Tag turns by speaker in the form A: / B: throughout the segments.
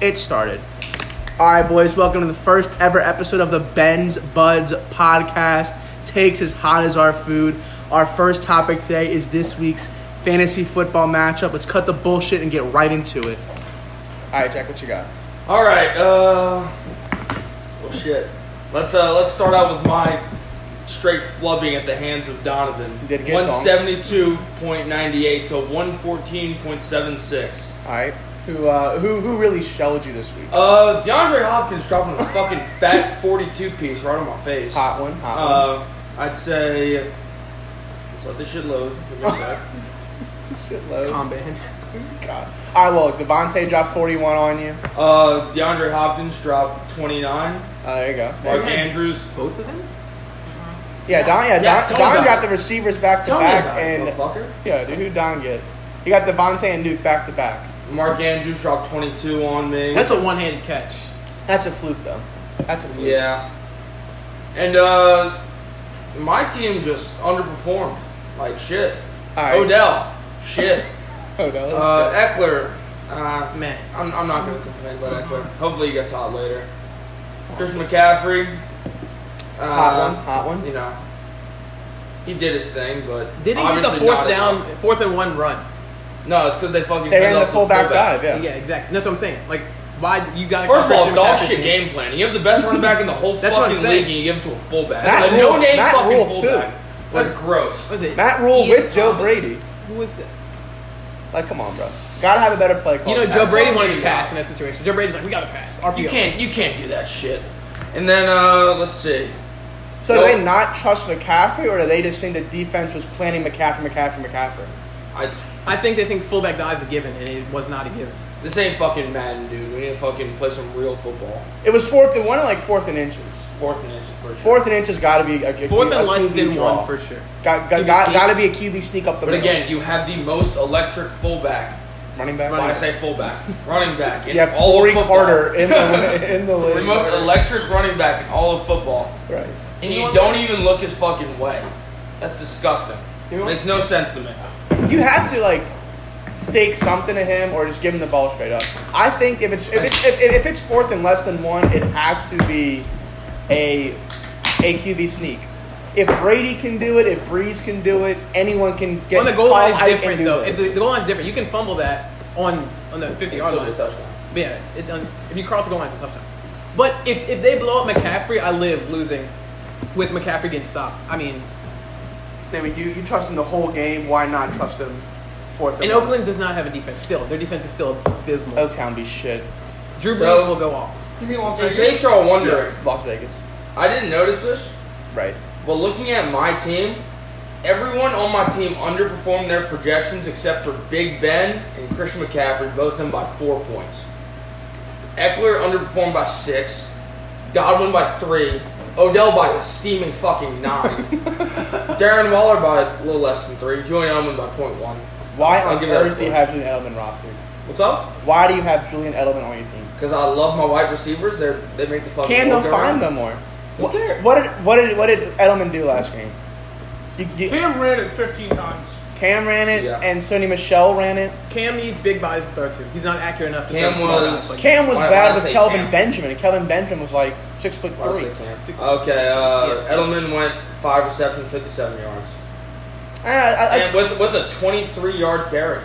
A: It started. All right, boys, welcome to the first ever episode of the Ben's Buds podcast. Takes as hot as our food. Our first topic today is this week's fantasy football matchup. Let's cut the bullshit and get right into it. All right, Jack, what you got?
B: All right. Uh, well, shit. Let's uh, let's start out with my straight flubbing at the hands of Donovan.
A: Did get donked.
B: One seventy two point ninety eight to one fourteen point seven six.
A: All right, who uh, who who really shelled you this week?
B: Uh, DeAndre Hopkins dropping a fucking fat forty two piece right on my face.
A: Hot one, hot one.
B: Uh, I'd say let's let this shit load. Give me a sec.
A: Shitload.
C: Comband.
A: God. All right, well, Devontae dropped 41 on you.
B: Uh, DeAndre Hopkins dropped twenty nine.
A: Uh, there you go. There you
B: Mark
A: go.
B: Andrews.
C: Both of them?
A: Yeah, Don. Yeah,
B: Yeah,
A: Don,
B: tell me
A: Don
B: about
A: dropped
B: it.
A: the receivers back to
B: Tell me
A: back,
B: about it,
A: and
B: motherfucker.
A: yeah, dude, who Don get? He got Devontae and Duke back to back.
B: Mark Andrews dropped twenty two on me.
C: That's a one handed catch.
A: That's a fluke, though. That's a fluke.
B: Yeah. And uh my team just underperformed. Like shit.
A: All right.
B: Odell. Shit.
A: Oh, that was
B: Oh, uh
A: shit.
B: Eckler. Uh
C: Man.
B: I'm I'm not gonna complain about Eckler. Hopefully he gets hot later. Chris McCaffrey. Uh,
A: hot one, hot one.
B: You know. He did his thing, but
C: Did he get the
B: obviously
C: fourth
B: not
C: down,
B: enough.
C: fourth and one run?
B: No, it's because they fucking
A: They
B: picked
A: ran the
B: off some
A: fullback dive.
C: Yeah,
A: Yeah.
C: exactly. That's what I'm saying. Like, why you got to
B: First of all, dog shit game plan. You have the best running back in the whole
C: That's what I'm
B: fucking
C: saying.
B: league, and you give it to a fullback.
A: Matt
B: That's like
A: Rule-
B: no name
A: Matt
B: fucking
A: Rule, too.
B: fullback. That's gross.
C: Was it
A: Matt Rule
C: Ian
A: with Joe
C: Thomas?
A: Brady.
C: Who was that?
A: Like, come on, bro. Gotta have a better play call.
C: You know,
A: than
C: Joe
A: that.
C: Brady wanted
B: Oh, fucking
C: to pass in that situation. Joe Brady's like, we got to pass. RPO.
B: You can't you can't do that shit. And then uh let's see.
A: So do
B: Well-
A: they not trust McCaffrey, or do they just think the defense was planning McCaffrey, McCaffrey, McCaffrey?
B: I
C: I think they think fullback dive's a given, and it was not a given.
B: this ain't fucking Madden, dude. We need to fucking play some real football.
A: It was fourth and one, and like fourth and inches.
B: Fourth and inches for sure.
A: Fourth and inches got to be a, a,
C: Fourth
A: a
C: and less
A: QB
C: than
A: draw.
C: one for sure.
A: Got
B: Could
A: got
B: be
A: got,
B: sneak.
A: got to be a QB sneak up the
B: But
A: middle.
B: again, you have the most electric fullback.
A: running back.
B: When I say fullback, running back. In
A: You have
B: all of
A: Corey
B: football.
A: Carter in the in the
B: The
A: league.
B: most electric running back in all of football.
A: Right.
B: And
C: You
B: you
C: want-
B: don't even look his fucking way. That's disgusting.
A: You want-
B: Makes no sense to me.
A: You have to like fake something to him or just give him the ball straight up. I think if it's if it's if, if it's fourth and less than one, it has to be a a QB sneak. If Brady can do it, if Breeze can do it, anyone can get
C: on the goal
A: call
C: line
A: hike
C: is
A: and
C: different,
A: do
C: though. If
A: this.
C: the, the goal line's different. You can fumble that on on the 50 yard
B: So
C: line.
B: the touchdown.
C: But yeah, it, um, if you cross the goal line, it's a tough time. But if, if they blow up McCaffrey, I live losing with McCaffrey getting stopped. I mean,
A: David, you you trust him the whole game. Why not trust him fourth
C: and Oakland does not have a defense still. Their defense is still abysmal.
A: Oaktown be shit.
C: Drew Brees
B: So-
C: will go off.
B: In case you're all wondering,
A: Las Vegas.
B: I didn't notice this,
A: Right.
B: but looking at my team, everyone on my team underperformed their projections except for Big Ben and Christian McCaffrey, both of them by four points. Eckler underperformed by six, Godwin by three, Odell by a steaming fucking nine, Darren Waller by a little less than three, Julian Edelman by point one.
A: Why
B: I'll
A: on
B: give that a
A: earth do you
B: push.
A: have Julian Edelman rostered?
B: What's up?
A: Why do you have Julian Edelman on your team?
B: Because I love my wide receivers. They they make the fucking.
A: Can
B: world
A: they
B: go
A: find
B: round.
A: them more?
B: Who cares?
A: What did what did what did Edelman do last game? You, you-
D: Cam ran it 15 times.
A: Cam ran it,
B: Yeah.
A: and Sony Michelle ran it.
C: Cam needs big bodies to throw to. He's not accurate enough to
B: Cam
C: throw small
B: was-
C: routes like
A: Cam was
B: Why-
A: bad
B: why
A: with
B: say
A: Kelvin
B: Cam?
A: Benjamin, and Kelvin Benjamin was like six foot
B: Why does
A: three.
B: it count? Okay, uh, Edelman went five receptions, 57 yards.
A: Ah, I- I-
B: And with, with a 23 yard carry.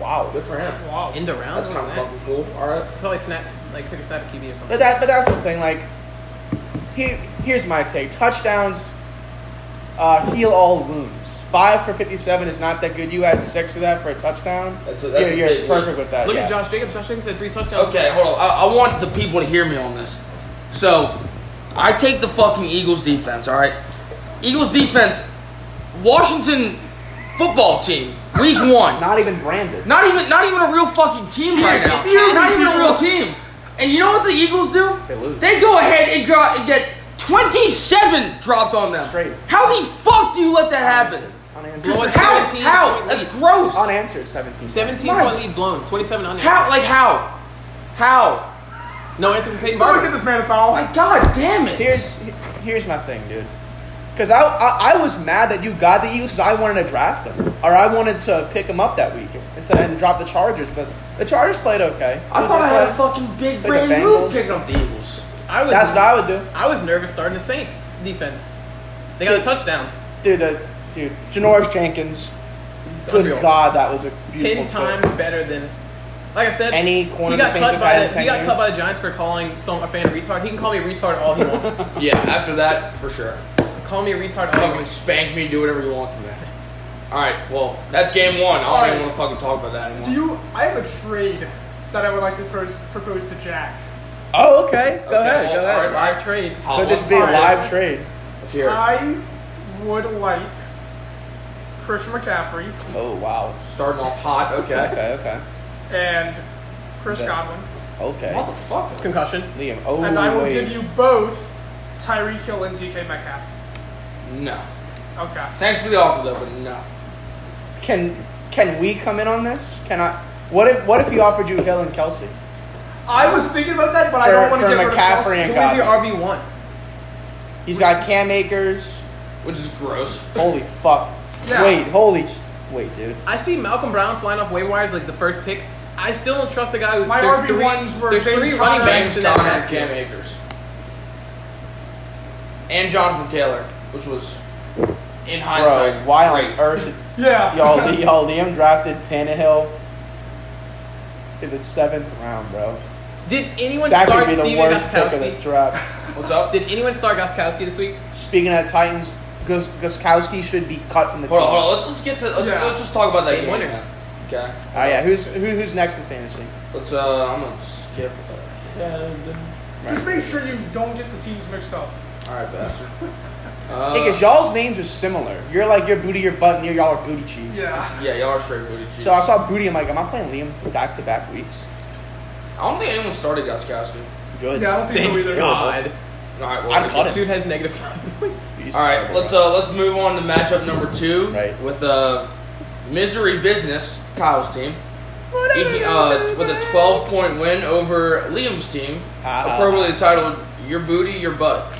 A: wow.
B: Good for him.
D: Wow.
C: in the rounds.
B: That's kind of fucking cool. All right.
C: Probably snaps like took a snap at QB or something.
A: But that but that's the thing. Like, he, here's my take: touchdowns uh, heal all wounds. Five for fifty-seven is not that good. You had six of that for a touchdown.
B: That's a- that's
A: you're
B: a
A: you're
B: big
A: perfect
B: lead.
A: with that.
C: Look
A: yeah.
C: at Josh Jacobs. Josh Jacobs had three touchdowns.
B: Okay, hold on. I, I want the people to hear me on this. So, I take the fucking Eagles defense, all right? Eagles defense, Washington football team, week one.
A: Not even branded.
B: Not even not even a real fucking team right now. Not even a real team. And you know what the Eagles do?
A: They lose.
B: They go ahead and, go, and get 27 dropped on them.
A: Straight.
B: How the fuck do you let that happen?
A: Unanswered.
C: Blow
B: How?
C: it
B: How?
C: 17 point
B: That's
C: lead.
B: gross.
A: Unanswered. Seventeen.
C: 17
B: Mike.
C: point lead blown. 27 on
B: How? Like how? How?
C: No answer from Peyton
D: Someone
C: Barber.
D: get this man a towel.
B: My God Oh damn it!
A: Here's here's my thing, dude. Because I, I, I was mad that you got the Eagles because I wanted to draft them. Or I wanted to pick them up that week instead and drop the Chargers. But the Chargers played okay.
B: I thought I had a fucking
A: Play
B: big
A: the
B: brand move
A: Bengals.
B: picking up the Eagles.
C: I was
A: That's what I would do.
C: I was nervous starting the Saints defense. They got a
A: Dude.
C: touchdown.
A: Dude, the, dude, Janoris Jenkins.
C: It's
A: Good
C: unreal.
A: God, that was a beautiful
C: ten
A: play.
C: times better than. Like I said,
A: Any corner
C: he got
A: defensive
C: cut by
A: guy in
C: the,
A: 10
C: he got
A: years.
C: cut by the Giants for calling some a fan a retard. He can call me a retard all he wants.
B: Yeah, after that, for sure.
C: call me a retard all he
B: Fucking
C: wants.
B: spank me, do whatever you want to me. Alright, well, that's game one. I don't even want to fucking talk about that anymore.
E: Do you? I have a trade that I would like to pros- propose to Jack.
A: Oh, okay. Go
B: Okay,
A: ahead.
B: well,
A: Go ahead.
B: alright.
C: Live trade.
B: How-
A: Could this
B: what
A: be a
B: part?
A: live trade?
B: Let's hear it.
E: I would like Christian McCaffrey
A: Oh, wow.
B: Starting off hot, okay.
A: Okay, okay.
E: and Chris
A: Yeah.
E: Godwin,
A: Okay.
B: Motherfucker.
C: Concussion.
A: Liam. Oh,
E: and I will
A: wait.
E: give you both Tyreek Hill and DK Metcalf.
B: No.
E: Okay.
B: Thanks for the offer, though, but no.
A: Can can we come in on this? Can I? What if what if he offered you Hill and Kelsey?
E: I was thinking about that, but I
A: For-
E: don't want
A: for
E: to get rid of
A: McCaffrey and
E: Kelsey.
C: Who is your RB one?
A: He's got Cam Akers.
B: Which is gross.
A: Holy fuck!
E: Yeah.
A: Wait, holy sh- wait, dude.
C: I see Malcolm Brown flying off waiver wires like the first pick. I still don't trust a guy who's
E: My
C: there's
E: RB1s
C: three,
E: were
C: there's
E: James
C: three running
E: Conner,
C: backs
B: James
C: in that
B: Conner and Cam
C: backfield.
B: Akers. And Jonathan Taylor, which was, in hindsight,
A: Bro, why on
B: great.
A: earth did
E: Yeah.
A: y'all Li- y'all Liam drafted Tannehill in the seventh round, bro?
C: Did anyone
A: That could
C: start
A: be the
C: Steven
A: worst pick of the
C: Gaskowski?
A: draft.
B: What's up?
C: Did anyone start Gaskowski this week?
A: Speaking of Titans, Gus- Guskowski should be cut from the
B: Hold
A: team.
B: on, hold on. Let's, let's get to. Let's,
E: Yeah.
B: let's just talk about that
C: Game
B: game.
C: winner.
B: man. Okay.
A: Oh yeah, who's who, who's next in fantasy?
B: Let's. Uh, I'm gonna skip.
E: Just make sure you don't get the teams mixed up.
B: All right, bastard. Uh,
A: Because y'all's names are similar. You're like your booty, your butt, and your y'all are booty cheese.
E: Yeah.
B: yeah, y'all are straight booty cheeks.
A: So I saw booty. I'm like, am I playing Liam back to back weeks?
B: I don't think anyone started Gaskowski.
A: Good.
E: Yeah, I don't think so either.
A: Uh,
C: God.
B: All right, well,
A: I'd
B: I
A: cut
B: guess-
A: it.
C: Dude has negative five points.
A: He's
B: All right,
A: terrible.
B: let's uh, let's move on to matchup number two
A: Right.
B: with uh, misery business Kyle's team. He- uh, with a 12 point win over Liam's team,
A: Ha, ha,
B: appropriately titled "Your Booty, Your Butt."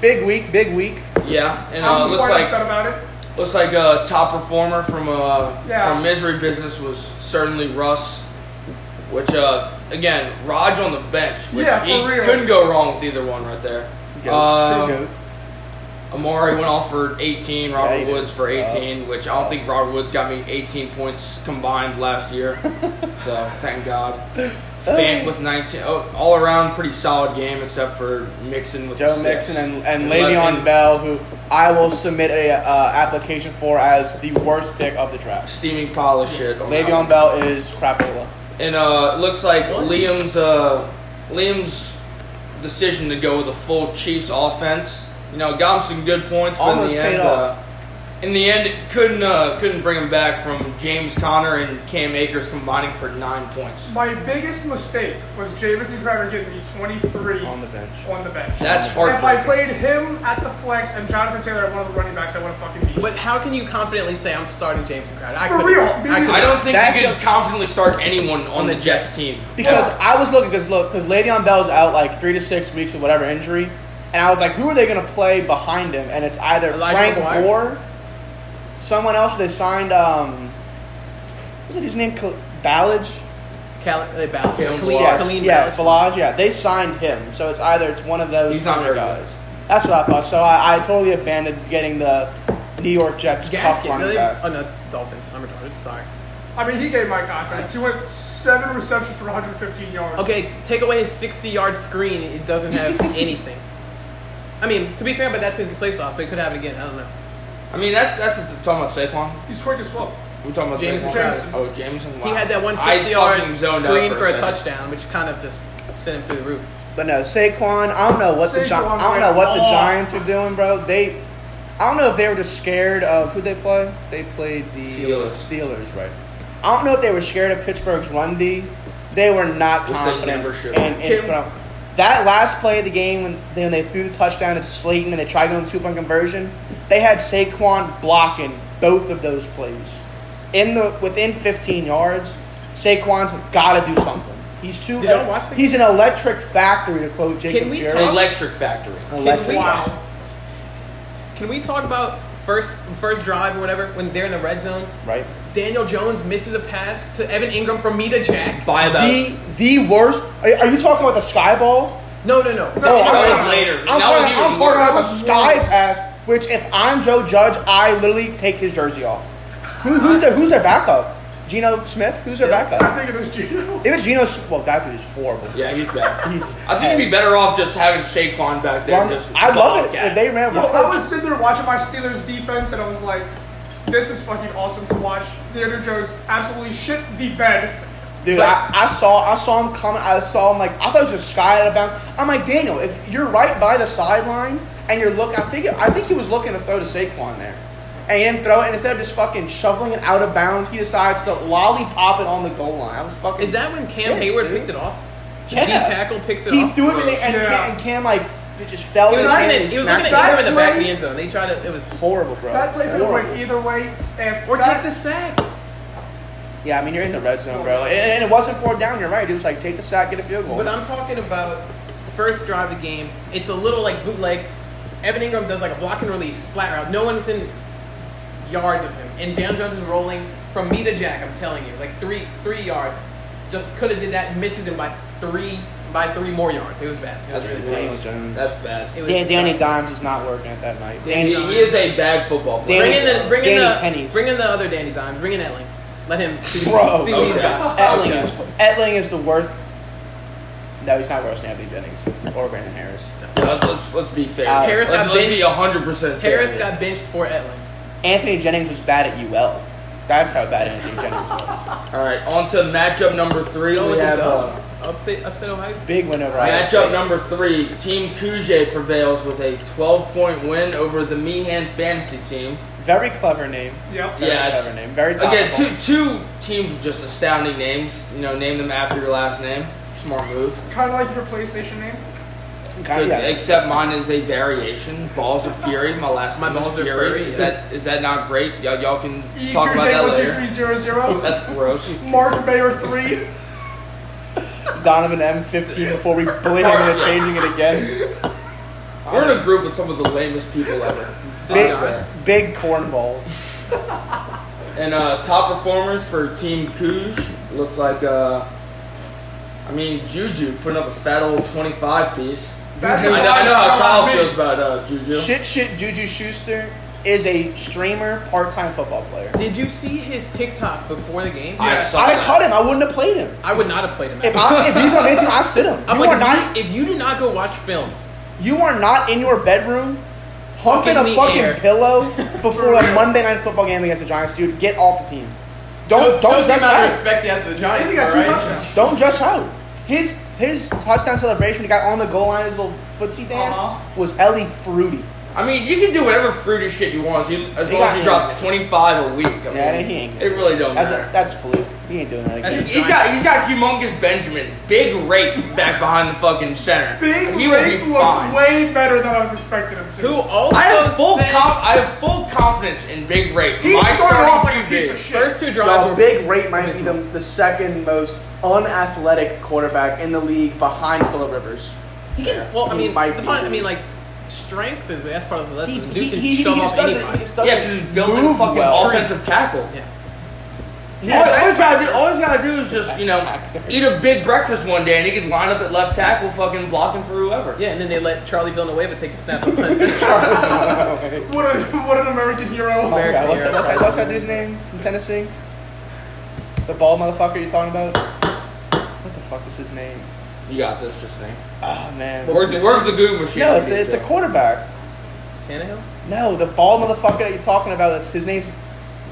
A: Big week, big week.
B: Yeah, and uh,
E: I'm
B: looks
E: quite
B: like
E: upset about it.
B: Looks like a top performer from uh
E: Yeah.
B: from misery business was certainly Russ, which uh again Raj on the bench. Which
E: Yeah, for
B: he
E: real.
B: Couldn't go wrong with either one right there.
A: Goat.
B: Uh,
A: True goat.
B: Amari went off for 18,
A: Yeah,
B: Robert
A: he did.
B: Woods for 18, which I don't think Robert Woods got me 18 points combined last year. so thank God. Fant with 19. Oh, all around pretty solid game except for Mixon with
A: Joe
B: six.
A: Mixon and, and
B: Eleven.
A: Le'Veon Bell, who I will submit a uh, application for as the worst pick of the draft.
B: steaming pile of shit.
A: Le'Veon Bell is crapola.
B: And uh, it looks like Liam's uh, Liam's decision to go with a full Chiefs offense. You know, got him some good points, but
A: Almost
B: in the
A: paid
B: end,
A: off.
B: Uh, in the end, it couldn't uh, couldn't bring him back from James Conner and Cam Akers combining for nine points.
E: My biggest mistake was Jamison Crowder getting me 23
A: on the bench.
E: on the bench.
B: That's
E: if I
B: heartbreaking.
E: played him at the flex and Jonathan Taylor at one of the running backs, I would have fucking beat.
C: But how can you confidently say I'm starting James Crowder? I
E: For
C: couldn't.
E: real,
C: I
E: be
C: couldn't.
E: real.
B: I don't think
A: That's
B: you could
A: a-
B: confidently start anyone on the Jets team.
A: Because I was looking, because look, because Le'Veon Bell's out like three to six weeks with whatever injury, and I was like, who are they going to play behind him? And it's either
C: Elijah
A: Frank
C: McGuire.
A: Gore, someone else they signed. Um, was it his name? Kal- Ballage.
C: Cal- uh, Ballard.
B: Kalen
C: Colleen-
A: Yeah,
C: Colleen
A: yeah,
C: Ballard.
A: Balaj, yeah. They signed him, so it's either it's one of those
B: He's not
A: other
B: very good.
A: That's what I thought. So I, I totally abandoned getting the New York Jets tough
C: Gaskin.
A: running
C: Really?
A: back.
C: Oh no, it's Dolphins. I'm retarded. Sorry.
E: I mean, he gave my confidence. He went seven receptions for 115 yards.
C: Okay, take away his 60-yard screen. It doesn't have anything. I mean, to be fair, but that's his place off, so he could have it again. I don't know.
B: I mean, that's that's the, talking about Saquon.
E: He's quick as well.
B: We're talking about
C: Jameson
B: Saquon.
C: Jameson.
B: Oh, Jameson. Wow.
C: He had that one
B: I
C: 60-yard
B: fucking zoned out
C: screen for a
B: second.
C: touchdown, which kind of just sent him through the roof.
A: But no, Saquon, I don't know what the Gi-
E: Saquon
A: I don't know what the
E: went
A: Giants are doing, bro. They, I don't know if they were just scared of who they play. They played the
B: Steelers.
A: Steelers, right? I don't know if they were scared of Pittsburgh's run D. They were not
B: Which they
A: confident
B: never should.
A: in, in
E: Can-
A: throw. That last play of the game when they, when they threw the touchdown to Slayton and they tried going two point conversion, they had Saquon blocking both of those plays in the within 15 yards. Saquon's got to do something. He's too.
C: Did y'all watch the
A: he's an electric factory to quote Jacob
C: we
A: Jarrett.
C: talk-
B: Electric Factory.
A: Electric.
C: Can we-
E: Wow.
C: Can we talk about first first drive or whatever when they're in the red zone?
A: right?
C: Daniel Jones misses a pass to Evan Ingram from me to Jack.
A: By about the the worst. Are, are you talking about the sky ball?
C: No, no, no.
A: No,
B: that
A: I'm-
B: was later.
A: I'm
B: That
A: talking,
B: was even
A: I'm talking about
B: worse.
A: the sky pass, which if I'm Joe Judge, I literally take his jersey off. Who, who's their Who's their backup? Geno Smith. Who's their backup?
E: I think it is Gino.
A: If it's Geno, S- well, that dude is horrible.
B: Yeah, he's bad.
F: He's-
B: I think you'd be better off just having Saquon back there.
A: Run-
B: and just
A: I'd love it
B: bobcat.
A: if they ran.
E: Yo,
A: with-
E: I was sitting there watching my Steelers defense, and I was like, "This is fucking awesome to watch." Daniel Jones absolutely shit the bed.
A: Dude, I, I saw I saw him coming. I saw him like I thought it was just sky out of bounds. I'm like Daniel, if you're right by the sideline and you're looking, I think I think he was looking to throw to Saquon there, and he didn't throw it. And instead of just fucking shoveling it out of bounds, he decides to lollipop it on the goal line. I was fucking.
C: Is that when Cam
A: Yes,
C: Hayward
A: dude.
C: picked it off?
A: Yeah.
C: D tackle picks it
A: He
C: off.
A: threw it in the, and,
E: Yeah.
A: Cam, and Cam like it just fell.
C: He
A: in
C: was
A: his
C: looking
A: hand
C: at
A: and
C: he was looking
A: smacked
C: at Ingram in
E: That
C: the back of
E: play-
C: the end zone. They tried to. It was
A: it. horrible, bro.
E: That play could have
A: Horrible.
E: went either way. If
C: or
E: that,
C: take the sack.
A: Yeah, I mean you're in the red zone, bro, and, and it wasn't fourth down. You're right. It was like take the sack, get a field goal.
C: But I'm talking about first drive of the game. It's a little like bootleg. Evan Ingram does like a block and release flat route. No one within yards of him, and Dan Jones is rolling from me to Jack. I'm telling you, like three three yards. Just could have did that. Misses him by three by three more yards. It was bad.
B: That's
A: Daniel
B: ridiculous.
A: Jones.
B: That's bad.
C: It was
A: Dan, Danny
C: disgusting.
A: Dimes is not working at that night.
C: Danny
B: He,
A: Danny,
B: he is a bad football player.
A: Danny-
C: Bring in the bring in
A: Danny
C: the
A: Pennies.
C: bring in the other Danny Dimes. Bring in Etling. Let him see,
A: Bro.
C: see what he's
B: Okay.
C: got.
A: Etling
B: Okay.
A: is Etling is the worst. No, he's not worse than Anthony Jennings or Brandon Harris.
B: Let- let's let's be fair.
A: Uh,
C: Harris
B: let's,
C: got
B: let's
C: benched.
B: be hundred percent.
C: Harris got benched for Etling.
A: Anthony Jennings was bad at UL. That's how bad Anthony Jennings was.
B: All right, on to matchup number three.
C: Go
B: We
C: with the
B: have
C: dub.
B: uh,
C: Upset upset Ohio State.
A: Big win over Iowa
B: matchup
A: State.
B: number three. Team Kuje prevails with a 12-point win over the Meehan Fantasy Team.
A: Very clever name.
E: yep.
A: Very
B: Yeah, it's-
A: clever name. Very topical.
B: Again, two two teams with just astounding names. You know, name them after your last name. Smart move.
E: Kind of like your PlayStation name.
A: Kinda, Uh, yeah.
B: Except mine is a variation. Balls of Fury. My last
C: My
B: name
C: balls
B: is
C: are
B: Fury.
C: furry.
B: Is that is that not great? Y'all, y'all can
E: E
B: talk about that later.
E: 12300.
B: That's gross.
E: Mark Mayer three.
A: Donovan M15 before we bully him into changing it again.
B: We're in a group with some of the lamest people ever.
A: Big,
B: That's fair.
A: big cornballs.
B: And uh, top performers for Team Kuj looks like, uh, I mean, Juju putting up a fat old 25 piece.
E: That's
B: I know,
E: why
B: I know how
E: it's not
B: Kyle
E: me.
B: feels about uh, Juju.
A: Shit, shit, Juju Schuster is a streamer, part-time football player.
C: Did you see his TikTok before the game?
B: I
E: Yeah.
B: saw
A: I'd
B: that.
A: have cut him. I wouldn't have played him.
C: I would not have played him.
A: If, I, if he's on his team, I sit him.
C: I'm
A: You
C: like,
A: are not.
C: if, you, if you do not go watch film,
A: You are not in your bedroom, humping
C: Fucking
A: a
C: the
A: fucking
C: air.
A: pillow before
E: For
A: a
E: real.
A: Monday night football game against the Giants, dude. Get off the team. Don't
C: show- show
A: don't
C: the
A: dress
C: amount
A: out.
C: of respect he has for the
E: I think
C: Giants.
E: he got
C: All
E: two
C: right?
E: touchdowns.
A: Don't dress out. His his touchdown celebration, he got on the goal line, his little footsie dance
E: Uh-huh.
A: was Ellie fruity.
B: I mean, you can do whatever fruity shit you want as, you, as
A: He
B: long as
A: got
B: you
A: him.
B: drop 25 a week. I mean,
A: Yeah, that he ain't-
B: It really don't
A: That's
B: matter.
A: a, that's fluke. He ain't doing that
B: He's-
A: again.
B: he's got he's got humongous Benjamin, big rape back behind the fucking center.
E: Big
B: he would
E: Rape
B: be fine.
E: looked way better than I was expecting him to.
C: Who also
B: I have full
C: said
B: com- I have full confidence in Big Rape.
E: He
B: My
E: started off like
B: QB.
E: a piece of shit.
C: first two drives
A: Y'all,
C: were
A: Big Rate might be the, the second most unathletic quarterback in the league behind Philip Rivers.
C: He can, well, I
A: He
C: mean,
A: might
C: the
A: be
C: fun, I
A: the-
C: mean, like strength is that's part of the lesson.
A: He,
C: Dude
A: he,
C: can
A: he, he
C: shove off
A: just doesn't, he
C: anybody.
A: just
B: Yeah,
A: doesn't
B: because he's building a
A: move
B: fucking
A: well.
B: offensive tackle.
C: Yeah.
B: All, all he's gotta do, all he's gotta do is just you know eat a big breakfast one day, and he can line up at left tackle, fucking blocking for whoever.
C: yeah, and then they let Charlie Villanueva take the snap. up front. Charlie
E: What, a, what an American hero.
A: Oh, yeah, what's,
C: American
A: that, what's, that,
C: hero.
A: what's that dude's name from Tennessee? The bald motherfucker you talking about? What the fuck is his name?
B: You got this, just think.
A: Oh man.
B: Where's, where's the Google machine?
A: no, it's the, it's the quarterback.
C: Tannehill.
A: No, the bald motherfucker that you're talking about. It's, his name's.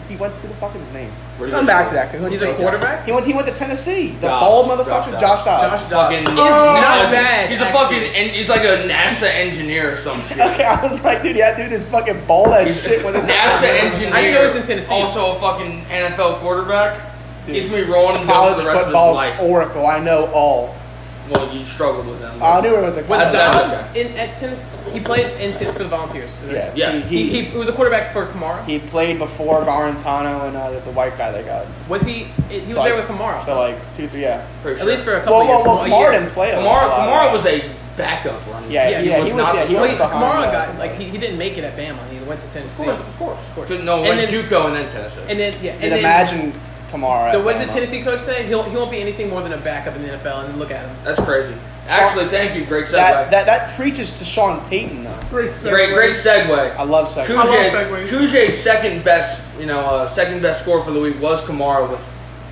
A: He went. Who the fuck is his name?
B: Where
A: Come
B: did
A: back
B: he
A: to that. 'cause he went
C: He's
A: to
C: a
A: Tennessee.
C: quarterback.
A: He went. He went to Tennessee. The
B: Dobbs.
A: bald motherfucker,
B: Josh
A: Josh Dobbs.
C: Josh
B: fucking.
C: Dobbs.
B: he's
E: Oh,
B: not
C: not bad,
B: He's a
C: actually.
B: fucking. And he's like a NASA engineer or some shit.
A: Okay, I was like, dude, yeah, dude is fucking bald as shit. With a
B: NASA engineer.
C: I didn't know it was in Tennessee.
B: Also a fucking NFL quarterback.
A: Dude.
B: He's gonna be rolling in dough
A: college
B: for the rest
A: football
B: of his life.
A: oracle. I know all.
B: well, you struggled with him.
A: I knew where it went to
C: Was
B: That's-
A: college.
B: that's
C: Dobbs in at Tennessee? He played in t- for the Volunteers.
A: Yeah,
B: Yes.
C: He, he, he was a quarterback for Kamara.
A: He played before Garantano and uh, the, the white guy they got.
C: was he? He was
A: So,
C: there with
A: like-
C: Kamara.
A: So like two, three, yeah.
B: Pretty
C: at
B: sure.
C: least for a couple
A: Well, well,
C: years.
A: well,
C: a
A: Kamara
C: year.
A: didn't play. a
B: Kamara,
A: lot.
B: Kamara was a backup running.
A: Yeah,
B: back.
A: yeah, he was-
B: not
A: yeah,
B: the
A: he was
B: starter.
C: Wait,
A: stuck on
C: Kamara
A: that.
C: got like he, he didn't make it at Bama. He went to Tennessee.
E: Of course, of course.
C: Of course.
B: No,
C: and
B: went
C: then,
B: JUCO and then Tennessee.
C: and then yeah, and
A: And
C: then,
A: imagine Kamara.
C: The
A: at
C: what did
A: Bama.
C: the Tennessee coach say? He'll he won't be anything more than a backup in the NFL. And look at him.
B: That's crazy. Actually, thank you. Great segue.
A: That, that that preaches to Sean Payton though.
E: Great segue.
B: great, great
A: I
B: segue.
A: love second.
E: Cool. love
B: Kuje's,
E: segues.
B: Kuje's second best, you know, uh, second best score for the week was Kamara with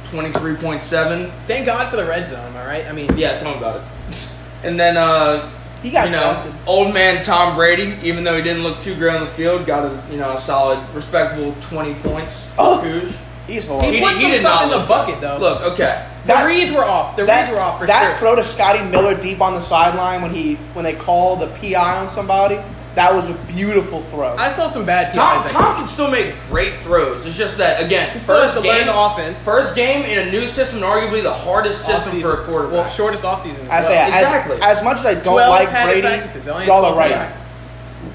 B: twenty three point seven.
C: Thank God for the red zone. All right. I mean,
B: Yeah, tell me about it. And then, uh,
A: He got
B: you know,
A: drafted.
B: old man Tom Brady, even though he didn't look too great on the field, got a you know a solid, respectable twenty points. for
A: Oh.
B: Kuj.
A: He's horrible.
C: He put some stuff in the bucket, though.
B: Look, okay,
C: the
A: That-
C: reads were off. The
A: that
C: reads were off for
A: that
C: sure.
A: throw to Scotty Miller deep on the sideline when he when they call the PI on somebody, that was a beautiful throw.
C: I saw some bad
B: Tom,
C: guys.
B: Tom can still make great throws. It's just that again,
C: He still has
B: first
C: to
B: game,
C: learn the offense.
B: first game in a new system, and arguably the hardest system
C: Offseason.
B: for a quarterback.
C: Well, shortest offseason.
A: I
C: as
A: say
C: well.
A: as-
B: exactly.
A: as, much as I don't
C: 12
A: like
C: padded
A: Brady,
C: practices. They only had
A: y'all
C: 12
A: are right.
C: practices.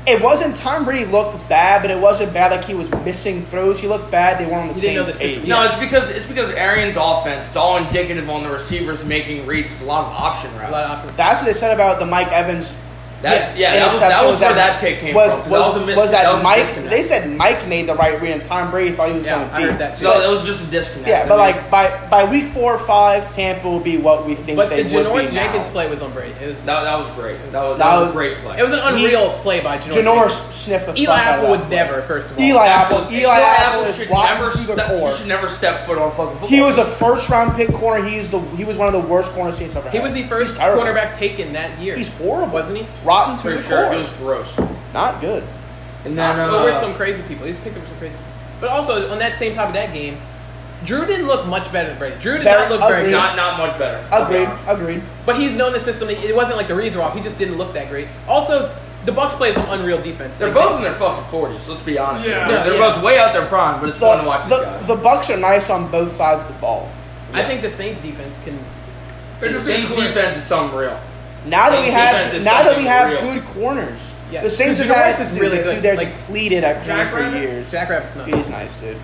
A: It wasn't Tom Brady looked bad, but it wasn't bad like he was missing throws. He looked bad. They weren't on the
C: He
A: same
C: didn't know the system.
A: page.
B: No, it's because it's because Arians' offense. It's all indicative on the receivers making reads. It's a lot of option routes.
C: A lot of offense.
A: That's what they said about the Mike Evans.
B: That's yeah. that, was,
A: interception
B: that was where that pick came
A: was,
B: from. 'cause
A: Was,
B: that was, a mis-
A: was that,
B: was a
A: Mike?
B: disconnect.
A: They said Mike made the right read, and Tom Brady thought he was
C: Yeah,
A: going to
C: I
A: be.
C: heard that too.
B: No, that was just a disconnect.
A: yeah, but
B: I mean,
A: like by by week four or five, Tampa will be what we think
C: But the
A: they would
C: Janoris
A: be now.
C: Jenkins play was on Brady. It was
B: that, that was great. That was, that
A: That
B: was
A: was-
B: a great play.
C: it was an
A: He-
C: unreal play by Janoris.
A: Janoris
C: Jenkins.
A: sniffed the
C: Eli
A: fuck out of
C: Apple
A: that
C: would
A: play.
C: never. First of all,
A: Eli Apple.
B: Absolutely.
A: Eli, Apple is
B: should
A: wide
B: never
A: through the
B: step,
A: core.
B: He should never step foot on fucking football.
A: He was a first round pick corner. He's the he was one of the worst corner states ever.
C: He
A: had.
C: was the first
A: He's terrible.
C: cornerback taken that year.
A: He's horrible,
C: wasn't he?
A: Rotten to
B: pretty
A: the
B: sure
A: core.
B: it was gross.
A: Not good.
B: And then uh,
C: over some crazy people. He's picked over some crazy. people. But also on that same top of that game, Drew didn't look much better than Brady. Drew did
A: Very
C: not look very
A: ugly.
C: good,
B: not not much better. I'll be
A: Agreed.
B: honest.
A: Agreed.
C: but he's known the system. It wasn't like the reads were off. He just didn't look that great. Also, the Bucks play some unreal defense.
B: They're
C: Like,
B: both in their fucking forties. Let's be honest.
E: Yeah.
B: They're, they're
C: Yeah.
B: both way out their prime, but it's fun to watch these
A: The,
B: guys.
A: the, the Bucks are nice on both sides of the ball.
C: I think the Saints defense can.
E: They're
B: the
E: just
B: Saints
E: included.
B: defense is something real.
A: Now that we
B: Saints
A: have
B: defense is
A: now that we
B: something
A: have
B: real.
A: good corners,
C: Yes.
A: the Saints
C: Dude,
A: have
C: Janoris
A: had
C: is
A: dude,
C: really
A: they're-
C: good.
A: Dude, they're
C: Like,
A: depleted at corner
E: Jack
A: for
E: Rabbit?
A: years.
C: Jack Rabbit's not.
A: Dude, he's nice, dude.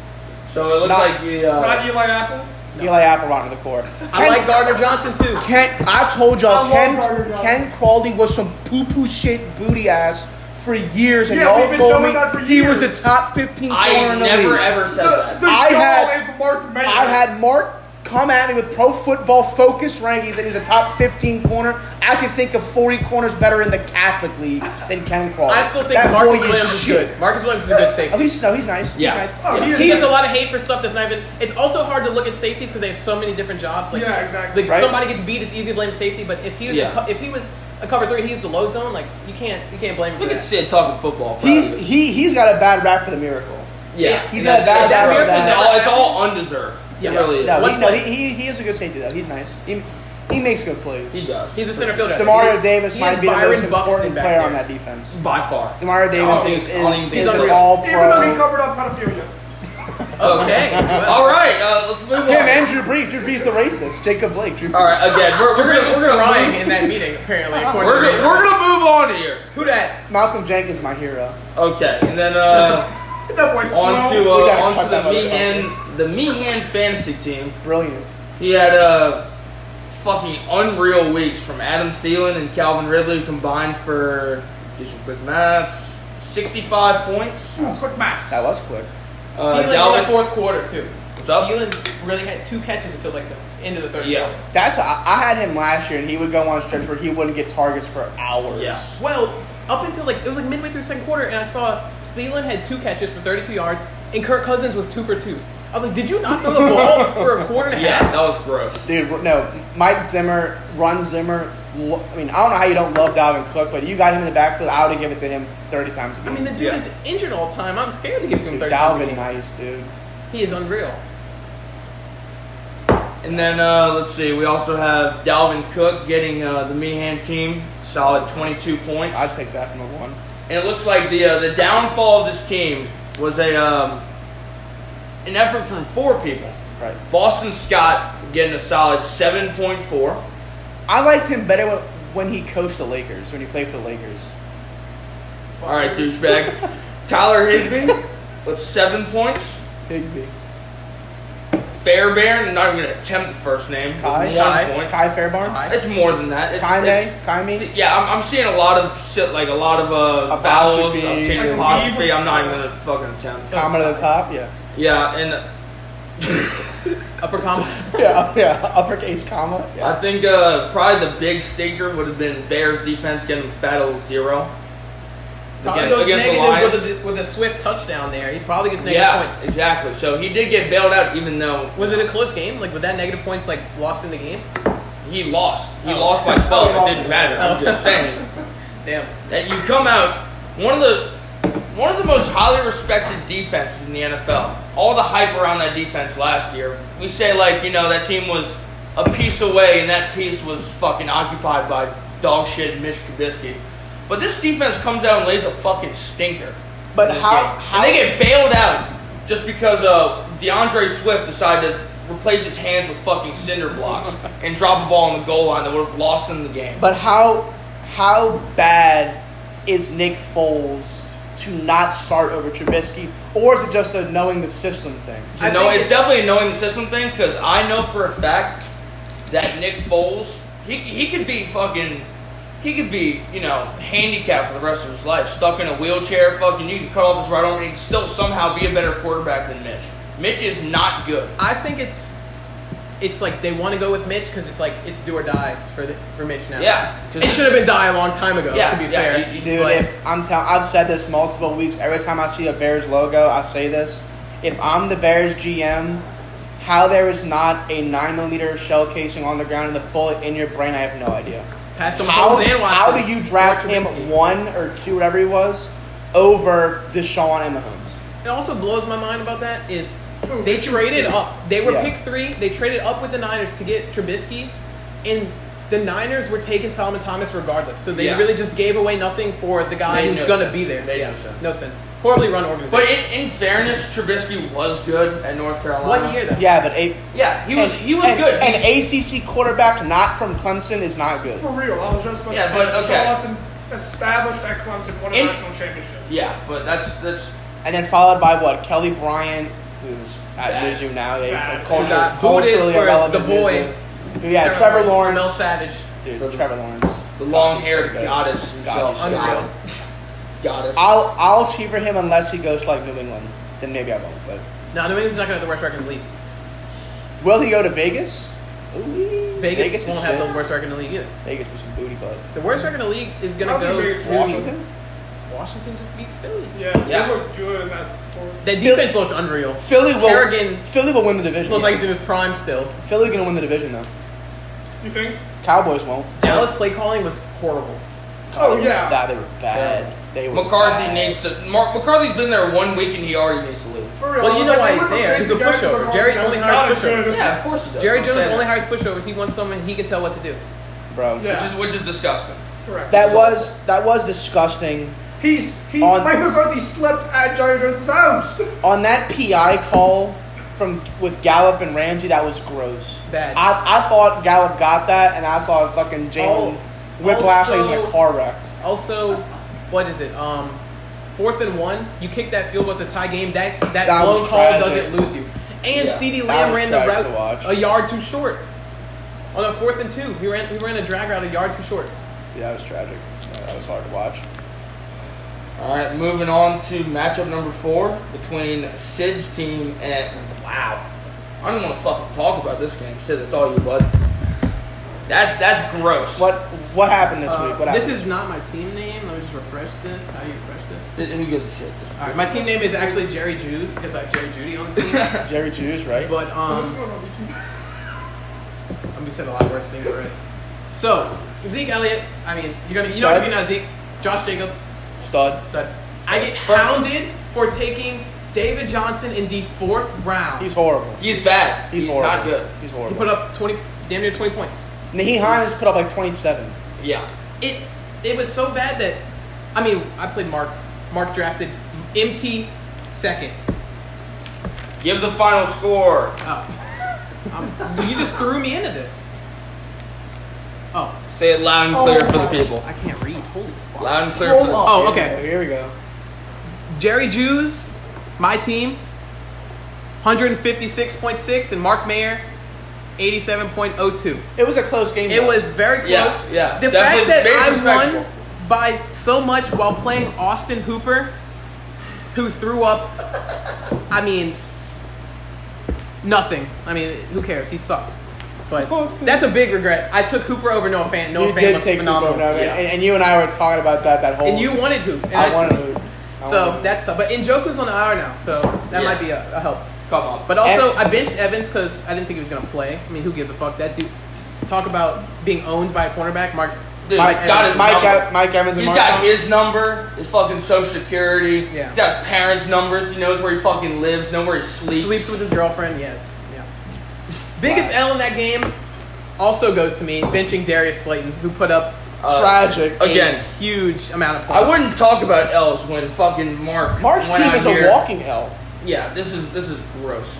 B: So it looks
A: Not-
B: like the
E: Not
B: uh,
E: Eli Apple.
A: Eli Apple rotten to the core.
C: I like Gardner Johnson too.
A: Ken, I told
E: I
A: y'all,
E: love
A: Ken,
E: Roger Goodell.
A: Ken Crawley was some poo poo shit booty ass for years, and
E: Yeah, we've
A: y'all
E: been
A: told
E: doing
A: me
E: that for
A: he was the
E: years.
A: top 15 corner
B: I
A: in the
B: never
A: league.
B: ever said
E: The,
B: that.
E: the
A: I
E: I
A: had-
E: is Mark Mayer.
A: I had Mark come at me with pro football focus rankings that he's a top 15 corner. I could think of 40 corners better in the Catholic League than Ken Crawley.
C: I still think
A: Oh, that
C: Marcus
A: boy
C: Williams
A: is
C: is
A: shit.
C: good. Marcus Williams is a good safety.
A: Oh, he's no, he's nice.
B: Yeah.
A: He's nice.
E: Oh, he is
C: He gets a
E: nice.
C: lot of hate for stuff that's not even. It's also hard to look at safeties because they have so many different jobs. Like,
E: Yeah, exactly.
C: Like
A: Right.
C: somebody gets beat, it's easy to blame safety. But if he was
B: Yeah.
C: a co- if he was a cover three and he's the low zone, like you can't you can't blame him.
B: Look
C: for
B: at
C: that.
B: Sid talking football.
A: He's
B: probably.
A: he he's got a bad rap for the miracle.
B: yeah.
A: He's
C: And
A: got a bad
C: that's- that
A: rap. for
C: Pearson
A: that.
B: It's
C: never
B: all, it's
C: happens.
B: all undeserved.
C: Yeah.
B: It really is.
A: No, he,
C: One
A: no
C: play.
A: he, he, he is a good safety though. He's nice. He, he makes good plays.
B: He does.
C: He's a center fielder.
A: Demario
C: He-
A: Davis
C: he
A: might
C: is
A: be the
C: Byron
A: most important
C: Buxton back
A: player on
C: there.
A: that defense.
B: by far.
A: Demario Davis
B: Oh,
A: is,
B: he's calling
A: is,
B: Davis.
A: is an
C: unreal.
A: all
E: Even though he
A: pro.
E: covered up pedophilia.
C: Okay. well,
B: All right, uh, let's move on.
A: Him and Drew Brees. Drew Brees the racist. Jacob Blake. Drew Brees.
B: All right, again, we're, we're, gonna, we're, gonna,
C: crying
B: move,
C: in that meeting apparently. according
B: we're,
C: to
B: gonna,
C: Mason.
B: we're gonna move on here.
C: who that?
A: Malcolm Jenkins, my hero.
B: Okay, and then uh,
E: That boy slow.
B: on to
A: We
B: uh,
A: gotta
B: on
A: cut
B: to
A: that
B: the
A: motherfucker.
B: Meehan the Meehan fantasy team.
A: Brilliant.
B: He had uh, fucking unreal weeks from Adam Thielen and Calvin Ridley who combined for do some quick maths, sixty-five points.
E: Ooh, Quick maths.
A: That was quick.
B: Uh,
C: Elon in
B: Dalvin,
C: the fourth quarter too.
B: what's up?
C: Elon really had two catches until like the end of the third
B: Yeah.
C: quarter.
A: That's I I had him last year, and he would go on stretch where he wouldn't get targets for hours.
B: Yeah.
C: Well, up until like it was like midway through second quarter, and I saw Thielen had two catches for 32 yards, and Kirk Cousins was two for two. I was like, did you not throw the ball for a quarter and a
B: Yeah,
C: half?
B: that was gross.
A: Dude, no, Mike Zimmer, Ron Zimmer. lo- I mean, I don't know how you don't love Dalvin Cook, but you got him in the backfield. I would have given it to him 30 times a
C: I
A: game.
C: mean, the dude
B: Yeah.
C: is injured all the time. I'm scared to give it to him
A: dude,
C: 30 times a
A: Dalvin,
C: game.
A: nice, dude.
C: He is unreal.
B: And then uh, let's see, we also have Dalvin Cook getting uh, the Meehan team solid twenty-two points.
A: I'd take that from a one.
B: And it looks like the uh, the downfall of this team was a um, an effort from four people.
A: Right.
B: Boston Scott getting a solid seven point four.
A: I liked him better when, when he coached the Lakers, when he played for the Lakers.
B: All right, douchebag. Tyler Higby with seven points.
A: Higby.
B: Fairbairn, not even gonna attempt the first name. with
A: Kai,
B: one
A: Kai,
B: point.
A: Kai Fairbarn.
C: Kai.
B: It's more than that. It's,
A: Kaime,
B: it's-
A: Kaime?
B: see, Yeah, I'm, I'm seeing a lot of shit, like a lot of uh, vowels. I'm
A: Apostrophe.
B: seeing apostrophe. I'm not even gonna fucking attempt.
A: Comma to the top, yeah.
B: Yeah, and
C: Upper comma.
A: Yeah, yeah. Uppercase comma. Yeah.
B: I think uh, probably the big stinker would have been Bears defense getting Fettle zero.
C: Probably
B: Against-
C: goes
B: against the
C: negative
B: Lions.
C: with a, with a swift touchdown there. He probably gets negative
B: Yeah,
C: points.
B: exactly. So he did get bailed out, even though
C: Was it a close game? Like, with that negative points, like, lost in the game?
B: he lost. He
C: Oh.
B: lost by 12.
A: Oh,
B: it didn't matter. I'm
C: Oh.
B: just saying
C: Damn.
B: that you come out one of the one of the most highly respected defenses in the NFL. All the hype around that defense last year. We say like you know that team was a piece away, and that piece was fucking occupied by dog shit Mitch Trubisky. But this defense comes out and lays a fucking stinker.
A: But
B: in this
A: how-
B: game. And
A: how-
B: they get bailed out just because uh, DeAndre Swift decided to replace his hands with fucking cinder blocks and drop a ball on the goal line that would have lost them the game.
A: But how how bad is Nick Foles to not start over Trubisky, or is it just a knowing the system thing?
C: I
B: no,
C: think
B: it's
C: it-
B: definitely a knowing the system thing because I know for a fact that Nick Foles, he he could be fucking, he could be you know handicapped for the rest of his life, stuck in a wheelchair. Fucking, you can cut off his right arm and he'd still somehow be a better quarterback than Mitch. Mitch is not good.
C: I think it's it's like they want to go with Mitch because it's like it's do or die for the, for Mitch now.
B: Yeah.
C: it should have been die a long time ago.
B: Yeah,
C: to be
B: yeah,
C: fair,
B: you- you-
A: Dude, if I'm tell- I've said this multiple weeks. Every time I see a Bears logo, I say this: if I'm the Bears GM, how there is not a nine millimeter shell casing on the ground and the bullet in your brain, I have no idea.
C: past them
A: How,
C: Mahomes and
A: how
C: Watson.
A: do you draft
C: Or Trubisky.
A: him one or two, whatever he was, over Deshaun and Mahomes?
C: It also blows my mind about that is they traded up. They were
A: Yeah.
C: pick three. They traded up with the Niners to get Trubisky, and the Niners were taking Solomon Thomas regardless. So they
B: Yeah,
C: really just gave away nothing for the guy
B: Made
C: who's
B: no
C: gonna
B: sense.
C: be there.
B: Made
C: yeah,
B: no sense.
C: Horribly run
B: But
C: organization.
B: in, in fairness, Trubisky was good at North Carolina.
C: what year though?
A: Yeah, but eight.
B: Yeah, he was
A: and-
B: he was
A: and-
B: good.
A: An ACC quarterback not from Clemson is not good.
E: For real, I was just about
B: Yeah,
E: to
B: but,
E: say,
B: okay.
E: Deshaun Watson established at Clemson won a
B: In-
E: national championship.
B: yeah, but that's that's
A: And then followed by what? Kelly Bryant, who's at
B: Bad.
A: Mizzou now. Yeah, he's a
E: Bad.
A: culture,
C: Who got booted
A: culturally
C: for
A: irrelevant.
C: the boy.
A: Mizzou. Yeah, Trevor Lawrence.
C: Mel Savage.
A: Dude, Trevor Lawrence.
B: the long haired
A: so good.
B: goddess himself.
A: God, he's
C: so
B: God. Goddess.
A: I'll I'll cheer for him unless he goes to like New England. Then maybe I won't. But
C: No, New England's not gonna have the worst record in the league.
A: will he go to Vegas? Ooh,
C: Vegas,
A: is
C: won't have
A: shit.
C: the worst record in the league either.
A: Vegas with some booty butt.
C: The worst record in the league is gonna
E: Probably
C: go
E: Vegas,
C: to
A: Washington.
C: Washington just beat Philly.
E: Yeah,
B: Yeah.
E: they looked good in that. fourth.
C: That defense looked unreal.
A: Philly will.
C: Kerrigan
A: Philly will win the division.
C: looks like it's in his prime still.
A: Philly gonna win the division though.
E: You think?
A: Cowboys won't.
C: Dallas play calling was horrible. Oh,
A: God, they were
E: yeah.
A: bad. They were bad. They were
B: McCarthy
A: bad.
B: needs to. Mar- McCarthy's been there one week and he already needs to leave.
E: For real,
C: Well,
E: I
C: you
E: was
C: know
E: like,
C: why
E: they
C: he's
E: went from
C: there. He's
E: Jason
C: a pushover.
E: McCarthy,
C: Jerry
E: that's
C: only
E: not
C: hires
E: a good-
C: pushovers.
B: Yeah, of course he does.
C: Jerry
B: That's what
C: Jones
B: I'm
C: only
B: saying.
C: hires pushovers. He wants someone he can tell what to do.
A: bro.
E: Yeah.
B: which is which is disgusting.
E: Correct.
A: That was that was disgusting.
E: He's he.
A: On-
E: Mike McCarthy slept at Jerry Jones' house.
A: On that PI call from with Gallup and Ramsey, that was gross.
C: Bad.
A: I, I thought Gallup got that, and I saw a fucking Jalen
C: Oh,
A: whiplash like he was in a
C: also-
A: car wreck.
C: Also, what is it? Um, fourth and one. You kick that field goal to tie game. That that,
A: That was
C: blown call
A: tragic.
C: doesn't lose you. And
B: Yeah,
C: CeeDee
A: that
C: Lamb
A: was
C: ran the
A: tragic to
C: route
A: watch.
C: a yard too short. On a fourth and two, he ran he ran a drag route a yard too short.
A: Dude, that was tragic. Yeah, that was hard to watch.
B: All right, moving on to matchup number four between Sid's team and wow, I don't want to fucking talk about this game, Sid. That's all you, bud. That's that's gross.
A: What what happened this week? What
C: Uh, this
A: happened?
C: is not my team name. Let me just refresh this. How do you refresh this?
B: Th- Who gives a shit? Just,
C: All right, my team name is actually Jerry Jews because I have Jerry Judy on the team.
A: is Jerry Juice, right?
C: but um, I'm gonna said a lot worse things already. So Zeke Elliott, I mean, you're gonna you know
A: Stud.
C: you're not Zeke, Josh Jacobs,
A: Stud.
C: stud. I get
B: First-
C: hounded for taking David Johnson in the fourth round.
A: He's horrible.
B: he's bad.
A: He's,
B: He's,
A: horrible.
B: not good.
A: He's
C: he
A: horrible.
C: put up 20, damn near 20 points.
A: Naheem Hines put up like 27.
B: Yeah,
C: It it was so bad that I mean I played Mark. Mark drafted MT second.
B: give the final score.
C: Oh, um, you just threw me into this. Oh,
B: Say it loud and
E: Oh,
B: clear for the
E: gosh.
B: people.
C: I can't read. Holy fuck.
B: Loud and clear for the
C: Oh,
A: Here we
C: okay.
A: go, Here we go.
C: Jerry Jews, my team, 156.6, and Mark Mayer, 87.02.
A: It was a close game.
C: It
A: though.
C: was very close.
B: Yeah, yeah,
C: The
B: definitely
C: fact
B: very
C: that I
B: respectable.
C: won by so much while playing Austin Hooper, who threw up, I mean, nothing. I mean, who cares? He sucked. But
A: Austin.
C: that's a big regret. I took Hooper over Noah Fan. Noah
A: You
C: Fan
A: did
C: was
A: take
C: phenomenal.
A: Cooper, no,
B: Yeah.
A: and, and you and I were talking about that that whole.
C: And you wanted Hoop. And
A: I
C: took
A: wanted
C: Hoop.
A: to. I
C: So
A: wanted-
C: that's tough. But Njoku's on the IR now, so that
B: Yeah.
C: might be a, a help.
B: Come on.
C: But also, I benched Evans because I didn't think he was gonna play. I mean, who gives a fuck? That dude. Talk about being owned by a cornerback, Mark.
B: Dude,
C: Mike
B: Mike got
C: Evans.
B: his
A: Mike,
B: number.
A: Ev- Mike Evans. and
B: He's
A: Mark
B: got
A: Thompson.
B: his number, his fucking social security.
C: Yeah.
B: He's got his parents' numbers. He knows where he fucking lives, know where he sleeps.
C: sleeps with his girlfriend. Yes. Yeah. Biggest L in that game also goes to me benching Darius Slayton, who put up
B: Uh,
A: tragic.
C: a
B: Again.
C: huge amount of points.
B: I wouldn't talk about elves when fucking Mark.
A: Mark's
B: went
A: team
B: out
A: is
B: here.
A: a walking L.
B: Yeah, this is this is gross.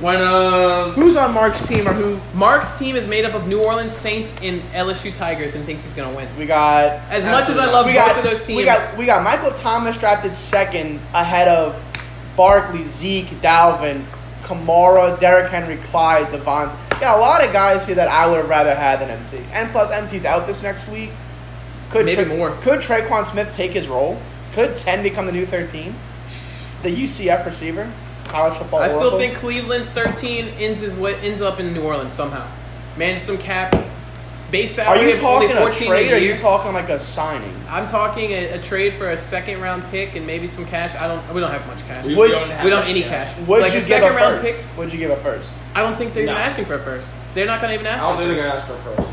B: When uh,
A: Who's on Mark's team or who?
C: Mark's team is made up of New Orleans Saints and LSU Tigers, and thinks he's gonna win.
A: We got
C: As much as I
B: Absolutely.
C: love
A: we
C: both
A: got
C: of those teams,
A: We got we got Michael Thomas drafted second ahead of Barkley, Zeke, Dalvin, Kamara, Derrick Henry, Clyde, Devontae. Yeah, a lot of guys here that I would have rather had than MT. And plus, MT's out this next week. Could
C: Maybe
A: Tra-
C: more.
A: Could Traquan Smith take his role? Could ten become the new thirteen? The UCF receiver, college football.
C: I still
A: oracle.
C: think Cleveland's 13 ends his way, ends up in New Orleans somehow. Manage some cap. Base
A: Are
C: salary
A: you
C: of only
A: talking a
C: 14
A: trade? Or
C: a
A: are
C: year.
A: you talking like a signing?
C: I'm talking a, a trade for a second round pick and maybe some cash. I don't. We don't have much cash.
B: we,
C: We,
A: Would-
B: don't have
C: don't any
B: yeah.
C: cash.
A: Would
C: like
A: you
C: a
A: give a
C: second round
A: first?
C: pick.
A: Would you give a first?
C: I don't think they're
B: No.
C: even asking for a first. They're not gonna even
B: I
C: ask.
B: don't
C: for
B: think
C: a
B: they're
C: first.
B: gonna ask for first.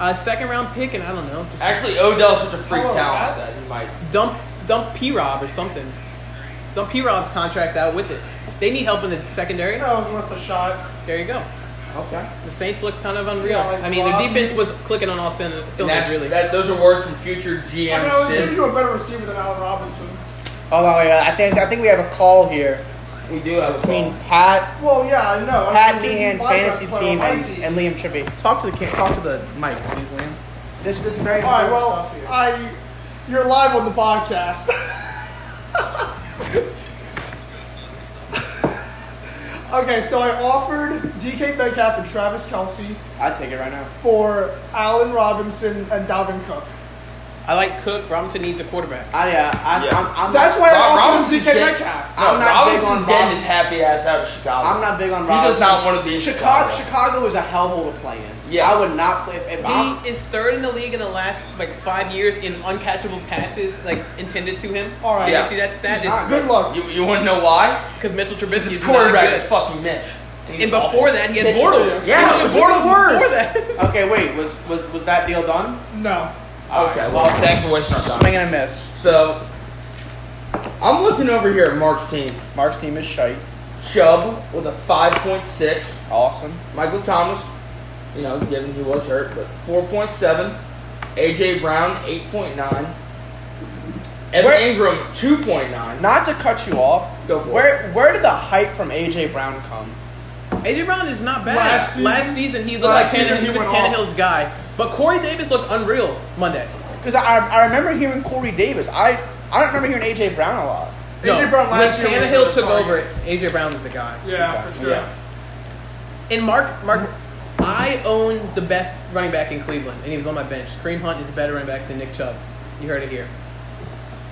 C: A second round pick and I don't know. Just
B: Actually, Odell's such a freak
E: Oh,
B: talent
E: that-
B: that he might.
C: dump dump P Rob or something. Dump P Rob's contract out with it. They need help in the secondary.
E: That was worth a shot.
C: There you go.
B: Okay.
C: The Saints look kind of unreal.
E: Yeah, like
C: I mean, their
E: Rob-
C: defense was clicking on all cylin-
B: And
C: cylinders,
B: that's,
C: really.
B: that, those are words from future GM
E: I mean, I was giving
B: Sid.
E: you a better receiver than Allen Robinson.
A: Hold on, wait, I think I think we have a call here
B: We do have a
A: between
B: call.
A: Pat,
E: Well, yeah, I know. I
A: Pat
E: was giving you
A: Meehan,
E: my best
A: fantasy
E: player on
A: team,
E: my
A: and,
E: team.
A: and Liam Trippy.
F: Talk to the can- talk to the mic, please, Liam.
A: This this is very
E: All right,
A: important
E: well,
A: stuff here.
E: I you're live on the podcast. okay, so I offered DK Metcalf and Travis Kelsey
A: I'd take it right now.
E: for Allen Robinson and Dalvin Cook.
C: I like Cook. Robinson needs a quarterback.
A: I yeah, I,
B: Yeah.
A: I'm, I'm
E: That's
A: not,
E: why I
B: Rob-
E: offered
B: Robinson's
E: DK
B: dead.
E: Metcalf.
A: I'm not
B: No,
A: big
B: Robinson's
A: on
B: getting
A: Robinson.
B: his happy ass out of Chicago.
A: I'm not big on.
B: He
A: Robinson.
B: does not want to be in
A: Chicago.
B: Chicago.
A: Chicago is a hellhole to play in.
B: Yeah.
A: I would not play if, if I'm,
C: He is third in the league in the last like five years in uncatchable passes like intended to him.
E: All right.
C: You
B: Yeah.
C: see that stat?
A: He's not
E: Good luck.
B: You, you want to know why?
C: because Mitchell
B: Because
C: Trubisky
B: his
C: is
B: quarterback is
C: not
B: fucking Mitch.
C: good. And before that, he had
A: Mitch
C: Bortles.
A: Trubisky.
B: Yeah,
C: he
B: it was
C: was Bortles
B: worse.
C: before that.
A: Okay, wait, was was was that deal done?
E: No.
B: Okay, well, thanks for wasting our time.
A: Swing and a miss.
B: So, I'm looking over here at Mark's team.
A: Mark's team is shite.
B: Chubb with a 5.6.
A: Awesome.
B: Michael Thomas, you know, given he was hurt, but 4.7. A.J. Brown, 8.9. Evan
A: Where-
B: Ingram, 2.9.
A: Not to cut you off.
B: Go for it.
A: where where did the hype from AJ Brown come?
C: AJ Brown is not bad.
E: Last
C: Last
E: season-
C: season, he looked
E: last
C: like Tannehill,
E: season he
C: he was
E: went off.
C: Tannehill's guy. But Corey Davis looked unreal Monday.
A: Because I, I remember hearing Corey Davis. I I don't remember hearing AJ Brown a lot.
C: No,
E: AJ Brown last
C: when
E: year was
C: Tannehill
E: the
C: took
E: target.
C: over, AJ Brown was the guy.
E: Yeah,
A: Okay.
E: for sure.
B: Yeah.
C: And Mark, Mark, I own the best running back in Cleveland, and he was on my bench. Kareem Hunt is a better running back than Nick Chubb. You heard it here.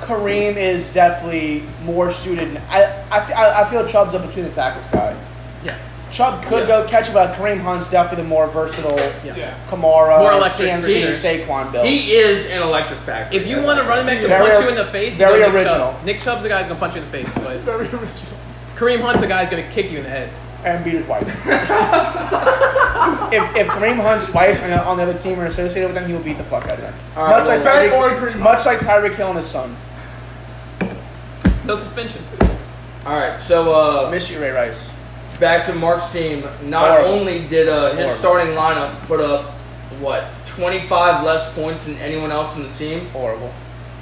A: Kareem is definitely more suited. I, I, fe- I- I feel Chubb's up between the tackles guy.
C: Yeah.
A: Chubb could
B: Yeah.
A: go catch it, but Kareem Hunt's definitely the more versatile
C: Yeah.
E: Yeah.
A: Kamara,
C: More electric
A: CMC,
C: creator.
A: Saquon Bill.
B: He is an electric factor.
C: If you
B: guys.
C: want a running back to
A: Very-
C: punch you in the face,
A: very
C: go Nick
A: original.
C: Chubb. Nick Chubb's the guy who's gonna punch you in the face, but
E: Very original.
C: Kareem Hunt's the guy who's gonna kick you in the head.
A: and beat his wife. if, if Kareem Hunt's wife and on the other team are associated with him, he will beat the fuck out of them.
B: All right,
A: much, like
E: well, Tyreek or
A: Tyreek,
E: Kareem
A: much like Tyreek Hill and his son.
C: No suspension.
B: All right, so uh,
A: Miss you, Ray Rice.
B: back to Mark's team. Not
A: Horrible.
B: only did uh, his
A: Horrible.
B: starting lineup put up what 25 less points than anyone else in the team,
A: Horrible.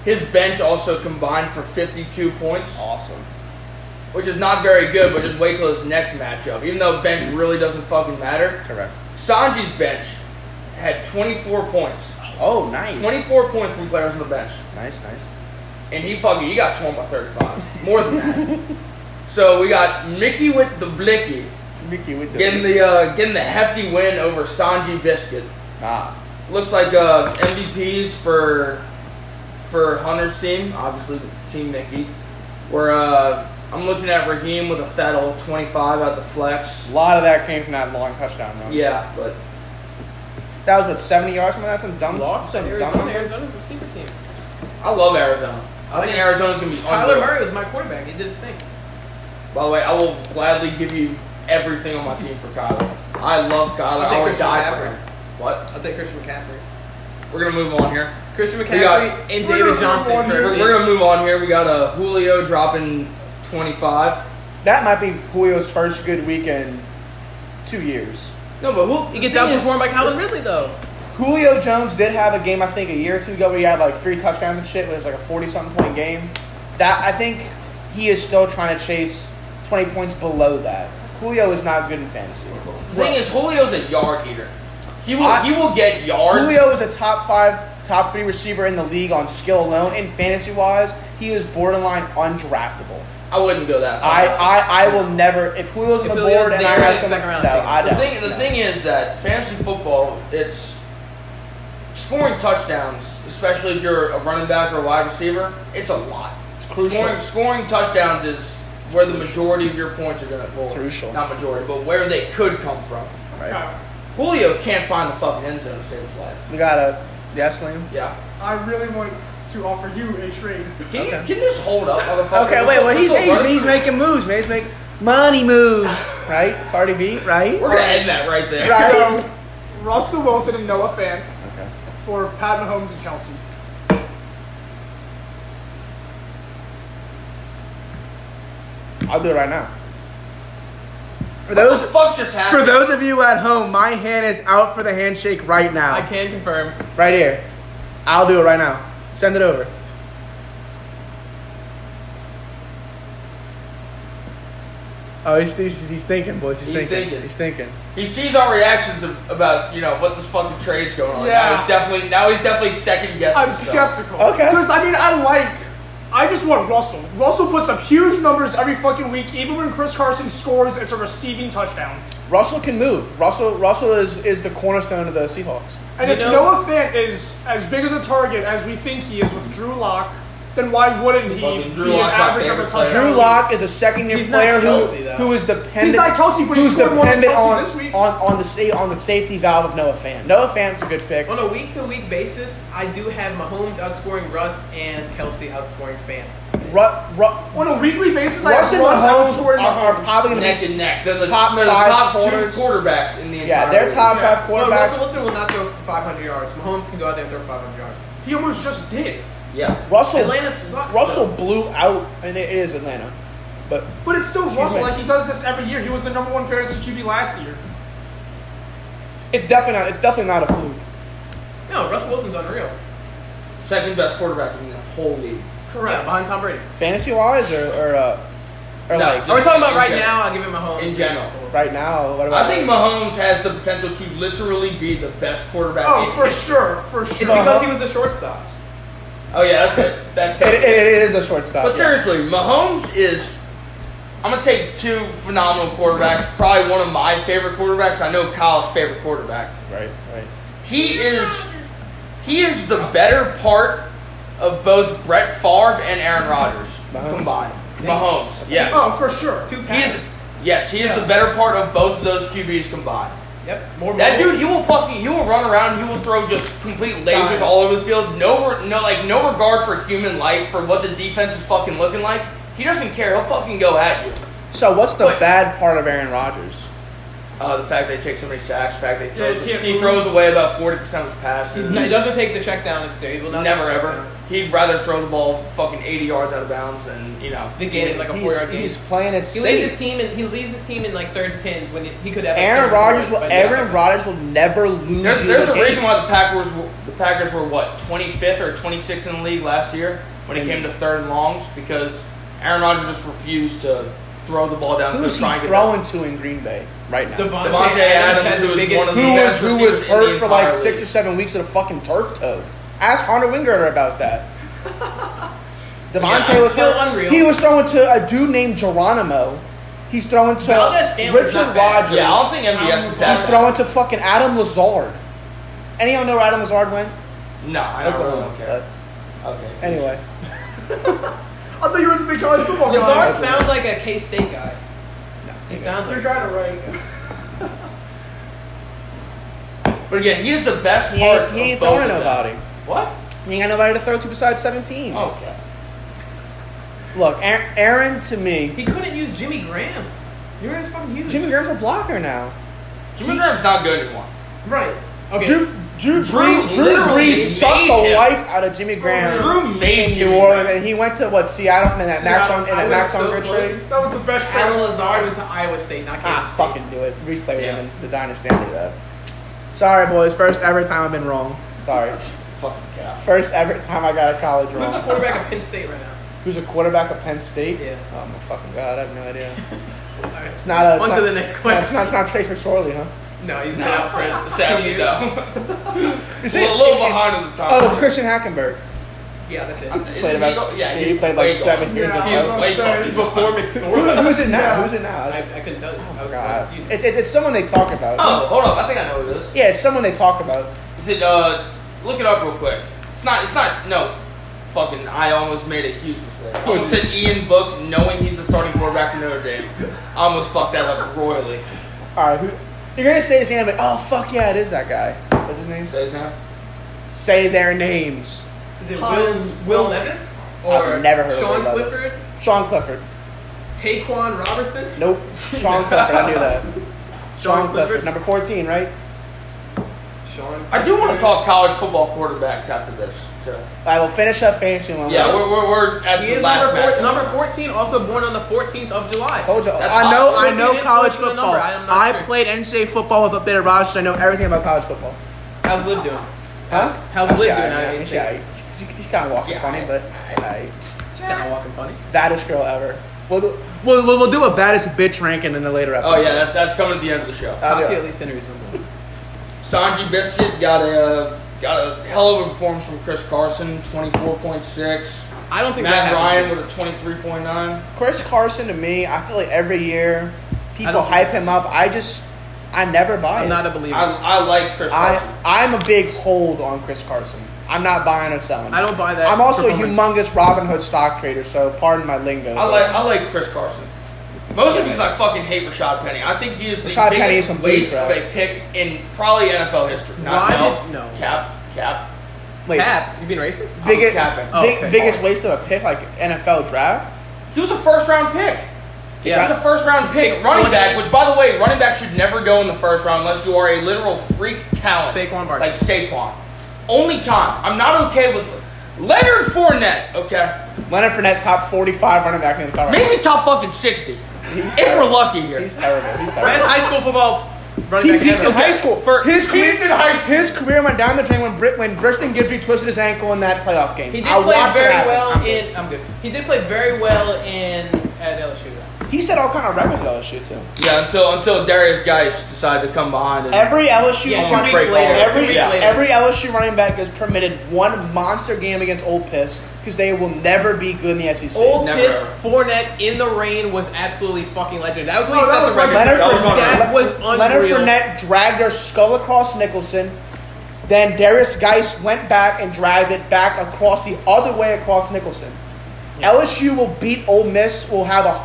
B: his bench also combined for 52 points,
A: Awesome.
B: which is not very good. But just wait till his next matchup. Even though bench really doesn't fucking matter,
A: Correct.
B: Sanji's bench had 24 points.
A: Oh, nice.
B: 24 points from players on the bench.
A: Nice, nice.
B: And he fucking he got swarmed by 35. More than that. So we got Mickey with the blicky
A: Mickey with the
B: getting the uh, getting the hefty win over Sanji Biscuit.
A: ah.
B: Looks like uh, MVPs for for Hunter's team, obviously Team Mickey. Where uh, I'm looking at Raheem with a Fettle 25 out the flex.
A: A lot of that came from that long touchdown run.
B: Yeah, but
A: That was what seventy yards. Man, that's some dumb,
C: Lost to
A: some dumb
C: Arizona.
A: number.
C: Arizona's a sleeper team.
B: I love Arizona. I think Arizona's gonna be.
C: Kyler
B: unreal.
C: Murray was my quarterback. He did his thing.
B: By the way, I will gladly give you everything on my team for Kyler. I love Kyler.
C: I'll take
B: I would
C: Christian
B: die for
C: McCaffrey.
B: him. What?
C: I'll take Christian McCaffrey.
B: We're gonna move on here.
C: Christian McCaffrey
B: got-
C: and
E: we're
C: David
E: gonna
C: Johnson.
E: move on here.
C: first
B: We're,
C: team.
B: we're gonna move on here. We got a uh, Julio dropping 25.
A: That might be Julio's first good weekend, two years.
B: No, but who
C: He gets outperformed by Calvin Ridley though.
A: Julio Jones did have a game I think a year or two ago where he had like three touchdowns and shit. It was like a forty-something point game. That I think he is still trying to chase twenty points below that. Julio is not good in fantasy.
B: The thing is, Julio's a yard eater. He will.
A: I-
B: he will get yards.
A: Julio is a top five, top three receiver in the league on skill alone. And fantasy wise, he is borderline undraftable.
B: I wouldn't go that. Far.
A: I, I, I will never. If Julio's on
C: If
A: the
C: Julio's
A: board and
C: there,
A: I
C: he's
A: have
C: a
A: some, no,
C: second round pick.
A: I
B: the
A: don't.
B: thing. The
A: no.
B: thing is that fantasy football, it's scoring touchdowns, especially if you're a running back or a wide receiver. It's a lot. It's
A: crucial.
B: Scoring, scoring touchdowns is where the majority of your points are going to. Well,
A: Crucial.
B: Not majority, but where they could come from.
A: Right.
B: Julio can't find the fucking end zone to save his life.
A: We got a yes, Liam.
B: Yeah.
E: I really want to offer you a trade.
B: Can,
A: Okay.
B: you, can this hold up, motherfucker?
A: Okay, wait. Well, he's
B: This will
A: he's,
B: work.
A: he's making moves, man. He's making money moves, right? Cardi B, right?
B: We're gonna end that right there.
A: Right.
E: So, Russell Wilson and Noah Fan
A: Okay.
E: for Pat Mahomes and Kelsey.
A: I'll do it right now.
F: For
B: What
F: those
B: the fuck just happened?
F: for those of you at home, my hand is out for the handshake right
C: I
F: now.
C: can confirm.
F: Right here. I'll do it right now. Send it over. Oh, he's, he's, he's thinking, boys. He's,
B: He's
F: thinking.
B: thinking.
F: He's thinking.
B: He sees our reactions of, about you know what this fucking trade's going on.
E: Yeah.
B: Now he's definitely now he's definitely second guessing.
E: I'm
B: himself.
E: skeptical.
A: Okay.
E: Because I mean, I like. I just want Russell. Russell puts up huge numbers every fucking week. Even when Chris Carson scores, it's a receiving touchdown.
A: Russell can move. Russell Russell is is the cornerstone of the Seahawks.
E: And
C: You
E: if
C: know-
E: Noah Fant is as big as a target as we think he is with Drew Lock, then why wouldn't he
B: Fucking Drew
E: be an
B: Lock, my
E: average of a
B: favorite player.
E: touchdown?
A: Drew Lock is a second year
C: He's not
A: player
C: Kelsey,
A: who
C: though.
A: who is dependent.
E: not Kelsey, but he
A: who's
E: scored more than
A: dependent
E: Kelsey
A: on,
E: this week.
A: on on the sa- on the safety valve of Noah Fan. Noah Fan's a good pick.
C: On a week to week basis, I do have Mahomes outscoring Russ and Kelsey outscoring Fant.
A: Ru- Ru-
E: On a weekly basis,
A: Russ
E: I
A: and
E: have Russell
A: Mahomes are,
E: scoring
A: are probably going
B: neck
A: to
B: and
A: be.
B: neck. They're the
A: top
B: they're the
A: five
B: top
A: corners.
B: two quarterbacks in the entire.
A: Yeah, they're
B: league.
A: top
E: Yeah.
A: five
C: No, Russell
A: quarterbacks.
C: Wilson will not throw for 500 yards. Mahomes can go out there and throw 500 yards.
E: He almost just did.
B: Yeah,
A: Russell
C: Atlanta sucks.
A: Russell
C: though.
A: blew out, and it is Atlanta, but
E: But it's still
A: Excuse
E: Russell.
A: me.
E: Like he does this every year. He was the number one fantasy QB last year.
A: it's definitely not. It's definitely not a fluke.
C: No, Russell Wilson's unreal.
B: second best quarterback in the whole league.
C: Yeah, behind Tom Brady.
A: Fantasy wise, or or, uh, or
B: No,
A: like
B: just-
C: Are we talking about
B: in
C: right
B: general.
C: now? I'll give it Mahomes.
B: In general.
A: right now. What about
B: I think Mahomes has the potential to literally be the best quarterback.
E: Oh,
B: in
E: for
B: history.
E: sure, for
C: It's
E: sure.
C: because he was a shortstop.
B: Oh yeah, that's it. That's
A: it,
B: it.
A: it, it is a shortstop.
B: But
A: yeah.
B: seriously, Mahomes is. I'm gonna take two phenomenal quarterbacks. Probably one of my favorite quarterbacks. I know Kyle's favorite quarterback.
A: Right, right.
B: He is he is the better part of both Brett Favre and Aaron Rodgers
A: Mahomes.
B: combined. Mahomes, yes.
E: Oh, for sure.
C: Two
B: He
C: passes.
B: is yes, he is the better part of both of those QBs combined.
C: Yep. More
B: That
C: Mahomes.
B: dude, he will fucking he will run around, he will throw just complete lasers
C: Dimes.
B: all over the field. No re- no like no regard for human life for what the defense is fucking looking like. He doesn't care. He'll fucking go at you.
A: So what's the
B: But-
A: bad part of Aaron Rodgers?
B: Uh, the fact that he takes so many sacks, the fact that he
E: Yeah,
B: throws,
E: he can't
B: he
E: move.
B: throws away about forty percent of his passes.
C: He's- he doesn't take the check down if it's there. He will not
B: Never
C: take the check
B: ever.
C: down.
B: He'd rather throw the ball fucking 80 yards out of bounds than, you know.
C: They gained like a four
A: He's,
C: yard gain.
A: he's playing it
C: He leads
A: safe.
C: his team and he leads his team in like third tens when he could have. like,
A: Aaron
C: 30
A: Rodgers will
C: yards by the
A: Aaron
C: end.
A: Rodgers will never lose.
B: There's,
A: you
B: there's
A: the
B: a
A: game.
B: reason why the Packers were, the Packers were what 25th or 26th in the league last year when
A: Mm-hmm.
B: it came to third and longs because Aaron Rodgers just refused to throw the ball down.
A: Who's he throwing to in Green Bay right now?
C: Devontae,
B: Devontae Adams,
C: Adams,
B: who
C: has
B: is
C: the biggest.
B: one of the
A: who was
B: best
A: who
B: receiver
A: was
B: in the
A: hurt for like
B: entire
A: six
B: league.
A: or seven weeks with a fucking turf toe? Ask Hunter Wingard about that. Devontae
C: Again,
A: was
C: still
A: hurt.
C: unreal.
A: He was throwing to a dude named Geronimo. He's throwing to
C: Valdez Scantling was
A: Richard
C: not bad.
A: Rodgers.
B: Yeah, I don't think MVS is
A: He's
B: that.
A: throwing to fucking Adam Lazard. Any of y'all know where Adam Lazard went? Uh,
B: No, I don't really don't care. Okay.
A: Anyway,
E: I thought you were the big college football guy.
C: Lazard sounds like a K State guy. He sounds like
E: You're kind of right.
B: But again, he is the best
A: he
B: part
A: ain't, he ain't
B: of both
A: throwing
B: of them.
A: nobody.
B: What?
A: He ain't got nobody to throw to besides 17.
B: Okay.
A: Look, Aaron, Aaron to me,
C: He couldn't use Jimmy Graham. You remember his fucking huge.
A: Jimmy Graham's a blocker now.
B: Jimmy Graham's not good anymore.
C: Right. Okay.
A: Drew, Drew,
B: Drew
A: Brees- Drew
B: literally
A: Brees sucked
B: made
A: the
B: him.
A: life out of Jimmy Graham.
B: Drew made
A: in New
B: Jimmy
A: Orleans,
B: Graham.
A: and he went to what Seattle and that Max on and
E: I
A: that
E: was
A: Max
E: so
A: on
E: close.
A: trade.
E: That was the best
C: Alan
E: trade.
C: Lazard went to Iowa State, not Kansas
A: Ah,
C: State.
A: fucking do it. Reese played
B: Yeah.
A: him in the dynasty after that.
F: Sorry, boys. First ever time I've been wrong.
A: Sorry,
B: Fucking cow.
A: first ever time I got a college
C: Who's the
A: wrong.
C: quarterback at Penn State right now?
A: Who's a quarterback of Penn State?
C: Yeah.
A: Oh my fucking god, I have no idea.
C: All right.
A: It's not a. it's
C: On to
A: not-
C: the next
A: it's not- It's
C: question.
A: not, it's not Trace McSorley, huh?
C: No, he's not
B: No,
C: out for
B: sadly no.
A: You see,
B: We're a little
A: it- it-
B: behind at the top.
A: Oh, Christian Hackenberg.
C: Yeah, that's it.
B: Isn't
A: Played
B: he
A: about-
B: go- yeah,
A: he
B: he's
A: played like
B: way gone.
A: seven years
E: Yeah,
A: ago.
E: I was gonna
B: He's way
E: say,
B: gone.
E: he's
B: before
A: Who-
B: McSorley.
A: Who's it now?
E: Yeah.
A: Who's it now?
C: I, I couldn't tell you. I
A: Oh
C: was
A: god,
C: confused.
A: it, it, it's someone they talk about.
B: Oh, hold up. I think I know who it is.
A: Yeah, it's someone they talk about.
B: Is it, uh, look it up real quick. It's not, it's not, no. Fucking, I almost made a huge mistake. I almost said Ian Book knowing he's the starting quarterback for Notre Dame. I almost fucked that up royally.
A: All right, who? You're gonna say his name, but oh fuck yeah, it is that guy. What's his name?
B: Say his name?
A: Say their names.
C: Is it
E: Hans-
C: Will, Will Levis? Or
A: I've never heard of
C: Sean
A: Will Levis.
C: Clifford?
A: Sean Clifford.
C: Taquan Robertson?
A: Nope. Sean Clifford. I knew that. Sean
C: Sean
A: Clifford,
C: Clifford.
A: number fourteen, right?
C: Sean
B: I do want to talk college football quarterbacks after this, too.
A: I will finish up fantasy one.
B: Yeah, we're, we're, we're at
C: He
B: the
C: is
B: last
C: number,
B: matchup.
C: four, number 14, also born on the 14th of July.
A: Told you.
B: That's
A: I know.
B: hot.
A: I know
C: Looking
A: college
C: into the
A: football.
C: number, I am not
A: I,
C: sure.
A: played NCAA football with a bit of Rogers. I know everything about college football.
C: How's Liv doing?
A: Huh?
C: How's Liv doing out of
A: He's,
C: his
A: yeah,
C: state?
A: he's, he's kind of walking
B: Yeah,
A: funny,
B: I-
A: but I,
C: Kind of walking funny.
A: baddest girl ever. We'll do,
F: We'll, we'll, we'll do a baddest bitch ranking in the later episode.
B: Oh, yeah, that, that's coming at the end of the show.
A: I'll
C: Talk
A: do
C: to
A: it.
C: at least Henry someone.
B: Sanji Biscuit got a got a hell of a performance from Chris Carson, twenty four point six.
C: I don't think
B: Matt
C: that
B: Ryan
C: happens.
B: with a twenty three point nine.
A: Chris Carson to me, I feel like every year people
C: don't-
A: hype him up. I just, I never buy
C: I'm
A: it.
C: not a
B: I,
C: believer. I,
B: I like Chris Carson.
A: I, I'm a big hold on Chris Carson. I'm not buying or selling.
C: don't buy that.
A: I'm also a
C: performance.
A: humongous Robin Hood stock trader, so pardon my lingo.
B: I like I like Chris Carson. Mostly because I fucking hate Rashad Penny. I think he is the
A: Rashad
B: biggest
A: Penny is some
B: waste
A: booty,
B: of
A: bro.
B: a pick in probably NFL history. Not
C: Why
B: no,
C: did- no.
B: cap cap.
A: Wait,
C: Cap, you being racist?
B: Big-
A: biggest,
B: capping.
A: big,
C: Oh, okay.
A: biggest waste of a pick like NFL draft.
B: He was a first round pick.
C: Yeah.
B: He was a first round pick running back, which by the way, running back should never go in the first round unless you are a literal freak talent.
C: Saquon Barkley.
B: Like Saquon. Only time. I'm not okay with Leonard Fournette, okay?
A: Leonard Fournette, top 45 running back in the NFL.
B: Maybe top fucking 60.
A: He's
B: if we're
A: terrible.
B: lucky here.
A: He's terrible. He's
C: Best
A: terrible.
C: high school football running
A: He
C: back
A: peaked in
C: ever.
A: high school.
B: For-
A: his
B: he
A: career
B: peaked in high school.
A: His career went down the drain when Brit, when Briston Guidry twisted his ankle in that playoff game.
C: He did
A: I
C: play
A: watched it
C: very
A: happen.
C: well
A: I'm-
C: in. I'm good. He did play very well in at LSU. though.
A: He said all kind of records at LSU too.
B: Yeah, until until Darius Geis decided to come behind and
A: Every LSU,
C: Yeah, two
A: running-
B: weeks later,
A: every
B: two weeks
A: yeah,
C: later.
A: every LSU running back is permitted one monster game against Old Piss because they will never be good in the E SEC.
C: Old
B: never.
C: Piss Fournette in the rain was absolutely fucking legendary. That was when he
E: No,
C: set
E: that
C: the
E: was
C: record.
A: Leonard
B: That was
A: Fournette,
C: that was
A: Leonard
C: unreal.
A: Fournette dragged their skull across Nicholson. Then Darius Geis went back and dragged it back across the other way across Nicholson. LSU will beat Ole Miss. Will have a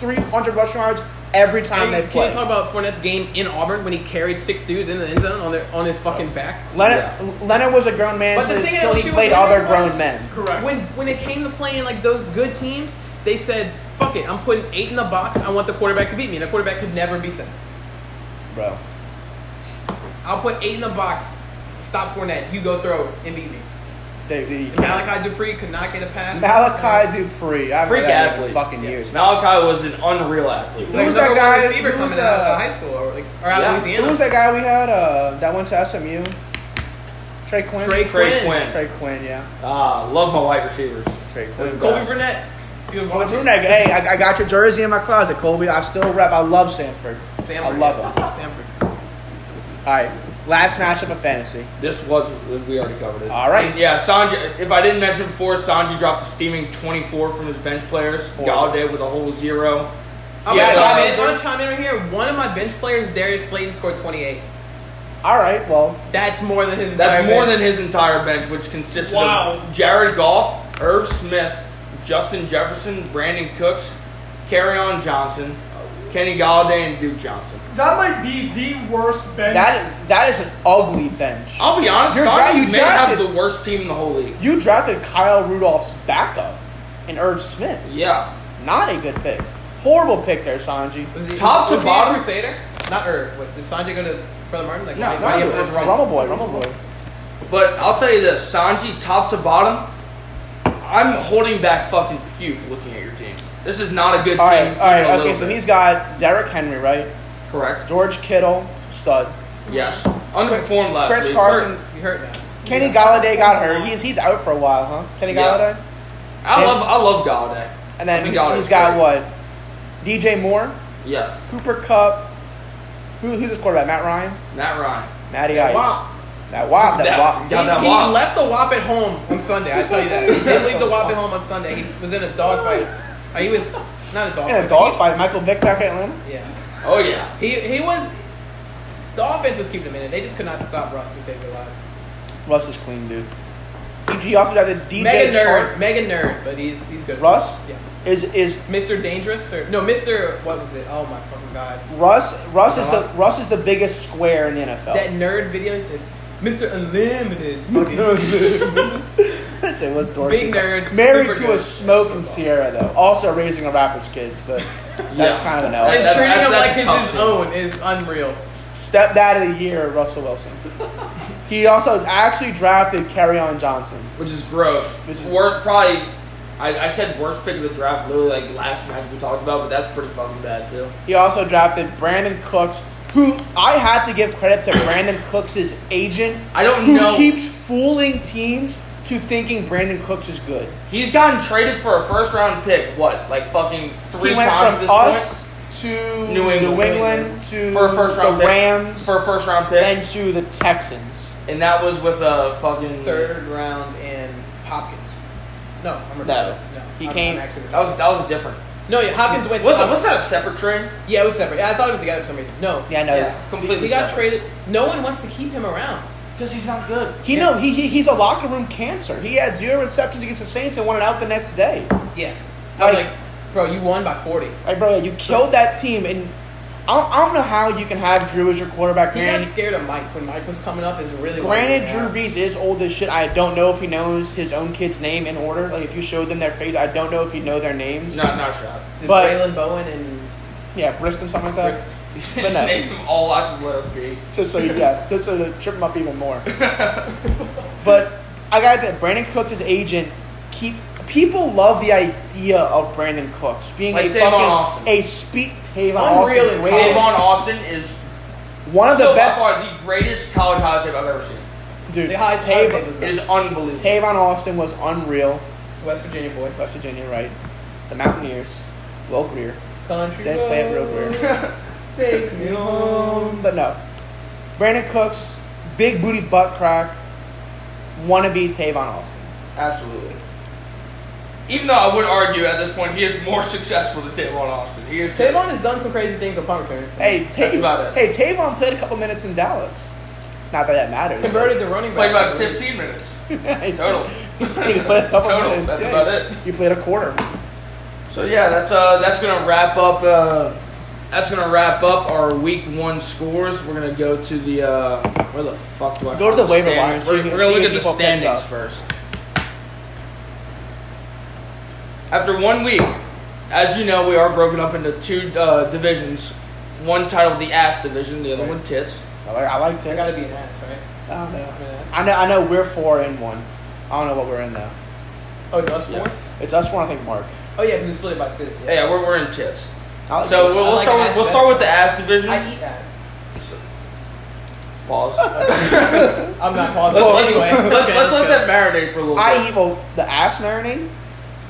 A: 300 rushing yards every time
C: And
A: they
C: can
A: play.
C: you talk about Fournette's game in Auburn when he carried six dudes into the end zone on their on his fucking back?
A: Leonard, Leonard was a grown man
C: But the
A: until
C: thing
A: until
C: is,
A: he
C: she
A: played
C: was-
A: other
C: was-
A: grown men.
E: Correct.
C: When when it came to playing like those good teams, they said, "Fuck it, I'm putting eight in the box. I want the quarterback to beat me." And the quarterback could never beat them.
A: Bro.
C: I'll put eight in the box. Stop Fournette. You go throw and beat me.
A: They, they,
C: And Malachi Dupree could not get a pass.
A: Malachi Dupree. I
B: freak athlete.
A: Fucking years.
B: Malachi was an unreal athlete.
C: Like,
A: Who's that
C: number one
A: guy-
C: Receiver
A: who's,
C: coming out
A: uh,
C: of high school or like or out
B: Yeah.
C: of Louisiana.
A: Who was that guy we had uh, that went to SMU? Trey Quinn.
C: Trey
B: Trey
C: Quinn.
B: Quinn.
A: Trey Quinn, yeah.
B: Ah, love my wide receivers.
A: Trey Quinn.
B: Go-
C: Kobe Burnett. You
A: Well,
C: watch it.
A: Bruneg, hey, I, I got your jersey in my closet, Colby. I still rep. I love Sanford.
C: Samford.
A: I love him.
C: Samford.
A: All right, Last matchup of fantasy.
B: This was we already covered it.
A: All right.
B: And yeah, Sanji. If I didn't mention before, Sanji dropped a steaming 24 from his bench players. Galladay with a whole zero.
C: I'm
B: Yeah,
C: gonna
B: no.
C: chime in- I'm gonna chime in right here. One of my bench players, Darius Slayton, scored 28.
A: All right, well,
C: That's more than his.
B: That's
C: entire
B: more
C: bench.
B: than his entire bench, which consisted
E: Wow.
B: of Jared Goff, Irv Smith, Justin Jefferson, Brandon Cooks, Carryon Johnson, Kenny Galladay, and Duke Johnson.
E: That might be the worst bench.
A: that that is an ugly bench.
B: I'll be honest,
A: You're
B: Sanji
A: dra- you
B: may
A: drafted-
B: have the worst team in the whole league.
A: You drafted Kyle Rudolph's backup and Irv Smith.
B: Yeah.
A: Not a good pick. Horrible pick there, Sanji.
C: Was he,
B: Top
C: was
B: to
C: he a
B: bottom-
C: Crusader? Not Irv. What, did Sanjay go to Brother Martin? Like,
B: No,
C: why,
B: not
C: why do you
B: Irv.
C: have
B: It's
C: Irv?
A: Rumble boy, Rumble boy.
B: But I'll tell you this, Sanji, top to bottom, I'm holding back fucking puke looking at your team. This is not a good
A: All right,
B: team.
A: all right.
B: even a
A: Okay,
B: little
A: so
B: bit.
A: he's got Derek Henry, right?
B: correct.
A: George Kittle, stud.
B: Yes, underperformed last
A: Chris
B: week.
A: Carson.
C: You hurt now.
A: Kenny Galladay got hurt. He's he's out for a while, huh? Kenny
B: Yeah.
A: Galladay.
B: I love I love Galladay.
A: And
B: I
A: then
B: think Galladay's
A: he's got
B: great.
A: what? DJ Moore,
B: Yes,
A: Cooper Cup. Who, who's his quarterback? Matt Ryan,
B: Matt Ryan.
A: Matty Ice.
C: Wow.
A: That wop. That,
B: That-
A: wop.
B: Got
C: he,
B: that
C: he
B: wop.
C: left the WAP at home on Sunday. I tell you that. He did leave the WAP at home on Sunday. He was in a dogfight. Uh, he was not a dogfight.
A: In a dog fight, Michael Vick back in Atlanta.
C: He, yeah.
B: Oh yeah.
C: He he was. The offense was keeping him in it. They just could not stop Russ to save their lives.
A: Russ is clean, dude. He also got the DJ
C: Mega
A: Chark.
C: nerd, mega nerd, but he's he's good.
A: Russ
C: Yeah.
A: is is
C: Mr. Dangerous or no, Mr. What was it? Oh my fucking god.
A: Russ. Russ is the Russ is the biggest square in the NFL.
C: Uh-huh. That nerd video he said, Mr. Unlimited.
A: It was dorky.
C: Big nerd,
A: Married
C: super
A: to a
C: good.
A: smoking Sierra though. Also raising a rapper's kids, but that's
B: Yeah.
A: kind of an
B: Hey,
A: L.
C: and
B: that's-
C: treating him
B: that's
C: like
B: tough
C: his, his
B: shit.
C: own is unreal.
A: Stepdad of the year, Russell Wilson. he also actually drafted Carryon Johnson.
B: which is gross.
A: This is-
B: Wor- probably. I, I said worst pick of the draft, literally like last match we talked about, but that's pretty fucking bad too.
A: He also drafted Brandon Cooks, who I had to give credit to Brandon Cooks' agent,
B: I don't
A: who
B: know.
A: keeps fooling teams to thinking Brandon Cooks is good.
B: He's gotten traded for a first round pick. What, like fucking three
A: he went
B: times at
A: from
B: this
A: us
B: point
A: to
B: New England.
A: New England to
B: for a first round
A: the
B: pick.
A: Rams,
B: for a first round pick,
A: then to the Texans.
B: and that was with a fucking
C: Third round and Hopkins. No, I'm
A: No.
C: no.
A: He
C: I'm-
A: came-
C: I'm actually-
B: That was that was a different. Um,
C: no, yeah, Hopkins went.
B: Was
C: to,
B: that, was that a separate trade?
C: Yeah, it was separate. Yeah, I thought it was together for some reason. No,
A: Yeah, no.
B: completely.
C: he got
B: separate.
C: traded. No one wants to keep him around.
B: because he's not good.
A: He
C: Yeah.
A: no, he, he he's a locker room cancer. He had zero receptions against the Saints and won it out the next day.
C: Yeah, I was
A: Like-
C: like, bro, you won by forty.
A: Like bro, you killed that team, and I don't, I don't know how you can have Drew as your quarterback.
C: He got
A: Granted,
C: scared of Mike when Mike was coming up. Is really what
A: granted
C: he
A: Drew
C: had.
A: Brees is old as shit. I don't know if he knows his own kid's name in order. Like if you showed them their face, I don't know if you know their names.
B: Not not shot.
C: Is it
A: but-
C: Braylon Bowen and
A: Yeah, Briston something like that.
C: Chris-
A: But no.
B: Name them all out of letter B.
A: Just so you, yeah, just so to trip him up even more. but I got to Brandon Cooks' agent. Keep people love the idea of Brandon Cooks being
B: Like
A: a
B: Tavon
A: fucking
B: Austin.
A: a speak Tavon
C: Unreal
A: Austin,
C: and
A: great-
B: Tavon Austin is
A: one of the
B: still
A: best.
B: by far the greatest college hot tip I've ever seen.
A: Dude,
C: the high
A: Tavon,
C: was
B: It is
C: best.
B: unbelievable.
A: Tavon Austin was unreal.
C: West Virginia boy.
A: West Virginia, right? The Mountaineers, Will Greer.
C: Country
A: They play it real
C: roads,
A: weird.
C: Take me home.
A: Um, But no, Brandon Cooks, big booty butt crack, wannabe Tavon Austin.
B: Absolutely. Even though I would argue at this point he is more successful than Tavon Austin. He is
C: Tavon has done some crazy things on punt returns.
A: Hey,
B: That's
A: Tavon.
B: about
A: Hey, Tavon played a couple minutes in Dallas. Not that that matters.
C: converted to running
B: played
C: back.
B: about 15 minutes.
A: Hey,
B: Total.
A: you played a couple
B: Total,
A: minutes,
B: that's
A: yeah.
B: about it.
A: You played a quarter.
B: So yeah, that's uh that's gonna wrap up uh that's gonna wrap up our week one scores. We're gonna go to the uh where the fuck do I
A: Go to the
B: find
A: waiver
B: standings?
A: wire so
B: We're,
A: you can-
B: we're
A: so
B: gonna
A: you
B: look
A: can
B: at
A: keep
B: the
A: up with
B: standings
A: that.
B: first. After one week, as you know, we are broken up into two uh, divisions. One titled the ass division, the other one tits.
A: I like, I like
C: I
A: Tix.
C: gotta be an ass, right?
A: I don't know.
C: I'm an ass.
A: I know. I know we're four in one. I don't know what we're in though.
C: Oh, it's us four.
B: Yeah.
A: It's us four. I think Mark.
C: Oh yeah, because we split it by city.
B: Yeah, we're, we're in tits.
A: I like
B: So
A: Tix.
B: we'll,
C: I
B: we'll
C: like
B: start
C: ass
B: with, we'll
C: better.
B: start with the ass division.
C: I eat ass.
B: Pause.
C: I'm not pausing.
B: Let's,
C: Well,
B: let's-
C: anyway,
B: let's,
C: okay,
B: let's let
C: go.
B: that marinate for a little bit.
A: I eat well the ass marinade.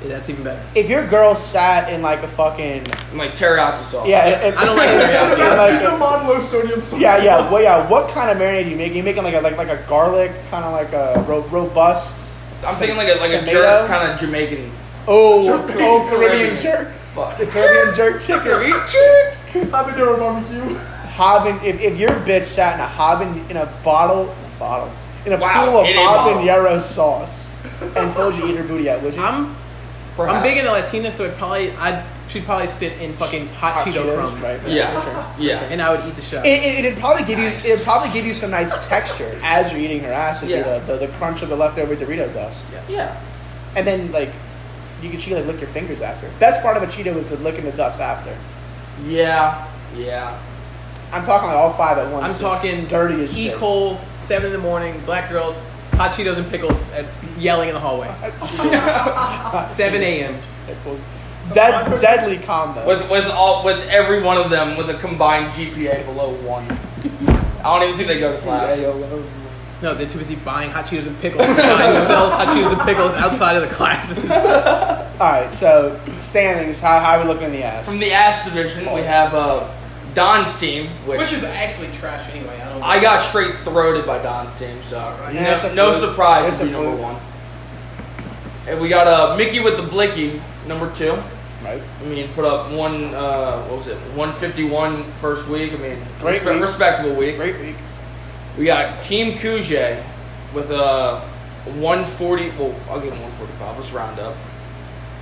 C: Yeah, that's even better.
A: If your girl sat in like a fucking
B: I'm like teriyaki sauce.
A: yeah, it, it-
C: I don't like teriyaki.
A: Yeah, like-
E: the mod low sodium sauce.
A: yeah, yeah, well, yeah. What kind of marinade do you make? You making like a like, like a garlic kind of like a ro- robust.
B: I'm thinking like a like a
A: Tomato?
B: jerk kind of Jamaican.
A: Oh,
E: Jerk.
A: oh, Caribbean jerk,
B: Fuck.
A: Caribbean jerk chicken.
E: Habanero barbecue.
A: Haban. If, if your bitch sat in a haban in a bottle, bottle in a
B: Wow,
A: pool of
B: it ain't bottle.
A: habanero sauce, and told you to eat her booty out, would you?
C: I'm I'm
B: Perhaps.
C: big into Latina, so it probably I'd she'd probably sit in fucking hot,
A: Hot
C: Cheeto
A: Cheetos,
C: crumbs,
A: right?
B: Yeah.
A: For sure, for
B: Yeah.
A: sure.
C: and I would eat the shell.
A: It, it, it'd probably give you it'd probably give you some nice texture as you're eating her ass. It'd
B: Yeah.
A: be the, the, the crunch of the leftover Dorito dust,
C: yes.
B: Yeah.
A: and then like you could she could, like lick your fingers after. Best part of a Cheeto is the licking the dust after.
B: Yeah. Yeah.
A: I'm talking like all five at once.
C: I'm
A: It's
C: talking
A: dirty as
C: E.
A: shit.
C: Cole, seven in the morning, black girls, hot Cheetos and pickles, and yelling in the hallway. Seven a.m.
A: Pickles. Dead, deadly combo.
B: With with all with every one of them with a combined GPA below one. I don't even think they go to class.
C: No, they're too busy buying hot Cheetos and pickles. buying themselves hot Cheetos and pickles outside of the classes.
A: All right, so standings. How how are we looking in the ass?
B: From the ass division, we have uh, Don's team, which,
C: Which is actually trash anyway. I don't.
B: I got straight throated by Don's team, so
A: Yeah,
B: no-
A: it's a
B: no,
A: fluke.
B: surprise
A: It's
B: to be
A: a
B: number
A: fluke.
B: one. And we got uh, Mickey with the Blicky, number two.
A: right.
B: I mean, put up one, uh, what was it, 151 first week. I mean,
A: Great
B: respe-
A: week.
B: respectable week.
A: Great week.
B: We got Team Kuje with a 140. Well, I'll give him 145. Let's round up.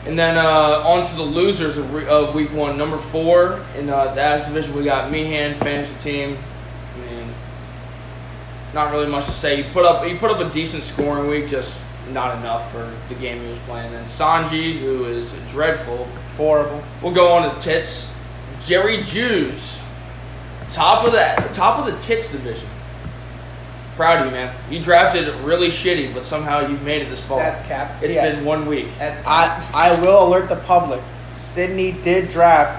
B: And then uh, on to the losers of, re- of week one, number four in uh, the Ass division. We got Meehan fantasy team. I mean, not really much to say. He put up he put up a decent scoring week, just not enough for the game he was playing. And Sanji, who is dreadful,
A: Horrible.
B: We'll go on to tits. Jerry Jews, top of that, top of the tits division. Proud of you, man. You drafted really shitty, but somehow you've made it this far.
C: That's cap.
B: It's
A: Yeah.
B: been one week.
C: That's
A: I I will alert the public. Sydney did draft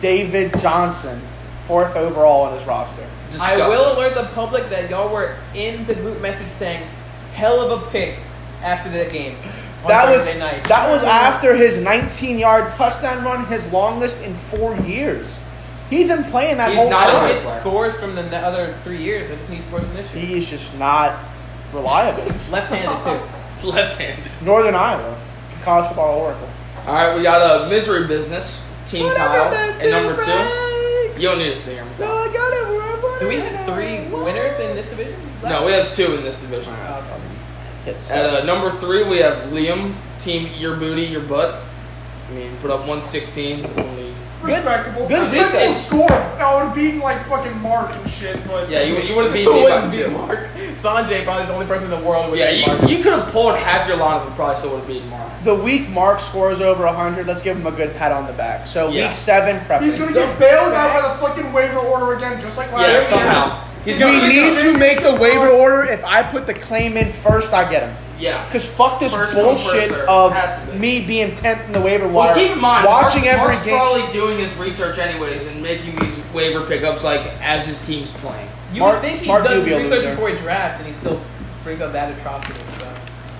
A: David Johnson fourth overall on his roster.
B: Disgusting.
C: I will alert the public that y'all were in the group message saying, "Hell of a pick." After that game, on
A: That was
C: Thursday night.
A: that was after his 19-yard touchdown run, his longest in four years. He's been playing that
B: He's
A: whole
B: not a
A: time.
C: I
B: good
C: don't get scores from the n- other three years. I just need scores from this year.
A: He is just not reliable.
C: Left-handed too.
B: left-handed.
A: Northern Iowa, college football oracle.
B: All right, we got a misery business team Kyle at number two. You don't need to see him.
C: Do we have three winners in this division?
B: No, we have two in this division.
A: Tits.
B: At uh, number three, we have Liam, team Your Booty, Your Butt. I mean, put up 116. Only.
E: Respectable.
A: good
E: Respectable
B: defense.
E: score. I would have beaten like fucking Mark and shit, but
B: Yeah, you, you would have beat
C: Who
B: me by
C: wouldn't beat
B: two.
C: Mark? Sanjay probably is the only person in the world who would
B: Yeah,
C: beat Mark.
B: you, you could have pulled half your lineup and probably still would have beaten Mark.
A: The week Mark scores over 100, let's give him a good pat on the back. So
B: Yeah.
A: week seven prep.
E: he's gonna get bailed out by the fucking waiver order again, just like last
B: Yeah,
E: year.
B: somehow. He's
A: we
B: gonna, he's
A: need
B: gonna-
A: to make the waiver order. If I put the claim in first, I get him.
B: Yeah.
A: Cause fuck this
B: First come,
A: bullshit
B: first serve. Has
A: of
B: to be.
A: me being tenth in the waiver wire.
B: Well, keep in mind,
A: watching
B: Mark's,
A: every
B: Mark's
A: game.
B: probably doing his research anyways and making these waiver pickups like as his team's playing.
C: You
A: Mark-
C: would think he
A: Mark
C: does
A: Newby
C: his
A: will
C: research
A: lose
C: before he drafts, and he still brings out that atrocity. So.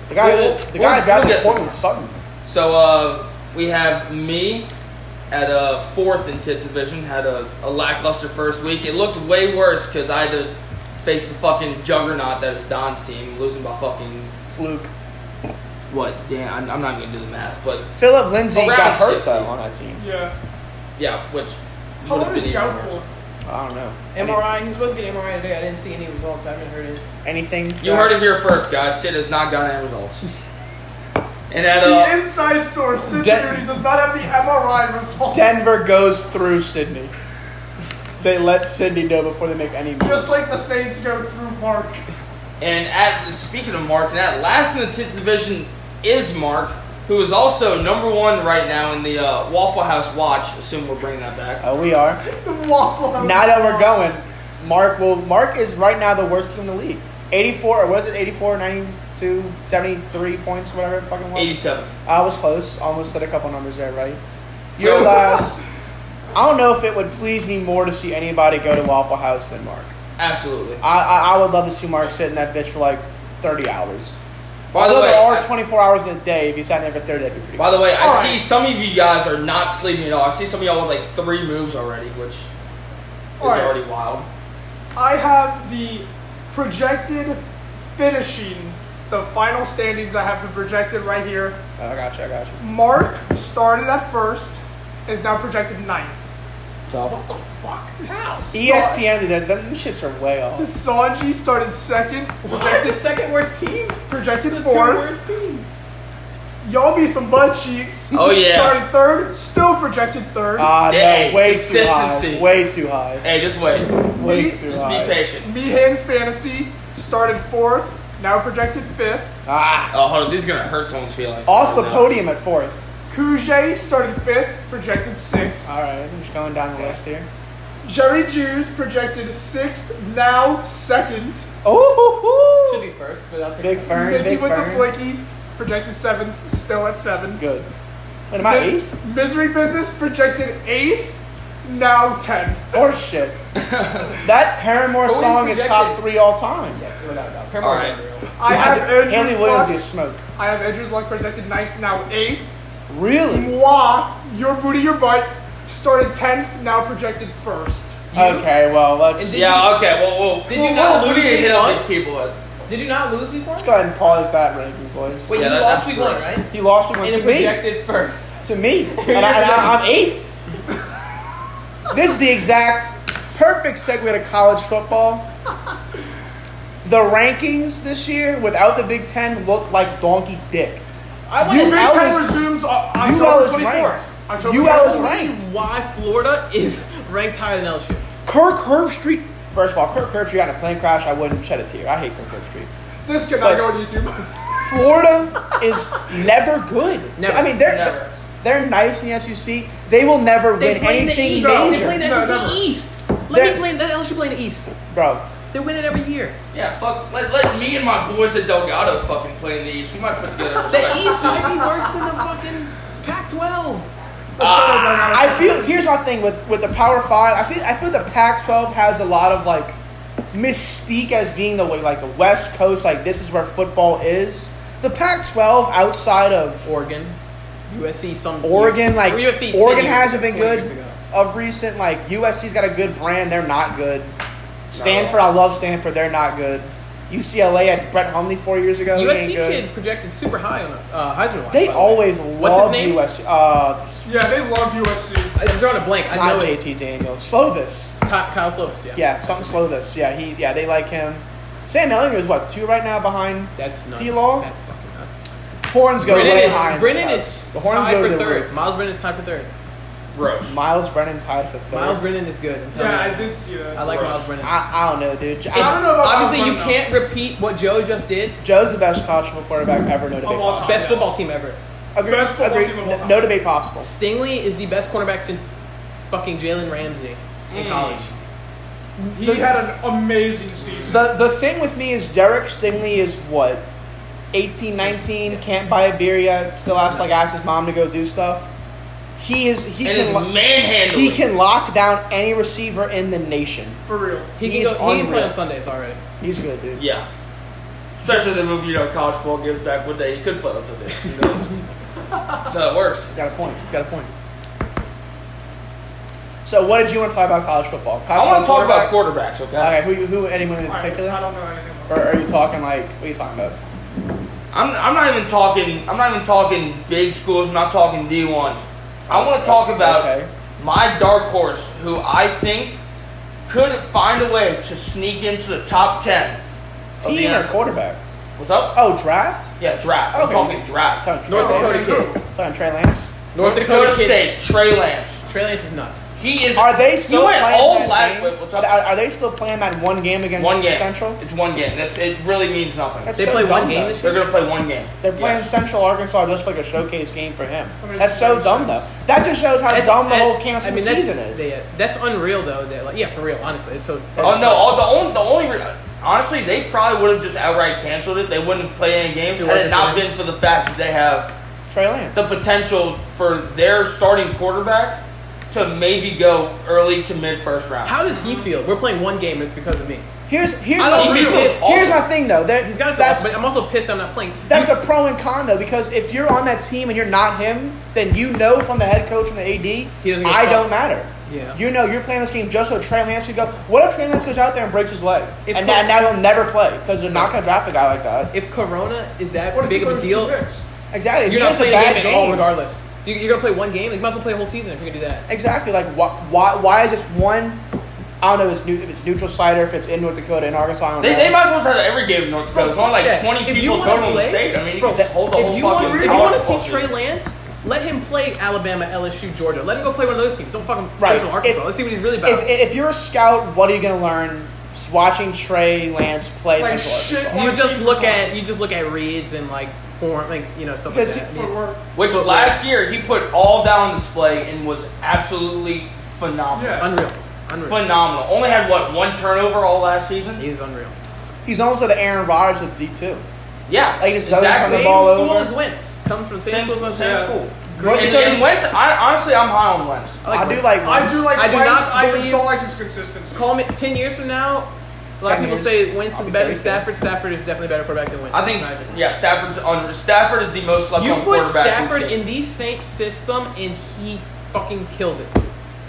A: the guy,
B: We'll-
A: the
B: we'll-
A: guy
B: we'll
A: drafted
B: get to
A: Portland
B: that.
A: Sutton.
B: So uh, we have me at uh, fourth in Tits Division. Had a, a lackluster first week. It looked way worse because I had to face the fucking juggernaut that is Don's team, losing by fucking
A: Fluke.
B: what? Damn, I'm, I'm not gonna do the math, but
A: Philip Lindsay
B: Around
A: got hurt
B: 60.
A: though on that team.
E: Yeah.
B: yeah, which
E: How
B: would've
E: long is
B: been
E: he
B: even
E: out
B: worse.
E: for?
A: I don't know. Any-
C: MRI. He's supposed to get MRI today. I didn't see any results. I haven't heard it.
A: anything?
B: You heard it here first, guys. Sid has not gotten any results. and at
E: The
B: uh,
E: inside source, Sid
A: Den-
E: Fury does not have the MRI results.
A: Denver goes through Sydney. They let Sydney know before they make any move.
E: Just like the Saints go through Mark.
B: and at speaking of Mark, and at last in the tits division is Mark, who is also number one right now in the uh, Waffle House watch. Assume we're bringing that back.
A: Oh, we are.
E: The Waffle House.
A: Now that we're going, Mark will. Mark is right now the worst team in the league. 84 or was it 84, 92, 73 points, whatever it fucking was.
B: Eighty-seven.
A: I was close. Almost said a couple numbers there, right? Your
B: So-
A: last. I don't know if it would please me more to see anybody go to Waffle House than Mark.
B: Absolutely.
A: I, I, I would love to see Mark sit in that bitch for like 30 hours.
B: By the
A: Although
B: way,
A: there are
B: I-
A: 24 hours in a day, if you sat there for 30, that'd be pretty
B: By the way, I
E: All
B: see
E: right.
B: some of you guys are not sleeping at all. I see some of y'all with like three moves already, which is
E: All right.
B: already wild.
E: I have the projected finishing, the final standings I have the projected right here.
A: good. I got you, I got you.
E: Mark started at first, is now projected ninth.
B: Tough.
E: Fuck.
A: E ESPN did that. Them shits are way off.
E: Sanji started second,
C: What? The
E: projected,
C: second worst team?
E: projected
C: The two
E: fourth.
C: worst teams.
E: Y'all be some butt cheeks.
B: Oh, yeah.
E: Started third, still projected third.
A: Ah,
B: Dang,
A: no, way too
B: consistency.
A: high. Way too high.
B: Hey, just wait.
A: Way
E: me-
A: too
B: Just be
A: high.
B: patient.
E: Me Hands Fantasy started fourth, now projected fifth.
A: Ah,
B: Oh, hold on. This is gonna hurt someone's feelings.
A: off the
B: No.
A: podium at fourth.
E: Kuje started fifth, projected sixth.
A: All right, I'm just going down the list here.
E: Jerry Jews projected sixth, now second.
A: Oh,
C: Should be first, but I'll take
A: big
C: second.
A: fern,
E: Mickey
A: big
E: with the
A: fern.
E: flicky, projected seventh, still at seven.
A: Good. Wait, am I
E: Mi-
A: eighth?
E: Misery Business projected eighth, now tenth.
A: Horse shit. That Paramore
C: Who
A: song is
C: projected?
A: top three all time.
C: Yeah, without a doubt.
B: All
C: Paramore's
B: right.
C: unreal.
E: I have
A: Hanley
E: Andrew's
A: Williams
E: luck.
A: gets smoked.
E: I have Andrew's luck projected ninth, now eighth.
A: Really?
E: Moi, your booty, your butt started tenth, now projected first.
A: Okay, well let's, let's
B: Yeah. Okay. Well, well.
C: Did you not
B: Who
C: lose
B: do you
C: week
B: hit up
C: one?
B: these people with?
C: Did you not lose week one?
A: go ahead and pause that ranking, boys.
C: Wait,
B: Yeah,
C: you
B: that-
C: lost
B: that's
C: week one,
B: gross.
C: right?
A: He lost one
C: And
A: to
C: it
A: me.
C: projected first.
A: To me, and, I, and I, I'm eighth. This is the exact perfect segue to college football. The rankings this year without the Big Ten look like donkey dick.
C: I
A: You
C: went
E: Big
A: Al
E: Ten
A: is-
E: resumes
A: UL
E: on uh, October
A: is
E: twenty-fourth.
A: ranked.
E: October
A: UL is
E: 24th.
A: ranked.
C: why Florida is ranked higher than LSU.
A: Kirk Herbstreit. First of all, Kirk Herbstreit got in a plane crash. I wouldn't shed a tear. I hate Kirk Herbstreit.
E: This could not
A: But-
E: go on YouTube.
A: Florida is never good.
C: Never.
A: I mean, they're
C: Never.
A: they're nice in the SEC. They will never win anything
E: No.
A: major,
E: They play in the No, SEC never.
C: E East. Let
A: They're-
C: play. Let LSU play in the East.
A: bro.
C: They win it every year.
B: Yeah. Fuck. Let, let me and my boys at Delgado fucking play in the East. We might put together. a
C: The
B: respect-
C: East might be worse than the fucking Pac-12.
A: I feel here's my thing with with the Power Five. I feel I feel the Pac-12 has a lot of like mystique as being the way like the West Coast. Like this is where football is. The Pac-12 outside of
C: Oregon, USC, some
A: Oregon, like
C: Or USC 10
A: Oregon
C: years-
A: hasn't been
C: 20
A: good
C: years ago.
A: of recent. Like USC's got a good brand, they're not good. Stanford, I love Stanford, they're not good. UCLA had Brett Hundley four years ago. he ain't
C: USC
A: good.
C: kid projected super high on uh, Heisman. Watch,
A: They
C: by the way.
A: always love
C: name?
A: USC. Uh,
E: Yeah, they love USC.
C: I'm drawing a blank. I know
A: not
C: it.
A: JT Daniels. Slovis.
C: Ky- Kyle Slovis. Yeah.
A: Yeah, something Slovis. Yeah, he. Yeah, they like him. Sam Ellinger is what two right now behind.
C: That's nuts.
A: T-Law?
C: That's fucking nuts.
A: Horns go
C: Brennan
A: way
C: is,
A: high. in this
C: Brennan
A: house.
C: is
A: the horns
C: tied
A: go to
C: for
A: the
C: third.
A: roof.
C: Miles Brennan is tied for third.
B: Gross.
A: Miles Brennan tied for third.
C: Miles Brennan is good. I'm telling
E: Yeah, I
C: you.
E: did see that.
C: I like
B: Gross.
C: Miles Brennan.
A: I, I don't know, dude. I,
E: don't know about
C: Obviously,
E: Miles
C: you
E: Brennan.
C: can't repeat what Joe just did.
A: Joe's the best college football quarterback ever. No debate.
E: all time.
A: possible.
C: Best
E: Oh, yes.
C: football team ever.
A: Agree.
E: Best football
A: agree.
E: team of all
A: No-
E: time.
A: No debate possible.
C: Stingley is the best cornerback since fucking Jalen Ramsey in
B: Mm.
C: college.
E: He
A: The-
E: had an amazing season.
A: The the thing with me is Derek Stingley is what 18, 19, can't buy a beer yet, still asks like asks his mom to go do stuff. He is he
B: and
A: can
B: his
A: lo-
B: manhandling.
A: he can lock down any receiver in the nation.
E: for real.
C: He
A: He
C: can,
A: is
C: go, he can play
A: unreal.
C: on Sundays already.
A: He's good, dude.
B: Yeah. Especially the movie, you know, college football gives back one day. You could play up to this. You know? That's how it works.
A: Got a point. Got a point. So what did you want to talk about college football?
B: I
A: College
B: want to
A: football
B: talk about
A: quarterbacks?
B: quarterbacks, okay?
A: Okay, who you- who anyone in
E: All right,
A: particular?
E: I don't know anything about
A: or are you talking like what are you talking about?
B: I'm, I'm not even talking. I'm not even talking big schools. I'm not talking D ones. I want to talk about
A: Okay.
B: my dark horse, who I think could find a way to sneak into the top ten. of the
A: Team or
B: NFL.
A: quarterback?
B: What's up?
A: Oh, draft.
B: Yeah, draft. I'm
A: Okay.
B: talking draft.
A: Talking Trey
C: North Dakota
A: Lance.
C: kid.
A: Talking Trey Lance.
B: North Dakota,
C: kid.
B: State, Trey Lance.
C: Trey Lance is nuts.
B: He is.
A: Are they still
B: He went
A: playing
B: all
A: that
B: last.
A: game?
B: wait, what's
A: Are,
B: up?
A: are they still playing that one game against
B: one game.
A: Central?
B: It's one game. That's it. Really means nothing.
A: That's
C: They
A: so
C: play one
A: dumb,
C: game
A: though.
C: this year?
B: They're gonna play one game.
A: They're playing
B: Yes.
A: Central Arkansas just like a showcase game for him.
E: I mean,
A: that's so
E: it's-
A: dumb, though. That just shows how
C: That's-
A: dumb the
C: that-
A: whole canceled
C: that's,
A: season is.
C: they- that's unreal, though. That, like, yeah, for real. Honestly, it's so.
B: Oh no! All, the only the only re- honestly, they probably would have just outright canceled it. They wouldn't play any games
C: It
B: had it
C: wasn't
B: not
C: fair.
B: been for the fact that they have
A: Trey Lance.
B: the potential for their starting quarterback to maybe go early to mid first round.
C: How does he feel? We're playing one game. It's because of me.
A: Here's here's
C: I
A: my,
C: don't
A: here's,
C: think it's
A: here's
C: awesome.
A: my thing though. There,
C: He's got to
A: that's
C: but I'm also pissed I'm not playing.
A: that's a pro and con though because if you're on that team and you're not him, then you know from the head coach and the AD,
C: He doesn't get
A: I
C: called.
A: don't matter.
C: Yeah.
A: You know you're playing this game just so Trey Lance could go. What if Trey Lance goes out there and breaks his leg,
C: If
A: and,
C: Cor-
A: now- now he'll never play because they're not going to draft a guy like that.
C: If Corona is that
E: What if
C: big
E: he
C: of a
E: throws two
C: deal,
E: picks?
A: Exactly. If
C: you're
A: he
C: not
A: has a
C: playing a
A: bad
C: game, at all, regardless. You, you're gonna play one game. Like, you might as well play a whole season if you're gonna do that.
A: Exactly. Like why, why? Why is this one? I don't know if it's, new, if it's neutral site or if it's in North Dakota in Arkansas. I don't
B: They,
A: know.
B: they might as well try to every game in North Dakota. It's only like
C: Yeah.
B: 20
C: If you
B: people
C: wanna
B: total in the
C: play-
B: state. I mean, you
C: bro,
B: can just hold the
C: if
B: whole
C: you want,
B: fucking
C: if you
B: college
C: want to
B: football
C: see Trey
B: season.
C: Lance, let him play Alabama, LSU, Georgia. Let him go play one of those teams. Don't fucking
A: Right.
C: Central Arkansas.
A: If-
C: Let's see what he's really about.
A: If, if you're a scout, what are you going to learn? s- Watching Trey Lance play
E: Like
A: Central
E: shit.
A: Arkansas.
C: you
E: wanna
C: just
E: see
C: look
E: some-
C: at you just look at reads and like form, like you know stuff like
A: Because
C: that.
A: you-
C: Yeah.
E: Footwork.
B: Which
C: Football.
B: last year he put all down display and was absolutely phenomenal.
E: Yeah.
C: Unreal, unreal.
B: Phenomenal. Only had what one turnover all last
C: He
B: season.
C: is unreal.
A: He's almost like the Aaron Rodgers with D two.
B: Yeah,
A: Like, he just doesn't turn
B: exactly.
C: Same
A: the ball
C: school
A: over.
C: as Wentz comes from the same
B: Same, same,
C: school. as Wentz.
B: school.
A: North
B: And,
A: Dakota's-
B: and Wentz, I, honestly, I'm high on Wentz.
A: I
C: like
A: do
C: Wentz.
A: like
E: I do like
C: I do
E: Wentz,
C: not
E: I just
C: believe-
E: don't like his consistency.
C: Call me ten years from now. A lot of
A: 10
C: people
A: years.
C: say Wentz
A: I'll
C: is
A: be
C: better than
A: very
C: Stafford. Stafford is definitely better quarterback than Wentz.
B: I think,
C: It's not even-
B: yeah, Stafford's on. Stafford is the most
C: You
B: left-on
C: put
B: quarterback.
C: Stafford
B: the
C: in the Saints system and he fucking kills it.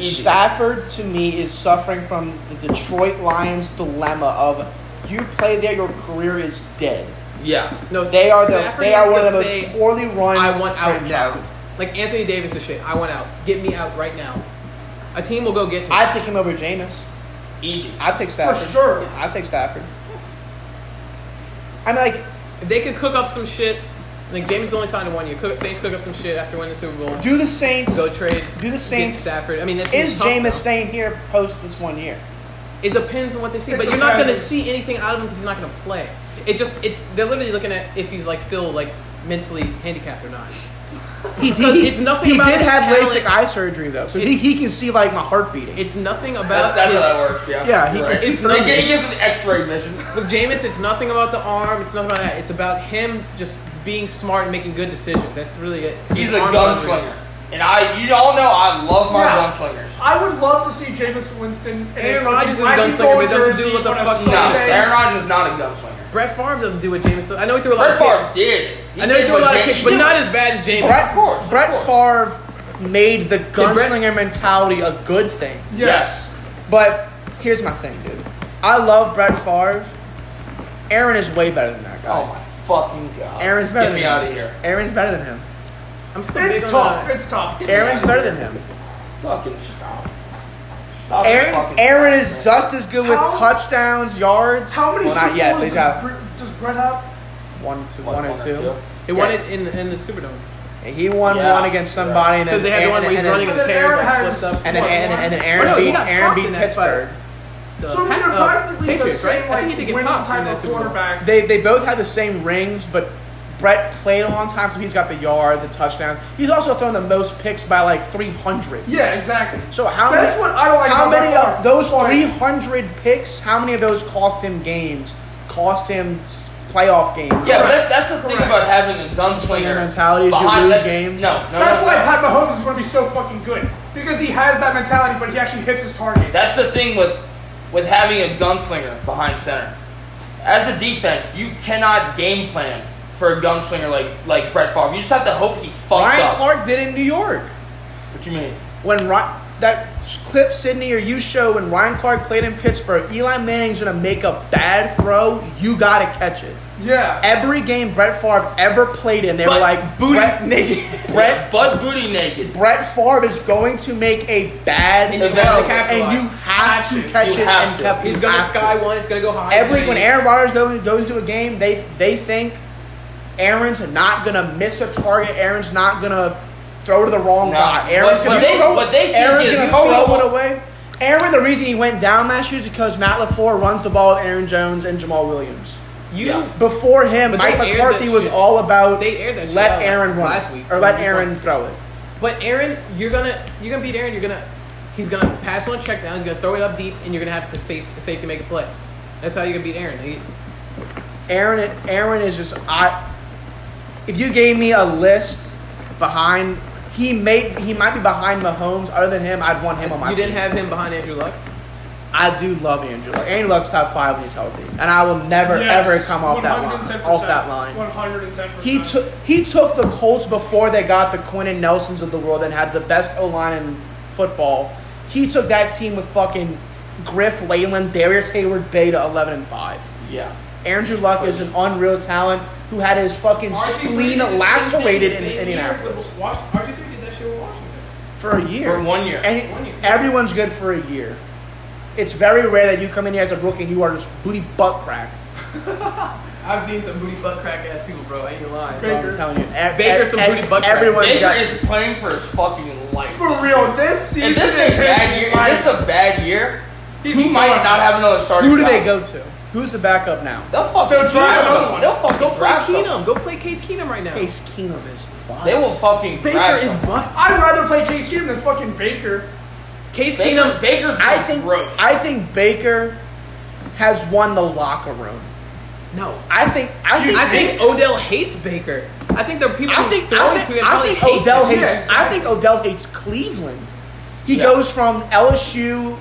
B: Easy.
A: Stafford to me is suffering from the Detroit Lions dilemma of you play there, your career is dead.
B: Yeah,
C: No,
A: They are the
C: Stafford
A: they are
C: has
A: one
C: to
A: of the most
C: say,
A: poorly run.
C: I want out
A: franchises.
C: now. Like Anthony Davis, the shit. I want out. Get me out right now. A team will go get me.
A: I take him over Jameis.
B: easy.
A: I take
E: For
A: Stafford.
E: sure.
A: I take Stafford. I mean, like,
C: if they could cook up some shit, like James only signed a one year. Cook, Saints cook up some shit after winning the Super Bowl.
A: do the Saints
C: go trade.
A: do the
C: get
A: Saints-
C: Stafford? I mean, that team's
A: is
C: tough,
A: Jameis
C: though.
A: staying here post this one year?
C: It depends on what they see,
E: It
C: but you're not going to
E: depends.
C: see anything out of him because he's not going to play. It just it's they're literally looking at if he's like still like mentally handicapped or not.
A: He
C: Because it's nothing
A: He
C: about
A: did
C: his
A: have
C: talent.
A: LASIK eye surgery though, so he,
C: It's-
A: he can see like my heart beating.
C: It's nothing
B: That,
C: about
B: that's
C: his,
B: how that works. Yeah.
A: Yeah, he
B: You're
A: can
B: right.
A: see
B: It's
C: through
B: like-
C: it.
B: He gives an X-ray mission.
C: With Jameis, it's nothing about the arm. It's nothing about that. It's about him just being smart and making good decisions. That's really it.
B: He's a
C: an arm
B: gunslinger, and I, you all know, I love my
E: Yeah.
B: gunslingers.
E: I would love to see Jameis Winston and
C: Aaron Rodgers is a gunslinger, but he doesn't do what the fuck he
B: No,
C: Sundays.
B: Aaron Rodgers is not a gunslinger.
C: Brett Favre doesn't do what Jameis does. I know he threw a lot
B: Brett Favre
C: of picks.
B: did.
C: I know he threw a
B: what
C: lot of
B: Jam-
C: picks,
B: he
C: but
B: did-
C: not as bad as Jameis.
A: Brett,
B: Of course, of
A: Brett
B: course.
A: Favre made the
C: Brett-
A: gunslinger mentality a good thing.
E: Yes.
A: But here's my thing, dude. I love Brett Favre. Aaron is way better than that guy.
B: Oh my fucking god.
A: Aaron's better
B: Get
A: than
B: me
A: him.
B: out of here.
A: Aaron's better than him.
C: I'm still big
E: It's
C: on uh,
E: tough.
C: that.
E: It's tough.
A: Aaron's better than him.
B: Fucking stop. Stop. this
A: Aaron,
B: fucking
A: Aaron is
B: nonsense.
A: just as good with
E: How-
A: touchdowns, yards.
E: How many
A: Well, not
E: Super
A: yet.
E: Bowls
A: but He's got
E: does, Bre- does Brett have?
A: one, two, one
B: One- one
A: and
B: or
A: two.
B: two.
C: He won it in, in the Superdome
A: And he won
B: Yeah.
A: one against somebody, and then
C: because they had the one where
A: and,
C: he's
A: then-
C: running
A: and
C: his
A: then,
E: But
C: hair
E: then
C: is,
E: Aaron
C: like
E: has-
C: flipped up.
A: and then and then, and then Aaron
C: Oh, no, he
A: beat
C: got
A: Aaron
C: popped
A: beat
C: in that
A: Pittsburgh.
C: The
E: So
C: Pat-
E: they're
C: uh,
E: practically the
C: Patriots,
E: same
C: right? I
E: like
C: think he did get
E: winning
C: popped in
E: type
C: that
E: of
C: Super Bowl.
E: quarterback.
A: They they both had the same rings, but Brett played a long time, so he's got the yards, the touchdowns. He's also thrown the most picks by like three hundred.
E: yeah, exactly.
A: So how
E: That's
A: many?
E: what I don't like
A: how
E: about
A: many
E: Brett Favre.
A: of those
E: Like-
A: three hundred picks? How many of those cost him games? Cost him s- playoff games?
B: Yeah, but that, that's the thing
E: Correct.
B: about having a gunslinger
A: mentality is you
B: behind-
A: lose
B: that's-
A: games.
B: No, no,
E: That's
B: no,
E: why
B: no.
E: Pat Mahomes is going to be so fucking good because he has that mentality, but he actually hits his target.
B: That's the thing with with having a gunslinger behind center. As a defense, you cannot game plan for a gunslinger like like Brett Favre. You just have to hope he fucks
A: Ryan
B: up.
A: Clark did in New York
B: What you mean?
A: when Ry- that clip Sydney or you show when Ryan Clark played in Pittsburgh. Eli Manning's gonna make a bad throw. You gotta catch it.
E: yeah.
A: Every game Brett Favre ever played in, they were
B: But
A: like
B: booty-
A: Brett, nigga, Brett,
B: Bud booty naked.
A: Brett Favre is going to make a bad
B: And
A: throw,
B: you have to
A: and you have to catch
B: You
A: it
B: have
A: and
B: to.
A: kept.
C: He's
A: you
C: gonna
A: have to.
C: sky one. It's gonna go high.
A: Every
C: It's
A: when
C: gonna-
A: Aaron Rodgers goes goes to a game, they they think Aaron's not gonna miss a target. Aaron's not gonna throw to the wrong
B: No.
A: guy. Aaron's
B: But-
A: gonna
B: but they-
A: throw.
B: but they think
A: Aaron's
B: it's
A: gonna
B: horrible.
A: throw it away. Aaron, the reason he went down last year is because Matt Lafleur runs the ball with Aaron Jones and Jamal Williams.
C: you
B: Yeah.
A: Before him,
C: But they
A: Mike
C: aired
A: McCarthy
C: that
A: was
C: shit.
A: all about
C: They aired that shit
A: let
C: out
A: Aaron run
C: last week.
A: or let
C: Or
A: Aaron
C: before.
A: throw it.
C: But Aaron, you're gonna you're gonna beat Aaron. You're gonna he's gonna pass on check down. He's gonna throw it up deep, and you're gonna have to safe the safety make a play. That's how you're gonna beat Aaron. He-
A: Aaron, Aaron is just I. If you gave me a list behind, he may he might be behind Mahomes. Other than him, I'd want him on Oh, my
C: you
A: team.
C: didn't have him behind Andrew Luck.
A: I do love Andrew Luck. Andrew Luck's top five when he's healthy, and I will never
E: Yes,
A: ever come off that line.
E: 110%,
A: Off that line.
E: 110%.
A: He took he took the Colts before they got the Quinn and Nelsons of the world and had the best O line in football. He took that team with fucking Griff Leyland, Darius Hayward, Bay to eleven and five.
B: Yeah.
A: Andrew Luck is an unreal talent who had his fucking
C: RG3
A: spleen
C: did the same
A: lacerated
C: thing the
A: in
C: same
A: Indianapolis
C: Year with Wash- RG3 did that shit with Washington.
A: for a year.
B: For one year.
A: And
C: One year.
A: everyone's good for a year. It's very rare that you come in here as a rookie and you are just booty butt crack.
C: I've seen some booty butt crack ass people, bro. I ain't gonna lie.
E: Baker.
A: I'm telling you, e-
C: Baker's
A: e-
C: some
A: e-
C: booty butt crack.
A: everyone's
B: Baker
A: got-
B: is playing for his fucking life.
E: For real, this season
B: If this
E: is
B: is a
E: his
B: bad year,
E: life.
B: if this is a bad year,
E: He's
B: he might
E: gone.
B: not have another starting.
A: Who do they
B: job.
A: go to? Who's the backup now?
B: They'll
E: They'll
B: fucking
E: draft
B: draft someone.
E: someone.
B: They'll fucking
C: Go play
B: draft someone.
C: Keenum. Go play Case Keenum right now.
A: Case Keenum is. wild.
B: They will fucking
C: Baker
B: draft
C: is
B: someone.
C: butt.
E: I'd rather play Case Keenum than fucking Baker.
C: Case
B: Baker,
C: Keenum.
B: Baker's
A: I think.
B: gross.
A: I think Baker has won the locker room.
C: No.
A: I think. I think.
C: I think Odell hates Baker. I think there are people
A: I think.
C: throwing
A: I
C: to
A: think,
C: him.
A: I
C: probably
A: think Odell
C: him.
A: hates.
E: Yeah, exactly.
A: I think Odell hates Cleveland. He
B: Yeah.
A: goes from LSU,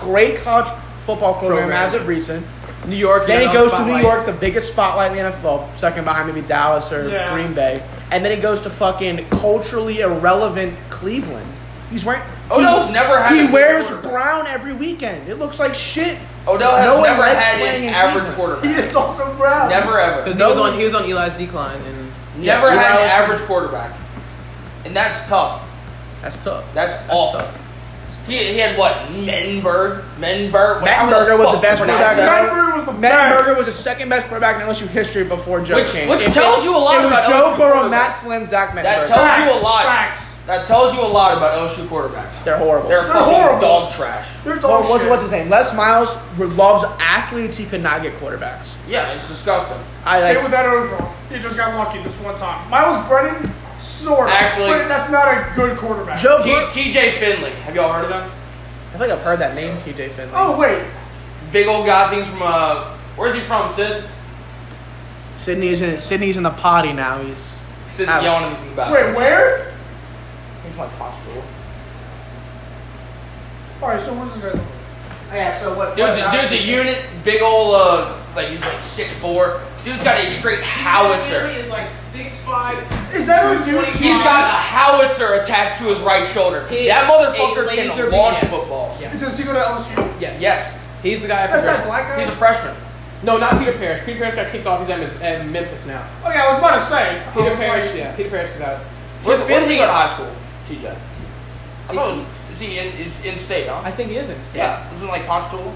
A: great college football program,
C: Program.
A: as of recent.
C: New York.
A: Then
C: you
A: he
C: know,
A: goes to
C: spotlight.
A: New York, the biggest spotlight in the NFL, second behind maybe Dallas or
E: Yeah.
A: Green Bay. And then he goes to fucking culturally irrelevant Cleveland. He's wearing.
B: Odell's
A: he,
B: never had a
A: He
B: good
A: wears
B: quarterback.
A: brown every weekend. It looks like shit.
B: Odell has
A: No one
B: never
A: likes
B: had
A: playing
B: an
A: in
B: average
A: Cleveland.
E: He
B: quarterback.
E: is also Brown.
B: Never ever.
C: because
A: No
C: he was
A: one-
C: on he was on Eli's decline and
B: Never
A: Yeah,
B: had
A: Eli
B: an
A: was-
B: average quarterback. And that's tough.
A: That's tough.
B: That's,
A: That's
B: awful.
A: tough.
B: He, he had what? Menberg? Menberg?
A: Mettenberger was the best quarterback.
E: Denver was the
A: Mettenberger
E: best.
A: was the second best quarterback in LSU history before Joe
B: Which-
A: King.
B: which
A: If
B: tells you a lot
A: It was
B: about
A: Joe
B: LSU
A: Burrow,
B: quarterbacks.
A: Matt Flynn, Zach
B: That
A: Mettenberger.
B: tells
E: Facts,
B: you a lot.
E: facts.
B: That tells you a lot about LSU quarterbacks.
A: They're horrible.
B: They're, fucking
E: horrible.
B: dog trash.
E: They're dog
A: well, what's,
E: shit.
A: what's his name? Les Miles loves athletes. He could not get quarterbacks.
B: Yeah, it's disgusting.
A: I like.
E: Same with that Odrom. He just got lucky this one time. Miles Brennan, sort of.
B: Actually-
E: but that's not a good quarterback.
A: Joe
B: T-
A: Burrow.
B: TJ Finley. Have y'all heard of him?
A: I think I've heard that name, TJ Finley.
E: Oh wait,
B: Big old guy things from uh where's he from, Sid?
A: Sydney's in Sydney's in the potty now. He's
B: Sid's
A: Ah.
B: yelling at me from the back.
E: wait, where?
B: He's my posture.
A: Oh,
E: All right, so what's his name?
C: yeah. So what?
B: Dude's a, dude's a unit, big old uh like he's like six four. Dude's got a straight howitzer.
C: is like six five.
E: Is that a dude?
B: He's got a howitzer attached to his right shoulder.
C: He
B: that
C: is
B: motherfucker
C: a
B: can
C: laser
B: launch
C: beam.
B: footballs.
C: Yeah.
E: Does he go to LSU?
C: Yes.
B: Yes.
C: He's the guy. I
E: That's
C: forgot.
E: that black guy.
B: He's a freshman.
C: No, not Peter Parrish. Peter Parrish got kicked off. He's at, Mis- at uh, Memphis now.
E: Oh yeah, I was about to say. I
C: Peter
E: was like-
C: Parrish, yeah. Peter Parrish is out.
B: Where's,
C: Tim
B: where did he
C: Finley-
B: go to high school? TJ.
C: I
B: Is
C: thought
B: he, is he in is in state, huh?
C: I think he is in state.
B: Yeah. Isn't like Ponstool?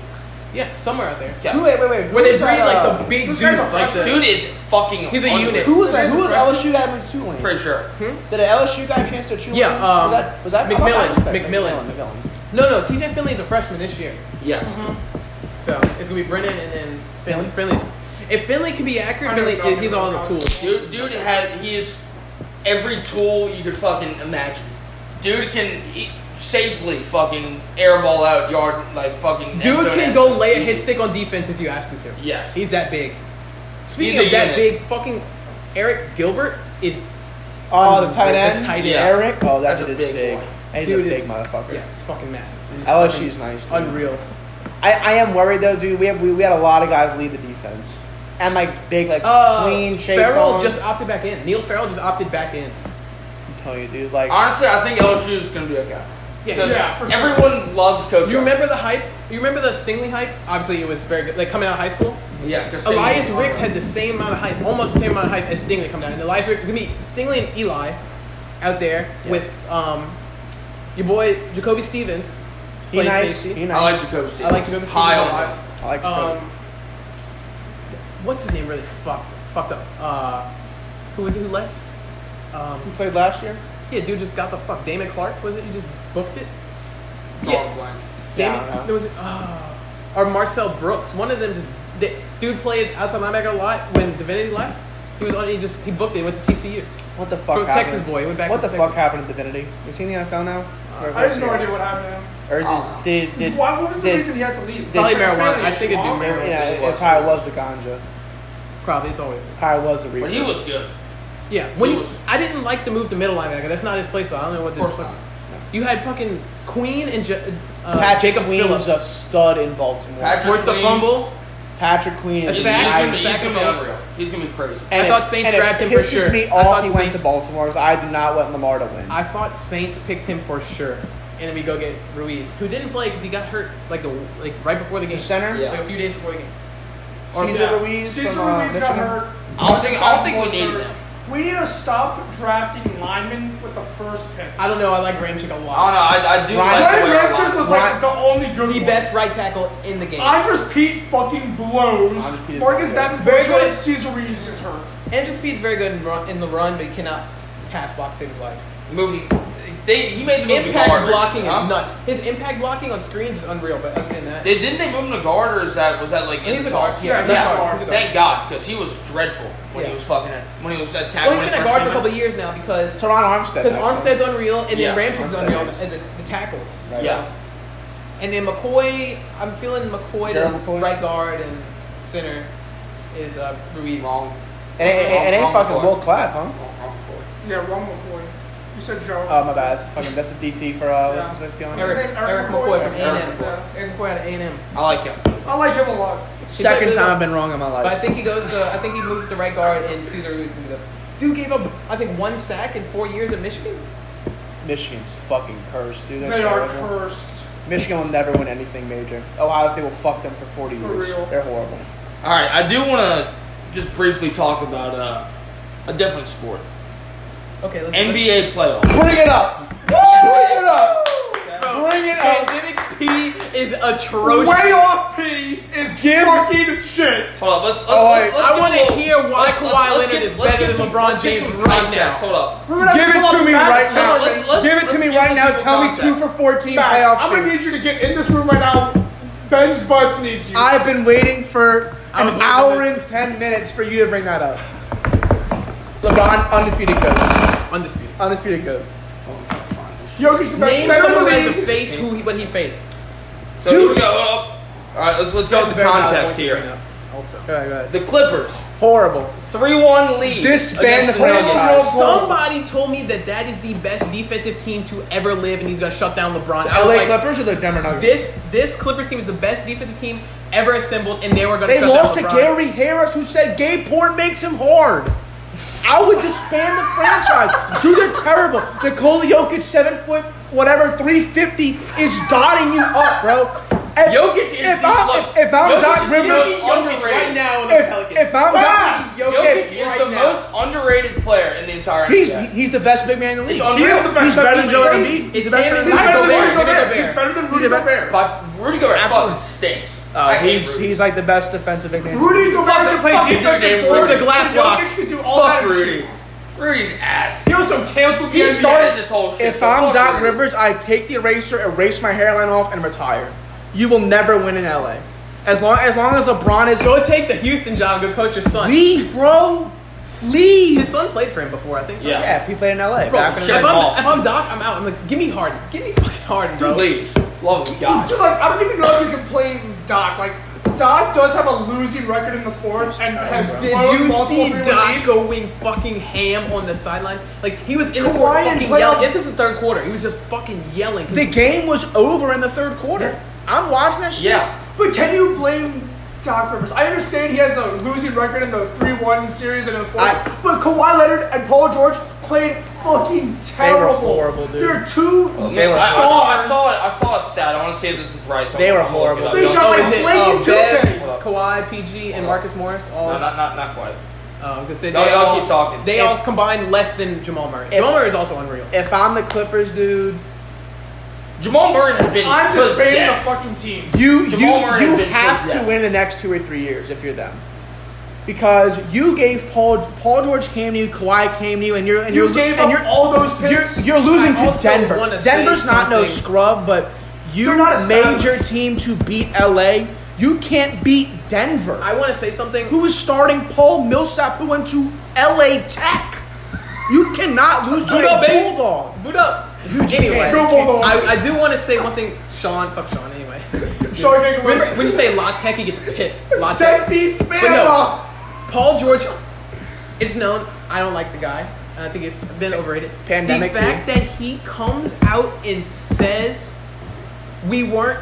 C: Yeah, somewhere out there.
B: Yeah.
A: who, wait, wait, wait. Who
C: Where they
A: was
C: breed
A: that,
C: like
A: uh,
C: the big
E: Those
C: dudes,
E: guys are
C: like the
B: Dude is fucking
C: He's a
B: unreal.
C: unit.
A: Who was that?
E: Who's
A: Who was
E: the
A: LSU guy with Tulane?
B: Pretty sure.
A: Did an LSU guy transfer to Tulane?
C: Yeah, um,
A: was that, was that I thought that was
C: McMillan,
A: McMillan?
C: McMillan.
A: McMillan.
C: No, no. TJ Finley's a freshman this year,
B: Yes.
C: so it's gonna be Brennan and then Finley. Finley's. If Finley can be accurate,
E: I don't
C: Finley
E: know.
C: he's all the tools.
B: Dude, dude had he is every tool you could fucking imagine. Dude can e safely fucking airball out yard like fucking. end
C: Dude
B: zone,
C: can
B: end
C: go
B: zone.
C: lay a
B: Easy.
C: hit stick on defense if you asked him to.
B: Yes.
C: He's that big. Speaking
B: He's a
C: of that
B: unit.
C: big, fucking Eric Gilbert is.
A: Oh, the tight
C: The
A: end.
C: tight
B: end.
A: Eric. Oh, that
B: That's
A: dude
B: a
A: is
B: big
A: big.
B: boy.
A: And He's
C: Dude
A: a big
C: is-
A: motherfucker.
C: Yeah, it's fucking massive. He's
A: LSU's
C: fucking
A: nice. Dude.
C: Unreal.
A: I, I am worried though, dude. We have we, we had a lot of guys lead the defense, and like big, like
C: Uh,
A: clean chase.
C: Farrell
A: on.
C: just opted back in. Neil Farrell just opted back in.
A: I'm telling you, dude. Like
B: Honestly, I think LSU is gonna be okay.
C: Yeah,
B: Because
E: yeah, for sure.
B: everyone loves Coach.
C: You
B: O.
C: remember the hype? You remember the Stingley hype? Obviously, it was very good. Like coming out of high school,
B: Yeah, because
C: Elias Ricks had the same amount of hype, almost the same amount of hype as Stingley coming out. And Elias Ricks, to me, Stingley and Eli, out there
A: Yeah.
C: with um, your boy Jacoby Stevens.
A: he
C: plays
A: nice.
C: safety.
A: He
B: I like
A: nice.
B: Jacoby Stevens.
C: I like Jacoby Stevens
B: High
C: a
B: on
C: lot.
B: him.
A: I like.
C: Um, what's his name really fucked fucked up? Uh, who was it who left? Um,
A: Who played last year?
C: yeah, dude just got the fuck. Damon Clark was it? You just booked it.
B: Dog
C: Yeah.
B: blank.
A: Yeah, I
C: Damon,
A: don't know.
C: there was uh, or Marcel Brooks. One of them just the dude played outside linebacker a lot when Divinity left. He was on. He just he booked it. He went to TCU.
A: What the fuck
C: From
A: happened?
C: Texas boy, went back
A: What
C: to
A: the fuck
C: Texas.
A: happened to Divinity? Is he in the NFL now? Or
E: I
A: was
E: have
A: he-
E: no idea what happened to
A: Or is
B: I don't know.
A: it, did
E: him.
A: did
E: Why? What was the
A: did-
E: reason he had to leave?
A: Probably
C: marijuana. I think it'd be
E: Wrong?
A: It,
C: marijuana.
A: yeah, it probably was the ganja.
C: Probably it's always
A: Probably was the reason.
B: But he was good.
C: yeah. When
B: He
C: you,
B: was-
C: I didn't like the move to middle linebacker. That's not his play style. I don't know what
B: Of
C: this.
B: course not.
C: You had fucking Queen and J- uh,
A: Patrick
C: Jacob
A: Queen
C: Phillips.
A: was a stud in Baltimore.
B: Patrick
C: Forced the
B: Queen.
C: fumble.
A: Patrick Queen
C: A
A: is
C: sack,
A: nice.
B: He's gonna be unreal. He's gonna be crazy.
C: I thought Saints
A: and
C: grabbed
A: it
C: him for
A: pisses
C: sure.
A: me
C: I
A: off
C: thought
A: he went
C: Saints-
A: to Baltimore because I did not want Lamar to win.
C: I thought Saints picked him for sure, and then we go get Ruiz, who didn't play because he got hurt like the like right before the game.
A: center?
B: Yeah.
C: like a few days before the game.
A: Cesar
E: Yeah.
A: Ruiz
E: Cesar
A: from uh,
E: Ruiz got
A: Michigan.
E: hurt.
B: I don't think- I don't think we need
E: Walter.
B: him.
E: We need to stop drafting linemen with the first pick.
C: I don't know. I like Ramchick a
B: I don't
C: lot.
B: know. I, I do
A: Ryan-
B: like the
E: Ryan
B: way our
E: Ramchick
B: line-
E: was like
A: Ryan-
E: the only good
C: The
E: one.
C: best right tackle in the game.
E: Andres Pete fucking blows.
A: Andres Pete is
E: Marcus
A: good.
E: Davenport
C: Very good.
E: and Cesar Ruiz is hurt.
C: And just Pete's very good in, run, in the run, but he cannot pass block save his life.
B: movie. They he made the movie
C: Impact
B: garbage,
C: blocking
B: huh?
C: is nuts. His impact blocking on screens is unreal. But other than that,
B: They, didn't they move him to guard or is that was that like
C: and he's a
B: in
C: guard.
B: talks?
E: Yeah,
C: Yeah,
E: he's
C: yeah,
E: a guard.
C: He's a guard.
B: Thank God, because he was dreadful when
C: Yeah.
B: he was fucking when he was attacked.
C: Well,
B: when
C: he's
B: he
C: been a
B: first
C: guard
B: came
C: for a
B: in.
C: couple years now because
A: Teron Armstead.
C: because
A: next
C: Armstead's unreal, and
B: Yeah,
C: then Ramchick's
A: Armstead
C: unreal,
A: is.
C: and the, the tackles.
A: Right.
B: Yeah.
C: And then McCoy, I'm feeling McCoy,
A: Gerald
C: the
A: McCoy?
C: right guard and center is uh, Ruiz.
B: Wrong.
A: It ain't, it ain't- it ain't
B: Wrong
A: fucking
B: court.
A: Will Clapp, huh?
B: Wrong- wrong court.
E: Yeah, wrong McCoy. You said Joe.
A: Oh my bad. That's fucking that's the DT for uh, what's
E: Yeah.
A: his name?
E: Eric-
C: Eric, Eric, McCoy, from
E: Eric
C: A&M.
E: McCoy.
C: Eric McCoy out of A&M.
B: I like him.
C: Oh.
E: I like him a lot.
A: Second time I've been wrong in my
C: But I
A: life.
C: think he goes to. I think he moves to right guard, and Cesar Ruiz is gonna be the. Dude gave up, I think, one sack in four years at Michigan.
A: Michigan's fucking cursed, dude. They're
E: They are
A: terrible.
E: cursed.
A: Michigan will never win anything major. Ohio State will fuck them for 40
E: For
A: years.
E: real.
A: They're horrible.
B: All right, I do want to just briefly talk about uh, a different sport,
C: Okay, let's
B: NBA playoff.
A: Bring it up. Bring it up. Bring it
C: Okay,
A: up.
C: Divock P is atrocious.
E: Way off P is
A: Give-
E: fucking shit.
B: Hold up, let's. let's,
A: All
B: let's,
A: right.
B: let's
C: I
B: get
C: wanna
B: a little-
C: hear why
B: let's- let's-
C: Kawhi
B: let's
C: Leonard
B: get-
C: is
B: let's
C: better
B: get
C: than
B: some-
C: LeBron
B: let's get
C: James
B: some
C: right
B: context.
C: now.
B: Hold up.
E: We're gonna
A: Give
E: have
A: it
E: pull
A: to
E: up
A: me
E: Max
A: right now.
E: Kellerman.
B: Let's- let's-
A: Give it to
B: let's
A: me
B: give
A: right
B: the
A: now.
B: people
A: Tell me
B: context.
A: two for 14
E: Max,
A: playoff.
E: I'm gonna
A: team.
E: need you to get in this room right now. Ben Spuds needs you.
A: I've been waiting for
C: I was
A: an
C: looking
A: hour
C: at
A: and 10 minutes for you to bring that up. LeBron, undisputed goat.
C: Undisputed.
A: Undisputed goat.
E: Jokic the best
C: Name
E: center in the
C: someone who had to
E: league.
C: face who he, when he faced.
B: So
A: Dude.
B: here we go. Hold up. All right, let's let's go with the
C: Very valid
B: context
C: point to bring
B: here.
C: up Also.
A: Go ahead, go ahead.
B: The Clippers,
A: Horrible.
B: three-one lead.
A: Disband
B: against
A: the franchise.
B: Nuggets.
C: Oh, Somebody told me that that is the best defensive team to ever live, and he's gonna shut down LeBron. I was
A: LA
C: like,
A: Clippers or the Denver Nuggets?
C: This this Clippers team is the best defensive team ever assembled, and they were gonna.
A: they
C: shut
A: lost to
C: down LeBron.
A: Gary Harris, who said gay porn makes him hard. I would disband the franchise. Dude, they're terrible. Nikola Jokic, seven foot, whatever, 350, is dotting you up, bro. If,
B: Jokic is
A: if
B: the-
A: I'm,
B: look,
A: if, if I'm
B: Jokic
A: Doc
B: is the
A: Rivers,
B: most
C: Jokic right
B: underrated.
C: now in the
A: if,
C: Pelicans.
A: if I'm
E: Facts!
A: Doc,
B: Jokic
A: if-
B: is
C: right
B: the
C: now.
B: most underrated player in the entire.
A: he's
B: NBA.
A: he's the best big man in the league.
B: on-
E: He is the best
A: he's
E: center
A: better
E: in
A: than
E: the
A: Joel
E: league.
A: Embiid. He's the best
C: Him
A: player in
C: and
A: the league.
E: He's better than Rudy
C: Gobert.
E: Gobert.
C: He's
E: He's better than Rudy
A: He's better-
E: Gobert.
B: By Rudy Gobert
A: Absolutely.
B: fucking stinks. Oh, I
A: Uh,
B: hate
A: he's
B: Rudy.
A: he's like the best defensive big man. in the league.
E: Rudy Gobert can
B: fuck
E: play
B: you,
E: defense
B: dude,
E: and
B: Rudy.
E: block.
B: He's a
C: glass
E: Jokic
C: block.
E: can do all that
B: Fuck
E: shit.
B: Rudy. Rudy's ass.
E: He also canceled the
B: He
E: NBA.
B: started this whole shit.
A: If
B: so
A: I'm
B: fuck
A: Doc
B: Rudy.
A: Rivers, I take the eraser, erase my hairline off, and retire. You will never win in LA. As long as long as LeBron is
C: Go take the Houston job. Go coach your son.
A: leave, bro,
C: His
A: leave.
C: son played for him before, I think.
B: Yeah.
A: Yeah, he played in LA.
C: Bro,
A: back in
C: if,
A: the
B: shut
A: day.
C: I'm,
B: off.
C: if I'm Doc, I'm out. I'm like, give me Harden. Give me fucking Harden, bro.
B: Dude, leaves. Love the guy.
E: Dude, like, I don't even know if you can play Doc. Like, Doc does have a losing record in the fourth and has
C: Did
E: blown
C: you
E: multiple
C: see
E: three-point
C: Doc
E: leads.
C: going fucking ham on the sidelines? Like he was in the
E: Kawhi
C: court
E: in
C: fucking
E: playoff-
C: yelling. This is the third quarter. He was just fucking yelling. 'cause
A: the game was over in the third quarter. I'm watching that shit.
B: Yeah.
E: But can you blame Doc Rivers? I understand he has a losing record in the 3-1 series and in the fourth,
A: I-
E: but Kawhi Leonard and Paul George played fucking terrible.
A: horrible, dude. Oh,
E: They're two
A: They were
B: I, I
E: stars.
B: saw, I saw it. I saw a stat. I want to see if this is right. So
A: They
B: I'm
A: were
B: gonna look it
A: horrible.
B: up.
E: They
B: No,
E: shot
B: no,
E: like
C: is it,
E: Blake
C: uh,
E: and Tupac.
C: Bev, Kawhi, PG, and Marcus Morris all.
B: No, not, not, not quite.
C: uh, 'cause they,
B: No,
C: they
B: y'all
C: all
B: keep talking.
C: They
B: If-
C: all combined less than Jamal Murray.
A: If-
C: Jamal Murray is also unreal.
A: If I'm the Clippers, dude,
B: Jamal Murray has been
E: I'm just baiting the
B: possessed.
E: fucking team.
A: you you
B: Jamal Murray
A: you
B: has been
A: have to
B: possessed.
A: win the next two or three years if you're them. Because you gave Paul Paul George came to you, Kawhi came to you, and you're and
E: You
A: are
E: gave
A: and
E: up
A: you're,
E: all those
A: You're,
E: picks.
A: you're losing
C: I
A: to
C: also
A: Denver.
C: wanna say
A: Denver's not no
C: something.
A: scrub, but you
E: They're not
A: made
E: established.
A: your team to beat LA. You can't beat Denver.
C: I want to say something.
A: who was starting Paul Millsap, who went to LA Tech. You cannot lose to
C: Boot up,
A: a
C: baby.
A: Bulldog.
C: Boot up. anyway,
A: Go
E: Bulldogs.
C: I, I do want to say one thing. Sean, fuck Sean. Anyway,
E: Sean King
C: Remember,
E: wins.
C: when you say La Tech, he gets pissed. La Tech.
E: That beats
C: But no,
E: Bama.
C: Paul George. It's known. I don't like the guy. I think it's been overrated.
F: Pandemic
C: The fact that he comes out and says we weren't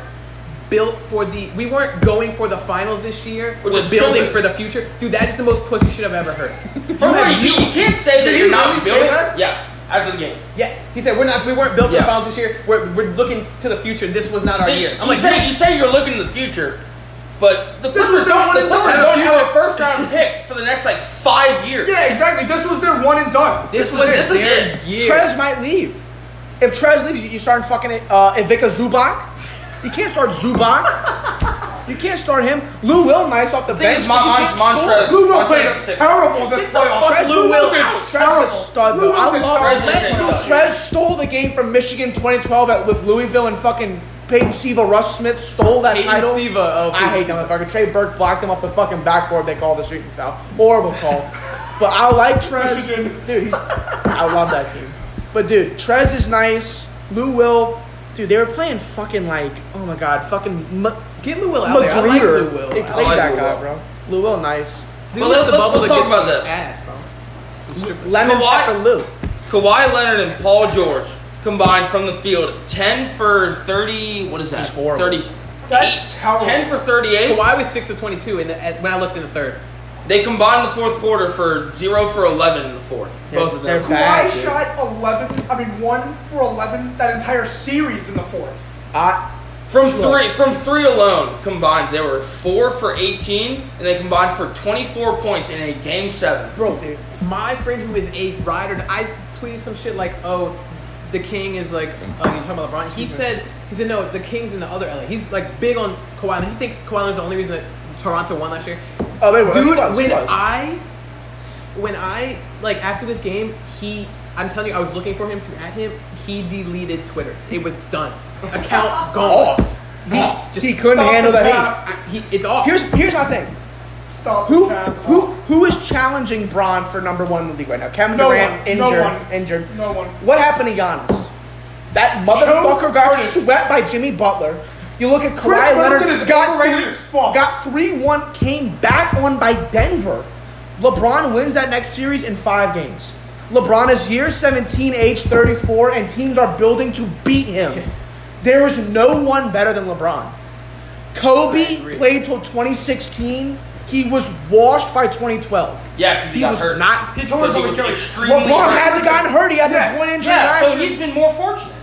C: built for the we weren't going for the finals this year.
B: Which
C: we're
B: is
C: building
B: stupid.
C: for the future. Dude, that is the most pussy shit I've ever heard. You
B: Wait,
C: have-
B: you, you can't say that
C: Did
B: you're
C: he
B: not
C: really say
B: building
C: that?
B: Yes, after the game.
C: yes. He said we're not we weren't built for
B: Yeah.
C: the finals this year. We're, we're looking to the future. This was not our
B: See,
C: year.
B: you, say, you say you're looking to the future, but the Clippers
E: was their
B: don't,
E: one
B: the
E: and
B: Clippers
E: done.
B: don't have a first round pick for the next like five years.
E: Yeah, exactly. This was their one and done.
B: This, was, this is
C: their
B: it.
C: year.
A: Trez might leave. If Trez leaves, you- you starting fucking uh, Ivica Zubac. You can't start Zubac. you can't start him. Lou Will nice off the
B: thing
A: bench.
B: is,
A: but
B: Mon-
A: you can't
B: Mon-
A: score.
B: Montrez-
E: Lou will
B: Montrez
E: played
B: is sick.
E: terrible this playoff.
A: Trez Lou Will.
E: did
A: Trez is a stud
E: Lou
A: though.
E: Will
A: I
E: did
A: love
B: Trez is
A: Let-
B: a
A: Lou
B: stud.
A: Trez stole the game from Michigan 2012 at, with Louisville and fucking Peyton Siva. Russ Smith stole that
C: Peyton
A: title.
C: Siva, oh,
A: I hate that motherfucker. Trey Burke blocked him off the fucking backboard. They call the shooting foul. Horrible call. but I like Trez.
E: Michigan.
A: Dude, he's, I love that team. But dude, Trez is nice. Lou Will. Dude, they were playing fucking like, oh my god, fucking M-
C: Get Lou Will out there. I like
A: McGreer.
C: Lou Will.
A: They
C: I
A: played
B: like
A: that
B: Lou
A: guy,
B: Will.
A: bro. Lou Will, nice.
C: Dude,
B: Well,
C: look at
B: let's- let's talk
C: against
B: about this.
C: Ass, bro.
A: Lemon
B: Kawhi-
A: pepper Lou. Oh,
B: Kawhi Leonard and Paul George combined from the field 10 for 30. What is that?
A: He's horrible.
B: 30.
E: That's
B: eight.
E: terrible.
B: 10 for 38.
C: Kawhi was six of twenty-two, and when I looked in the third,
B: They combined the fourth quarter for 0 for 11 in the fourth. Both of them.
A: they're bad,
E: Kawhi
A: dude.
E: shot 11, I mean, 1 for 11 that entire series in the fourth.
A: I,
B: From three, from three alone combined, they were four for 18, and they combined for 24 points in a game seven.
A: bro, dude.
C: my friend who is a rider, I tweeted some shit like, "Oh, the king is like, oh, you talking about LeBron?" He said, "He said no, the king's in the other LA. He's like big on Kawhi. Leonard. He thinks Kawhi Leonard's the only reason that Toronto won last year."
A: Oh, they were.
C: Dude,
A: It was,
C: when
A: it was.
C: I, s- when I like after this game, he, I'm telling you, I was looking for him to at him. He deleted Twitter. It was done. Account gone.
A: off.
C: He, just
A: he couldn't
E: stop
A: handle
E: the
A: that
E: cap.
A: heat.
C: I- he- it's off.
A: Here's here's my thing.
E: Stop.
A: Who
E: the Cavs.
A: who who is challenging Braun for number one in the league right now? Kevin
E: No
A: Durant
E: one.
A: injured,
E: No one.
A: injured.
E: No one.
A: What happened to Giannis? That motherfucker got
E: Curtis.
A: swept by Jimmy Butler. You look at
E: Chris
A: Kawhi
E: Middleton
A: Leonard
E: is
A: got
E: overrated
A: three,
E: as fuck.
A: got three one, came back on by Denver. LeBron wins that next series in five games. LeBron is year 17, age 34, and teams are building to beat him. There is no one better than LeBron. Kobe played till 2016. He was washed by 2012.
B: Yeah, because he,
A: He
B: got
A: was
B: hurt.
A: not-
E: He tore his
B: Because he was
E: Achilles.
B: extremely
A: LeBron
B: hurt.
A: hadn't gotten hurt. He had
E: Yes.
A: the one injury
B: Yeah,
A: last
B: so he's been more fortunate.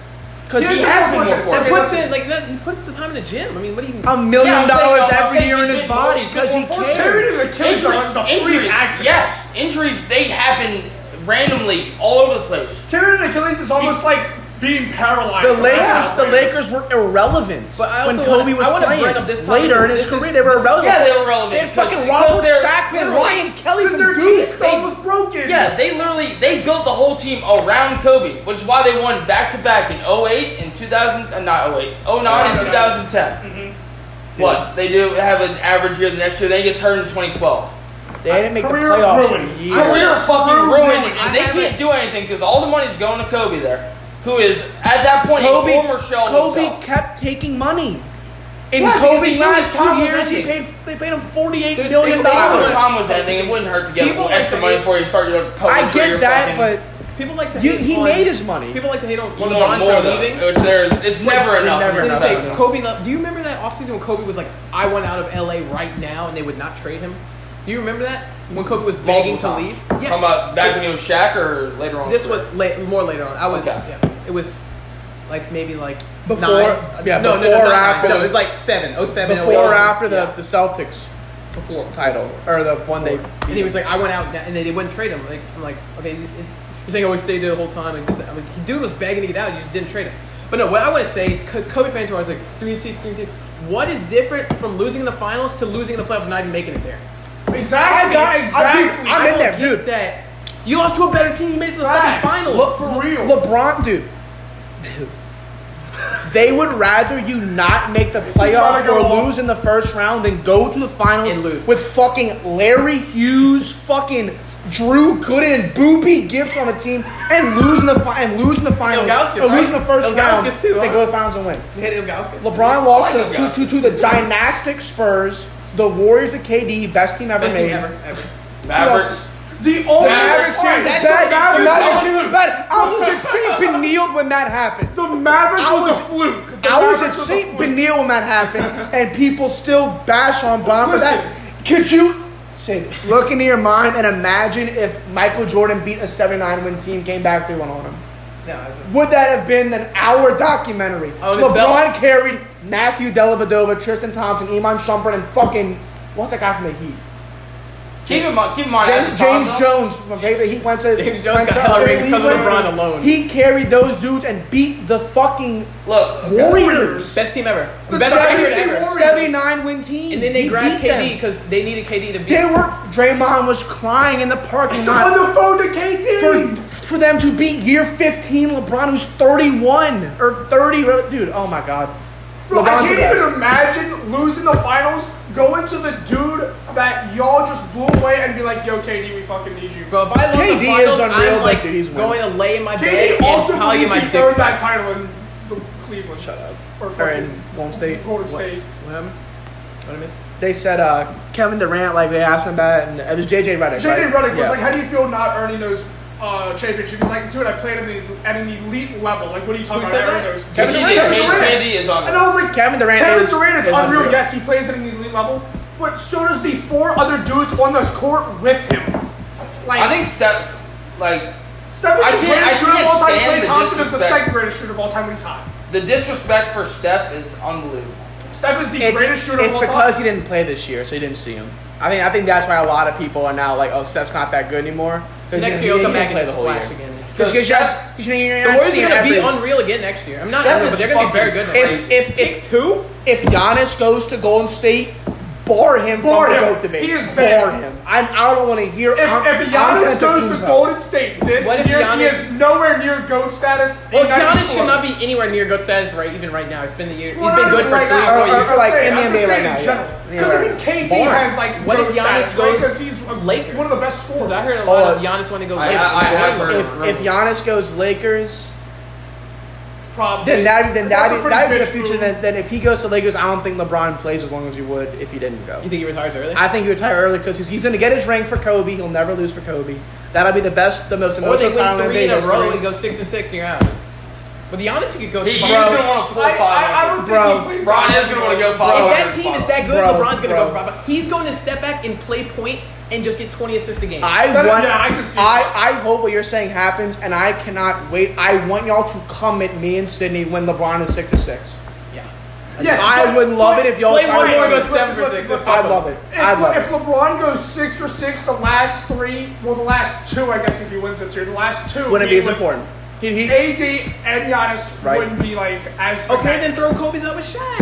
A: because
E: Here's
A: he
E: the
A: has
B: been
E: question.
B: more
C: that
B: Okay,
C: puts
E: that's-
C: in like that, he puts the time in the gym. I mean, what do you?
A: a million
B: Yeah, I'm saying-
A: dollars
B: I'm
A: every
B: saying
A: year in
B: he's
A: his
B: been
A: body
B: more-
A: because he
B: he's been more
A: cares.
E: Dude, Achilles
B: Injury-
E: are a freak
B: injuries,
E: accident.
B: yes, injuries they happen randomly all over the place.
E: Tearing an Achilles is almost like being paralyzed.
A: The
E: from
A: Lakers,
E: that.
A: the Lakers were irrelevant
C: But I also
A: when Kobe
C: wanna-
A: was
C: I wanna
A: playing.
C: bring up this topic
A: Later in
C: because
A: his
C: this
A: career,
C: is-
A: they were
C: this is-
A: irrelevant.
B: Yeah, they were relevant.
A: They had
B: because-
A: fucking
B: because
A: Robert
B: they're-
A: Sacklin,
B: literally-
A: Ryan Kelly
E: Because
A: from
E: their
A: Duke.
E: keystone was broken.
B: Yeah, they literally they built the whole team around Kobe, which is why they won back to back in 08 and 2000, uh, not 08, 09 and 2010.
A: Mm-hmm.
B: What they do have an average year the next year, they gets hurt in 2012.
A: They didn't make the
E: Career
A: playoffs.
E: ruined.
A: for
B: Career
A: years.
B: fucking ruined, and they
C: I
B: can't
C: haven't-
B: do anything because all the money's going to Kobe there, who is at that point a former
A: Kobe,
B: shell of
A: Kobe
B: himself.
A: kept taking money. In
B: Yeah, because
A: Kobe's
B: he knew his
A: last
B: time
A: two
B: was
A: years, he
B: ending.
A: paid they paid him forty eight
C: There's
A: million
B: If Kobe's
A: dollars.
B: time was ending. It wouldn't hurt to get a
C: People
B: little extra
C: actually-
B: money before you start your poetry.
A: I
B: or
A: get that,
B: fucking-
A: but
C: People like to.
A: You-
C: hate
A: he
C: on-
A: made his money.
C: People like to hate on
B: you
C: LeBron
B: want more
C: for
B: though.
C: leaving.
B: Which there's, it's never enough.
A: never
C: Did
A: enough.
C: you
A: Never
C: say
A: enough.
C: Kobe? not- Do you remember that offseason when Kobe was like, "I want out of LA right now," and they would not trade him? Do you remember that when Kobe was begging to leave?
B: Yes. Talking about back when it was Shaq or later on.
C: This was late, more later on. I was.
B: Okay.
C: Yeah, it was like maybe like
A: Before-
C: Nine.
A: yeah,
C: No, no,
A: before
C: no,
A: or
C: not
A: after
C: Nine.
A: the-
C: No, it's like seven. Oh seven.
A: before or after the,
B: Yeah.
A: the Celtics
C: Before.
A: title or the one they
C: And he was like, I went out, and they, they wouldn't trade him. Like, I'm like, okay, is, he's saying, oh, he stayed there the whole time. Like, this, I mean, the dude was begging to get out. You just didn't trade him. But no, what I want to say is, Co- Kobe fans are always like three and six, three and six. What is different from losing in the finals to losing in the playoffs and not even making it there?
E: Exactly.
A: I got- I- dude,
E: exactly.
A: I'm
C: I
A: in
C: don't
A: there,
C: get
A: dude.
C: That you lost to a better team, you made it to the
E: Facts.
C: fucking finals.
A: Look
E: for real.
A: LeBron, dude. Dude. They would rather you not make the
E: not
A: playoffs
E: gonna
A: or
E: walk.
A: lose in the first round than go to the finals
C: And lose.
A: with fucking Larry Hughes, fucking Drew Gooden, and Booby Gibbs on the team and lose in the fi- and lose in the finals
C: Ilgauskas,
A: or lose in
C: right?
A: the first
C: Ilgauskas
A: round.
C: too,
A: They
C: huh?
A: go to the finals and win.
C: They had Ilgauskas.
A: LeBron lost
B: I like
A: to, to, to the dynastic Spurs, the Warriors, the KD, best team ever
C: best
A: made.
C: team ever, ever.
B: Mavericks.
E: The only
B: Mavericks series
E: Sorry, the
A: Oh, That bad. The
E: Mavericks-
A: Mavericks team was bad. I was at St. Benilde when that happened.
E: The Mavericks
A: I
E: was,
A: was-
E: a fluke. The
A: I was at
E: Mavericks a
A: St.
E: fluke.
A: Benilde when that happened, and people still bash on Brown for that. Could you, Sid, look into your mind and imagine if Michael Jordan beat a 79 win team, came back 3 1 on him?
C: No, it's-
A: Would that have been an hour documentary?
C: Oh, it's
A: LeBron carried Matthew Dellavedova, Tristan Thompson, Iman Shumpert, and fucking what's that guy from the Heat?
B: Keep in mind, keep in mind, at
A: James,
B: the time,
A: James
B: though,
A: Jones from the Heat went to
C: James Jones
A: went
C: got
A: to
C: hella
A: other
C: rings 'cause of
A: leagues.
C: LeBron alone.
A: He carried those dudes and beat the fucking
C: Look, okay.
A: Warriors.
C: Best team ever.
E: The
C: Best
E: Celtics
C: record
E: beat
C: ever.
E: Warriors.
A: seventy-nine win team.
C: And then they
A: He
C: grabbed
A: beat
C: KD
A: them.
C: because they needed KD to beat.
A: They were Draymond was crying in the parking
E: On
A: lot
E: the phone to KD.
A: for, for them to beat year fifteen LeBron, who's thirty-one or thirty. Dude, oh my god.
E: Bro,
A: LeBron's
E: I
A: the
E: can't
A: best.
E: even imagine losing the finals, going to the dude that y'all just blew away and be like, yo, KD, we fucking need you.
C: Bro, if I lose
A: KD
C: the
A: is
C: finals,
A: unreal,
C: I'm
A: but
C: like
A: dude, he's winning.
C: going to lay in my bed
E: KD
C: and
E: also
C: probably
E: believes
C: get my
E: he
C: dick
E: throws that
C: sucked.
E: title in the Cleveland. Shut up. Or
A: Or
E: fucking
A: in Golden State.
E: Golden State.
C: What happened? What I miss?
A: They said uh, Kevin Durant, like they asked him about it, and it was JJ Redick. right?
E: JJ Redick was
A: Yeah.
E: like, how do you feel not earning those uh, championships? He's like, dude, I played at an, at an elite level. Like, what are you talking
C: Who
E: about?
C: said
E: I earned
C: that?
E: those.
B: KD,
E: Kevin Durant.
B: KD is on
E: And I was like,
A: Kevin Durant
E: Kevin
A: is-
E: Durant is,
A: is
E: unreal.
A: unreal.
E: Yes, he plays at an elite level, but so does the four other dudes on this court with him. Like,
B: I think steps like
E: Steph is
B: I
E: the
B: can't- I
E: greatest shooter of
B: can't
E: all time.
B: stand
E: Klay
B: the
E: Thompson is the
B: disrespect.
E: second greatest shooter of all time when he's hot.
B: the disrespect for Steph is unbelievable.
E: Steph is the
A: It's,
E: greatest shooter
A: it's
E: of all
A: because
E: time.
A: he didn't play this year, so you didn't see him. I think I think that's why a lot of people are now like, oh, Steph's not that good anymore. 'cause
C: Next
A: he-
C: year
A: he
C: he'll
A: didn't
C: come back
A: play
C: and
A: the whole
C: splash
A: year.
C: again.
A: Because
B: So
A: you're
B: Steph-
A: just- 'cause you're
C: The
A: not
C: Warriors
A: seeing
C: are gonna be
A: every-
C: unreal again next year. I'm not
B: Steph
C: ever, but
B: is
C: they're gonna be
B: fucking-
C: very good.
B: if-
A: If if
C: Pick
A: if
C: two.
A: if Giannis goes to Golden State, bar him
E: Bar
A: from the
E: him.
A: GOAT debate.
E: He is
A: bar
E: banned.
A: him. I'm, I don't want to hear. I'm,
E: If, if Giannis goes to Golden State this
C: What if
E: year, he
C: Giannis-
E: is nowhere near GOAT status.
C: Well,
E: and even
C: Giannis should not
E: close.
C: be anywhere near GOAT status right even right now. He's been the year.
E: Well,
C: he's been
E: not
C: good
E: even
C: for
E: right
C: three
E: now.
C: or
A: Or-
C: four
A: or-
C: years.
A: or Uh, like in the
E: I'm
A: NBA
E: just
A: right
E: saying
A: now,
E: in
A: yeah.
E: general.
A: Yeah,
E: Because
A: right.
E: I mean, KD
A: Bar.
E: has like
C: What if
E: GOAT
C: Giannis
E: status, right?
C: goes-
E: Because he's a-
C: Lakers?
E: one of the best scorers.
C: I heard a lot of
A: Oh,
C: Giannis wanting to go.
B: I-
C: Lakers.
B: I- I have heard.
A: If if Giannis goes Lakers,
E: Probably.
A: then that then
E: That's a
A: that
E: pretty
A: that would be
E: bitch
A: the future.
E: move.
A: Then, then if he goes to Lakers, I don't think LeBron plays as long as he would if he didn't go.
C: You think he retires early?
A: I think he retire early because he's, he's going to get his ring for Kobe. He'll never lose for Kobe. That'll be the best, the most
C: Or they
A: emotional
C: win
A: title in
C: three in
A: NBA
C: a row and
A: history.
C: go six and six and you're out. But Giannis, you could go.
B: He, he's
C: five.
B: gonna want to pull
E: I,
B: five.
E: I, I don't think
A: Bro.
E: he plays.
B: Bron
E: that
B: is gonna want to
E: well.
B: go five.
C: if that team is that good,
A: Oh, Bro,
C: LeBron's gonna
A: bro.
C: go for five. He's going to step back and play point and just get 20 assists a game.
A: I
E: That-
A: want.
E: yeah, I can see that.
A: I, I hope what you're saying happens, and I cannot wait. I want y'all to come at me and Sydney when LeBron is six to six.
C: yeah.
E: Yes,
A: I
E: but-
A: would love
E: but-
A: it if y'all
E: Play
A: tried
E: one
A: to-
E: more and go
C: Listen,
E: seven for
C: listen,
E: six.
C: listen,
E: That's
A: I
E: fine.
A: love it.
E: If,
A: I love
E: if
A: it.
E: LeBron goes six for six, the last three, well, the last two, I guess, if he wins this year, the last two
A: Wouldn't it be
E: being
A: as
E: with
A: important? He, he,
E: AD and Giannis
A: Right.
E: wouldn't be like as.
C: Okay, then throw Kobe's up with Shaq.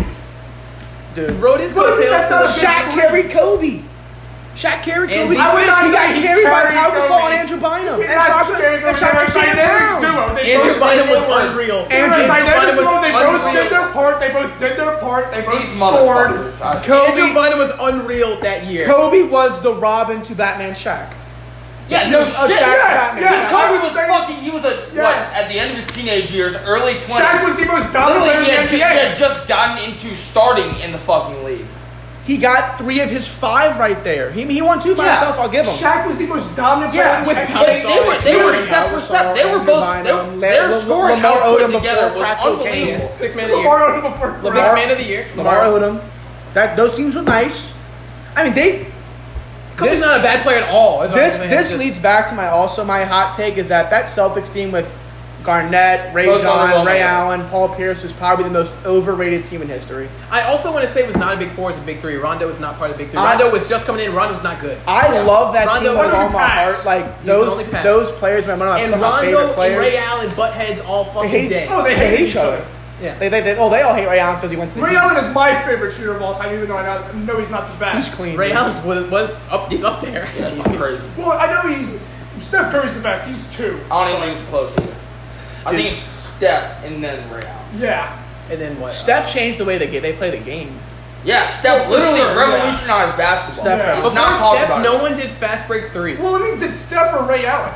A: dude.
C: Rode his
E: What if that's not
C: coattails. to the-
E: a big-
A: Shaq carried Kobe. Shaq carried
C: And
A: Kobe. He
C: I
E: would not
A: got
E: say
A: carried by
E: carried
A: Pau Gasol
E: Kobe.
A: and Andrew Bynum
E: You're
A: and
E: not
A: Sasha
E: carrying
A: and
E: Kobe
A: Sasha
E: Bryant.
A: Shannon
E: That is a duo.
A: Brown.
E: They
C: Andrew
E: both-
C: Bynum was
B: they both-
C: unreal.
A: And-
E: They're a
A: Andrew
E: dynamic
C: Bynum was
E: duo. They both
B: unreal.
E: did their part. They both did their part. They both
B: These
E: scored.
B: motherfuckers. I-
C: Andrew Bynum was unreal that year.
A: Kobe was the Robin to Batman Shaq.
B: yeah,
A: Dude,
B: no
A: of
B: shit.
A: Shaq's
B: Yes,
A: Batman.
B: Because
E: yes.
B: Kobe was
E: Yes.
B: fucking. He was a
E: Yes.
B: what at the end of his teenage years, early
E: Shaq was
B: twenties.
E: the most
B: Literally,
E: dominant
B: he
E: player in
B: had,
E: the
B: ju- he had
E: NBA.
B: just gotten into starting in the fucking league.
A: He got three of his five right there. He, he won two by
B: Yeah.
A: himself. I'll give him.
E: Shaq was the most dominant player in the
B: with,
E: NBA.
B: but they, were they were step for step. They were both they, were- their scoring
A: Lamar Odom
B: output
A: before
B: together was
A: crack cocaine.
B: unbelievable.
C: Yes, Six man of the year.
E: LeBron before
C: Six
A: Lamar-
C: man of the year.
A: Lamar Odom. That those teams were nice. I mean, they.
C: Kobe's
A: This-
C: not a bad player at all. is what I'm
A: This
C: saying.
A: this
C: Just-
A: leads back to my also my hot take is that that Celtics team with Garnett, Ray
B: Most
A: John,
B: overwhelming.
A: Ray Allen, Paul Pierce was probably the most overrated team in history.
C: I also want to say it was not a big four, it was a big three. Rondo was not part of the big three.
A: I-
C: Rondo was just coming in. Rondo was not good.
A: I love that
C: Rondo
A: team with
E: only
A: all my
E: passed.
A: heart. Like
C: He
A: those
C: only passed.
A: those players, are one of my,
C: and
A: some of my
C: Rondo
A: favorite
C: and
A: players.
C: Ray Allen butt heads all
A: They
C: fucking
A: hate-
C: day.
E: Oh, they hated each other.
C: yeah.
A: They, they, they, oh, they all hate Ray Allen because he went to the
E: Ray
A: Heat.
E: Allen is my favorite shooter of all time, even though I know, know he's not the best.
A: He's clean.
C: Ray
A: dude.
C: Allen was, was up. He's up there.
B: Yeah, it's crazy.
E: Well, I know he's Steph Curry's the best. He's two.
B: I don't even think it's close either. I
A: Dude.
B: think it's Steph and then Ray Allen.
E: Yeah.
C: And then what?
A: Steph changed the way they get, they play the game.
B: Yeah,
E: Well,
B: Steph
E: for
B: literally
E: sure,
B: revolutionized basketball.
A: Steph
E: Yeah.
B: It's
C: Before
B: not talked
C: Steph,
B: about.
C: no one did fast break threes.
E: Well, I mean, did Steph or Ray Allen?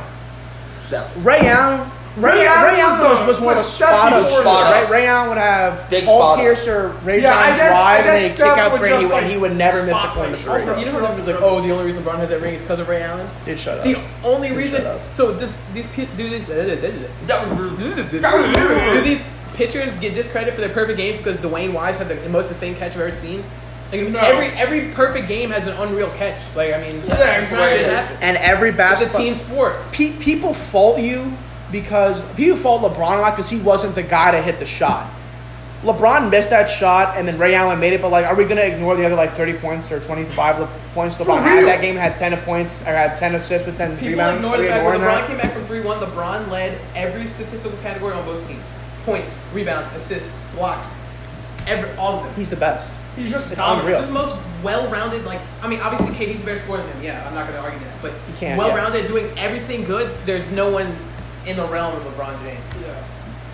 B: Steph.
A: Ray Allen Ray, Ray
E: Allen
A: Allen
E: was
A: was,
E: the-
A: was more of a
E: was step
A: spot up
B: before
A: shooter,
B: that.
A: right? Ray Allen would have
B: Big
A: Paul
B: spot up.
A: Pierce or Ray
E: Yeah, I
A: John
E: guess-
A: drive
E: I guess
A: and they kick
E: Steph
A: out
E: would
A: three and he
E: just,
A: would,
E: like,
A: he would never miss the
E: spotlight
A: corner
E: shots.
A: three.
C: You know what? It was like, oh, the only reason Braun has that ring is because of Ray Allen.
A: Dude, shut up.
C: The only reason.
A: shut up.
C: So does these pi- do these do
E: Do
C: these pitchers get discredit for their perfect games because Dwayne Wise had the most insane catch I've ever seen? Like
E: No.
C: every every perfect game has an unreal catch. Like I mean,
E: Yeah,
C: that's just the way
E: exactly.
C: it happens.
A: and every
C: It's a
A: basketball
C: team sport.
A: pe- people fault you because people fault LeBron a lot because he wasn't the guy to hit the shot. LeBron missed that shot, and then Ray Allen made it. But like, are we gonna ignore the other like thirty points or twenty-five le- points? LeBron had
E: real.
A: that game, had ten points, or had ten assists with ten
C: People
A: rebounds.
C: ignore
A: Are
C: the
A: we
C: fact when
A: ignoring
C: LeBron
A: that?
C: came back from three one, LeBron led every statistical category on both teams: points, rebounds, assists, blocks, every all of them.
A: He's the best.
E: He's just
A: unreal.
E: dominant.
C: Just most well-rounded, like I mean, obviously KD's a better scorer than him. Yeah, I'm not going to argue that. But
A: You can't,
C: well-rounded, doing everything good. There's no one in the realm of LeBron James.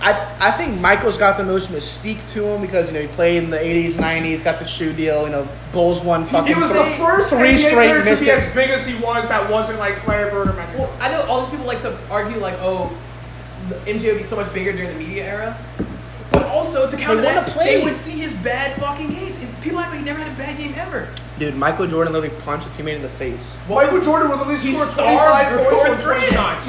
A: I, I think Michael's got the most mystique to him because you know he played in the '80s, '90s, got the shoe deal, you know, Bulls won fucking
E: He was
A: three,
E: the first
A: three
E: NBA
A: straight
E: player to
A: missed
E: be as
A: it.
E: big as he was that wasn't like Larry Bird or Magic
C: Well, I know all these people like to argue like, oh, the MJ would be so much bigger during the media era. But also to counter
A: They wanna
C: that,
A: play.
C: they would see his bad fucking games. It- People act like he never had a bad game ever.
A: Dude, Michael Jordan literally punched a teammate in the face.
E: Michael Jordan would at least
C: He
E: score
C: starved
E: 25 points
C: North
E: and
C: Korea.
E: 20 shots.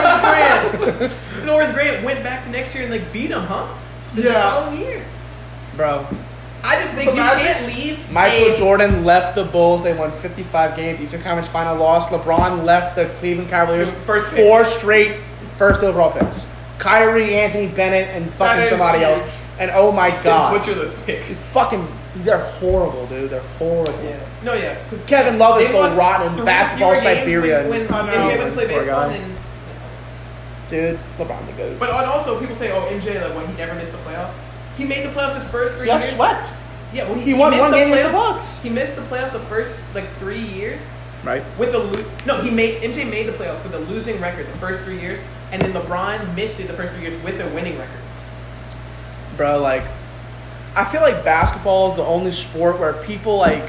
C: Norris Grant. Norris Grant went back the next year and like beat him, huh? The
E: Yeah.
C: following year.
A: Bro,
C: I just think you
E: Imagine-
C: can't leave
A: Michael
C: a-
A: Jordan left the Bulls. They won 55 games. Eastern Conference Final loss. LeBron left the Cleveland Cavaliers.
C: First pick.
A: four straight first overall picks. Kyrie, Anthony Bennett, and fucking
E: is
A: somebody
E: huge.
A: else. And oh my
C: Butcher
A: god,
C: those picks.
A: fucking, they're horrible, dude. They're horrible.
C: No, yeah. Because
A: Kevin Love is so Oh, rotten in basketball Siberia. and-
C: When, when
E: I know.
C: MJ went to play
A: Poor
C: baseball,
A: guy.
C: and,
A: dude, LeBron the goat.
C: but and also people say, oh, MJ, like when he never missed the playoffs. He made the playoffs his first three
A: He got
C: years.
A: swept,
C: Yeah, well, he,
A: He won
C: missed
A: one
C: the
A: game
C: playoffs.
A: against the Bucks.
C: He missed the playoffs the first like three years
A: right?
C: with a lo- no. He made MJ made the playoffs with a losing record the first three years, and then LeBron missed it the first three years with a winning record.
A: bro. Like, I feel like basketball is the only sport where people like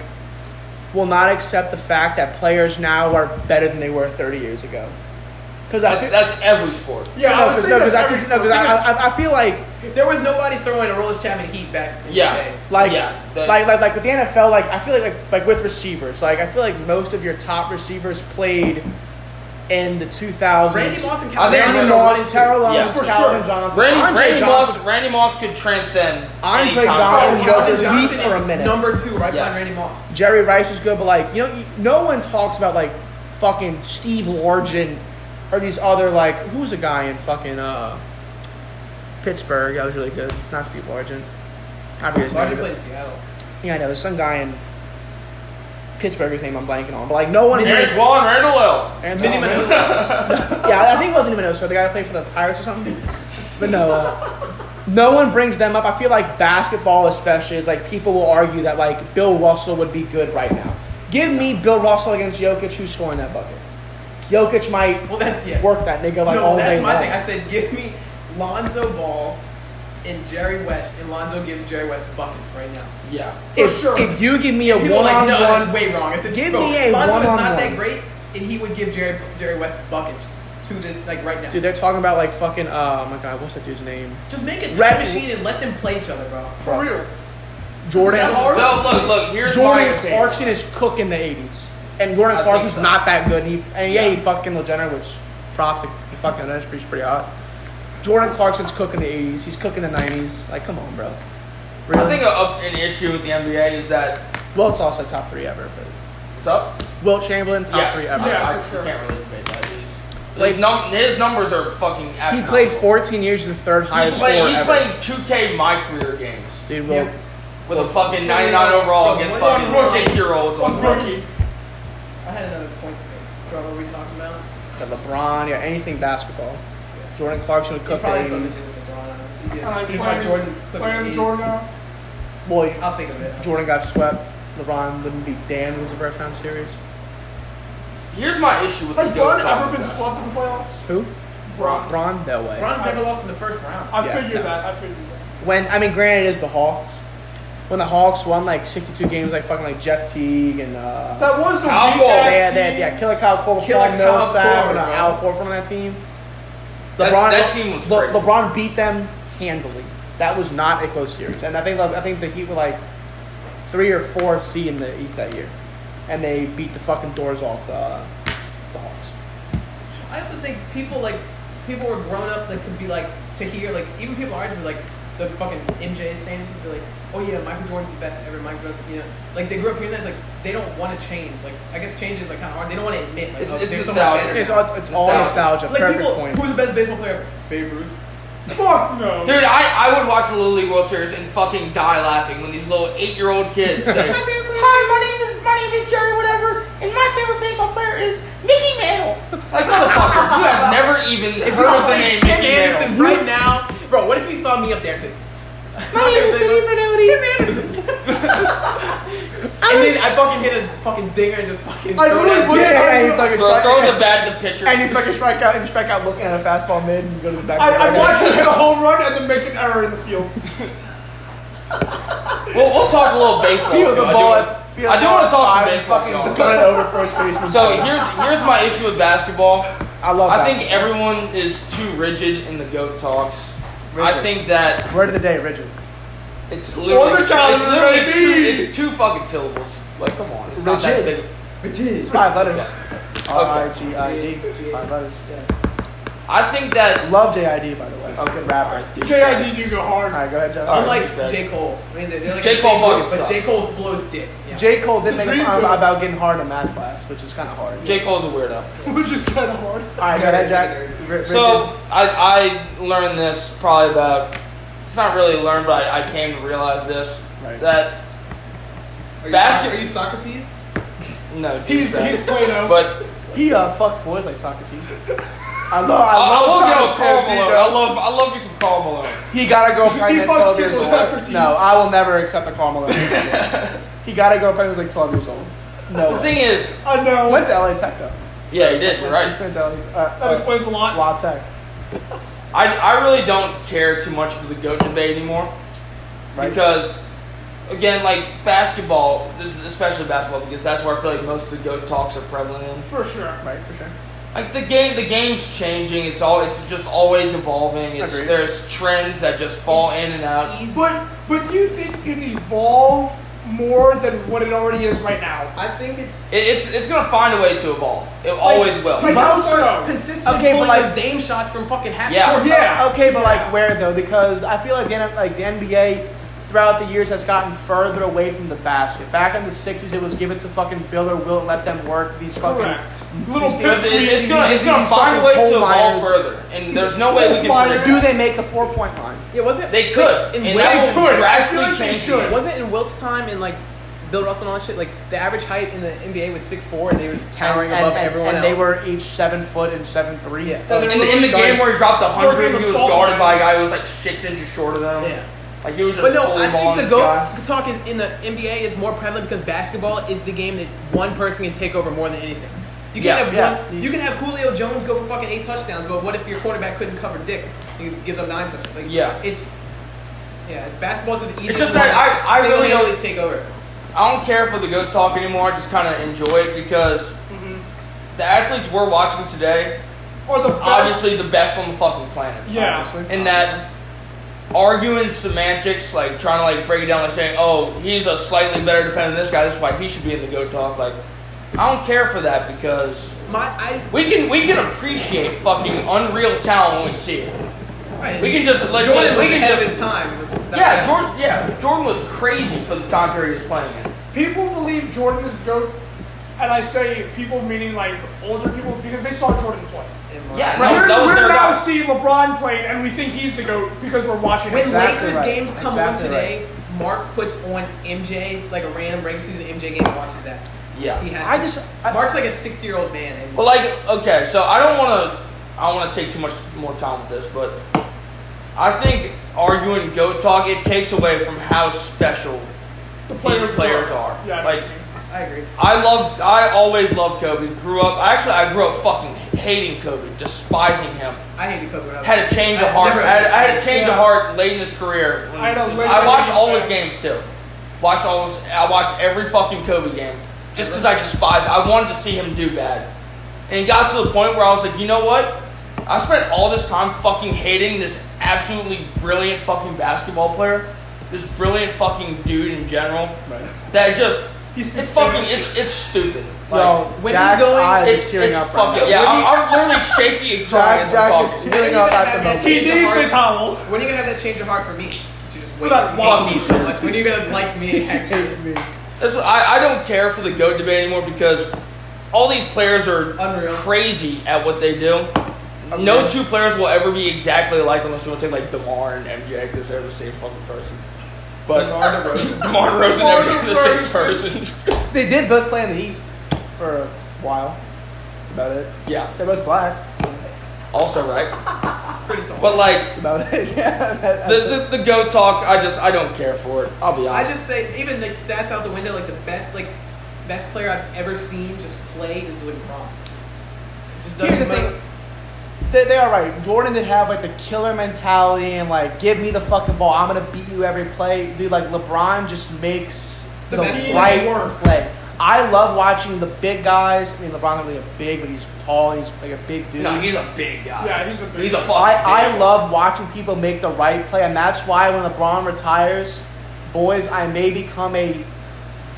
A: will not accept the fact that players now are better than they were 30 years ago. Because I
B: That's
A: feel,
B: that's every sport.
E: Yeah, I
A: no,
E: would
A: because
E: say
A: no, because I,
E: that's
A: cause,
E: every-
A: no, 'cause I,
E: because-
A: I, I feel like
C: There was nobody throwing a Rollis Chapman Heat back. In
B: Yeah.
C: The day.
A: like
B: Yeah, the-
A: like like like with the NFL, like I feel like, like like with receivers, like I feel like most of your top receivers played in the 2000s.
C: Randy Moss and
B: I
C: Calvin
B: think
A: Randy
B: Randy
A: Moss,
B: Moss,
A: Terrell
B: yeah,
A: Owens,
E: for
A: Calvin
E: sure.
A: Johnson,
B: Randy,
A: Andre
B: Randy
A: Johnson.
B: Moss, Randy Moss could transcend
A: Andre
B: any time.
A: Oh, Johnson does
C: Calvin
A: it leak
C: Johnson
A: for a
C: is
A: minute.
C: number two, right behind
B: Yes.
C: Randy Moss.
A: Jerry Rice is good, but like you know, you- no one talks about like fucking Steve Largent or these other like who's a guy in fucking uh Pittsburgh that was really good. Not Steve Largent. I forget his
C: Larger
A: name.
C: played in
A: but-
C: Seattle.
A: Yeah, I know. There's some guy in Pittsburgh whose name I'm blanking on, but like no one.
B: Aaron
A: Yeah,
B: Dwan, Randall L.
A: And-
C: Minnie
A: Oh,
C: Minosa.
A: I think it wasn't even Oso, the guy that played for the Pirates or something. But no, uh, no one brings them up. I feel like basketball, especially, is like people will argue that like Bill Russell would be good right now. Give me Bill Russell against Jokic, who's scoring that bucket? Jokic might
C: Well, that's yeah.
A: work that nigga like
C: no,
A: all
C: that's
A: day
C: my
A: long.
C: thing. I said, give me Lonzo Ball and Jerry West, and Lonzo gives Jerry West buckets right now.
B: Yeah.
A: if,
E: For sure.
A: if you give me a
C: People are like, no, that's
A: one-on-one,
C: way wrong. I said,
A: Give
C: bro,
A: me a
C: Lonzo is
A: one-on-one.
C: not that great, and he would give Jerry Jerry West buckets to this like right now.
A: dude, they're talking about like fucking. Oh my god, what's that dude's name?
C: Just make a time
A: Red-
C: machine and let them play each other, bro.
E: For real.
A: Jordan.
C: Is that hard?
B: So look, look. Here's my
A: Jordan
B: opinion.
A: Clarkson is cooking the '80s, and Jordan
B: I think
A: Clarkson's
B: so.
A: not that good. And he and yeah,
B: Yeah.
A: he fucking Legendre, which props to he fucking Legendre, he's pretty hot. Jordan Clarkson's cooking the '80s. He's cooking the '90s. Like, come on, bro. Really?
B: I think a, a, an issue with the NBA is that
A: Wilt's also top three ever. But
B: what's up?
A: Wilt Chamberlain, top
B: Yes.
A: three ever.
B: I-
E: Yeah,
B: I,
E: for sure.
B: can't really debate that. He's-
A: Like-
B: his, num- his numbers are fucking.
A: He
B: astronomical.
A: played 14 years as the third highest
B: He's, playing,
A: scorer
B: he's
A: ever.
B: playing 2K my career games
A: Dude, Wilt.
C: Yeah.
B: with a fucking 99 overall against
E: One
B: fucking
E: rookie.
B: six year olds on rookie.
C: I had another point to make. Bro, what were we talking about?
A: The LeBron, yeah, anything basketball.
C: Yeah.
A: Jordan Clarkson would
C: It
A: cook the
C: probably has something to
A: 80s.
C: do with the Jordan. I don't know.
E: Uh,
C: Yeah. Even
E: playing-
C: my Jordan. clip in the
E: Playing
C: 80s.
E: Jordan now.
A: Boy, uh,
C: I'll think of it.
A: Jordan got swept. LeBron wouldn't be damned if it was a first round series.
B: Here's my issue with
E: Has
B: the
E: Braun
B: GOAT
E: ever
B: topic.
E: been swept in the playoffs?
A: Who?
B: Bron.
A: Bron? No way.
C: Bron's never lost in the first round.
E: I
A: Yeah,
E: figured
A: no.
E: that. I figured that.
A: When I mean, granted, it is the Hawks. When the Hawks won like 62 games, like fucking like Jeff Teague and uh,
E: That was a
B: Alcohol.
A: they
E: weak-ass
A: had, they had
E: team.
A: yeah, Killer Kyle Korver,
C: Killer
A: Paul
C: Kyle
A: Millsap,
C: Korver,
A: and uh,
C: bro.
A: Al Horford on that team.
B: That- that team was
A: Le-
B: crazy.
A: LeBron beat them handily. That was not a close series, and I think I think the Heat were like three or four seed in the East that year, and they beat the fucking doors off the the Hawks.
C: I also think people like people were grown up like to be like to hear like even people are to be like the fucking MJ fans to be like, oh yeah, Michael Jordan's the best ever. Michael Jordan, you know, like they grew up hearing that. Like they don't want to change. Like I guess change is like kind of hard. They don't want to admit like
B: It's-
C: oh,
B: it's
C: there's
B: nostalgia.
C: someone better.
A: It's all, it's, it's all nostalgia.
B: Nostalgia.
C: Like
A: Perfect
C: people,
A: point.
C: who's the best baseball player? Babe Ruth.
E: Fuck no.
B: Dude, I, I would watch the Little League World Series and fucking die laughing when these little eight year old kids say, "Hi, my name is my name is Jerry whatever, and my favorite baseball player is Mickey Mantle." Like motherfucker, you have never even heard of the name
C: Tim
B: Mickey Mantle.
C: Anderson right now, bro. What if he saw me up there and said,
B: My name is Sidney
C: and then I fucking hit a fucking dinger and just fucking.
A: I
C: threw it
A: literally
C: out.
A: looked at it and he's like,
B: Bro, throw the bat at the pitcher.
A: and you fucking strike out and you strike out looking at a fastball mid and you go to the back.
E: I, I watched him hit a home run and then make an error in the field.
B: We'll, we'll talk a little baseball.
A: Feel
B: too.
A: the
B: I do
A: ball
B: wanna-
A: at- feel
B: I
A: the
B: do
A: ball
B: want to
A: at
B: talk
A: five and
B: some baseball.
A: fucking
B: y'all.
A: Turn it over first baseman.
B: So here's here's my issue with basketball.
A: I love.
B: I
A: basketball.
B: think everyone is too rigid in the goat talks. I
A: Rigid.
B: think that
A: word of the day, Richard.
B: It's literally, it's
E: Overtime,
B: literally two,
E: baby!
B: it's two fucking syllables. Like, come on. It's not that
A: Rigid.
B: big.
A: It's five letters. R I G I D.
C: Okay.
A: Five letters. Yeah.
B: I think that.
A: Love JID by the way.
B: Okay.
A: I'm a good rapper.
E: JID do go hard.
A: Alright, go ahead, Joe.
B: All
C: I'm
B: right.
C: like
B: Alright.
C: J Cole. I mean, they're they're like
B: J.
C: the
B: Cole
C: same group,
B: fucking
C: but J
B: sucks.
C: Cole blows dick. Yeah.
A: J. Cole did make a
E: Dream
A: song
E: Girl.
A: about getting hard in math class, which is kind of hard.
B: J. Cole's a weirdo.
E: Which is kind of hard.
A: Alright, go ahead, Jack. R-
B: So, I, I learned this probably about. It's not really learned, but I, I came to realize this.
A: Right.
B: That.
C: Are you,
B: Basket-
C: Are you Socrates?
B: No, dude,
E: He's
B: that-
E: he's Play-Doh.
B: But
A: Richard, he uh, fucks boys like Socrates. I love.
B: I, I love
A: I
B: Carl
A: love Carl
B: Malone. I love I love me some Carl Malone.
A: He got a girlfriend
E: He
A: at
E: fucks
A: 12 years
E: people
A: old.
E: with Socrates.
A: No, I will never accept a Carmelo. he got a girlfriend who was like 12 years old. No.
B: The
A: way.
B: thing is,
E: I know.
A: Went to LA Tech though.
B: yeah, he did. You're right.
A: Went to LA Tech. Uh,
E: That explains a lot.
A: La Tech.
B: I, I really don't care too much for the goat debate anymore.
A: Right.
B: Because, again, like basketball, this is especially basketball, because that's where I feel like most of the goat talks are prevalent in.
E: For sure.
A: Right, for sure.
B: Like the game, the game's changing. It's all, it's just always evolving. It's,
A: Agreed.
B: there's trends that just fall in and out.
C: Easy.
E: But but do you think it can evolve more than what it already is right now?
C: I think it's.
B: It, it's it's gonna find a way to evolve. It always will.
E: like-
C: Miles
E: also-
C: are consistent
A: Okay, but
C: pulling
A: like-
C: those Dame shots from fucking half
B: Yeah.
C: court.
E: Yeah.
A: Okay, but like where though? Because I feel like the, N- like the NBA throughout the years has gotten further away from the basket. Back in the 60s, it was give it to fucking Bill or Will and let them work these fucking.
E: Correct. Little
A: these-
B: Because it- it's,
E: These-
B: gonna, it's gonna
A: these
B: find a
A: fucking
B: way
A: coal
B: to evolve
A: miners.
B: further, and there's no way we
E: coal
B: can.
E: miners.
A: Do they make a four point line?
C: Yeah, was it?
B: They could,
C: Like, in
B: and
C: Wilt's-
B: that
E: could.
B: will
E: I
B: drastically
E: feel like they
B: change. the
E: should.
B: game.
C: Wasn't in Wilt's time and like Bill Russell and all that shit. Like the average height in the NBA was six four, and they were just towering
A: and,
C: above
A: and,
C: everyone
A: and
C: else.
A: they were each seven foot and seven three.
C: Yeah.
E: They're
B: In the, in the
E: really
B: game where he dropped the
E: They're
B: 100,
E: really
B: he was
E: solid
B: guarded by a guy
E: guys.
B: who was like six inches shorter than him.
C: Yeah.
B: Like he was just
C: But no,
B: bully
C: I
B: balling
C: think the
B: this
C: goat
B: guy.
C: talk is in the NBA is more prevalent because basketball is the game that one person can take over more than anything. You can
B: Yeah,
C: have
A: yeah.
C: one, you can have Julio Jones go for fucking eight touchdowns, but what if your quarterback couldn't cover Dick? He gives up nine touchdowns. Like,
B: Yeah.
C: it's yeah, basketball's just easy.
B: It's just that I- I really don't-
C: take over.
B: I don't care for the goat talk anymore. I just kind of enjoy it because
C: Mm-hmm.
B: the athletes we're watching today,
E: Or the best.
B: obviously the best on the fucking planet.
E: yeah.
B: And that arguing semantics, like trying to like break it down, like saying, "Oh, he's a slightly better defender than this guy. That's why he should be in the goat talk." Like, I don't care for that because
C: My I
B: we can we can appreciate fucking unreal talent when we see it.
C: right,
B: We can just let
C: Jordan was
B: we can
C: ahead of
B: just
C: his time. with that
B: Yeah,
C: guy.
B: Jordan. Yeah, Jordan was crazy for the time period he was playing in.
E: People believe Jordan is GOAT, and I say people meaning like older people because they saw Jordan play.
B: Yeah,
E: We're,
B: that was, that was
E: we're
B: their
E: now
B: guy.
E: seeing LeBron play, and we think he's the GOAT because we're watching
C: When
E: him.
A: Exactly
C: Lakers
A: right.
C: games come on
A: Exactly
C: today, Mark puts on MJ's like a random regular season MJ game and watches that. He
B: Yeah.
C: has.
A: I
C: to.
A: just- I-
C: Mark's like a sixty-year-old man. And
B: But like, okay, so I don't want to. I don't want to take too much more time with this, but I think arguing goat talk it takes away from how special
E: The
B: these players are.
E: Yeah,
B: like
C: I agree.
B: I loved. I always loved Kobe. Grew up. Actually, I grew up fucking hating Kobe, despising him.
C: I hated Kobe. when I was-
B: Had a change
C: I
B: of heart.
C: never-
B: I had, I had a change
E: Yeah.
B: of heart late in his career.
E: I had a late-
B: I watched all his games too. Watched all. His, I watched every fucking Kobe game just because I despised. I wanted to see him do bad, and it got to the point where I was like, you know what? I spent all this time fucking hating this absolutely brilliant fucking basketball player, this brilliant fucking dude in general.
G: Right.
B: That just
E: He's-
B: it's fucking it's it's stupid.
A: Yo,
C: when
A: Jack's
C: you go in,
A: eyes
B: It's,
A: are tearing
B: it's
A: up right
B: fucking
A: now.
B: yeah. I'm, I'm literally shaky and crying.
A: Jack,
B: as I'm
A: Jack is
B: talking.
A: tearing up at the moment.
E: He needs a towel.
C: When are you gonna have that change of heart for me? To just wait
E: Without
C: for me
B: walking.
C: so much. When are you gonna like me actually?
B: That's what, I, I don't care for the GOAT debate anymore because all these players are
C: Unreal.
B: crazy at what they do. No two players will ever be exactly alike unless you want to take like DeMar and MJ because they're the same fucking person. But DeMar DeRozan, DeMar DeRozan and MJ are the same person.
A: They did both play in the East for a while. That's about it.
B: yeah,
A: They're both black.
B: also right. But like um,
A: That's about it. yeah. that-
B: the, the the GOAT talk, I just I don't care for it. I'll be honest.
C: I just say even like stats out the window, like the best like best player I've ever seen just play is LeBron. Just
A: Here's the
C: doesn't
A: thing.
C: matter.
A: They, they are right. Jordan did have like the killer mentality and like give me the fucking ball. I'm gonna beat you every play. Dude, like LeBron just makes the,
C: The team
A: right
E: work.
A: play. I love watching the big guys. I mean, LeBron's not really a big, but he's tall. He's like a big dude.
B: no, he's a big guy.
E: Yeah, he's a big
B: he's a
E: guy.
B: fucking.
A: I,
B: big
A: I
B: guy.
A: love watching people make the right play, and that's why when LeBron retires, boys, I may become a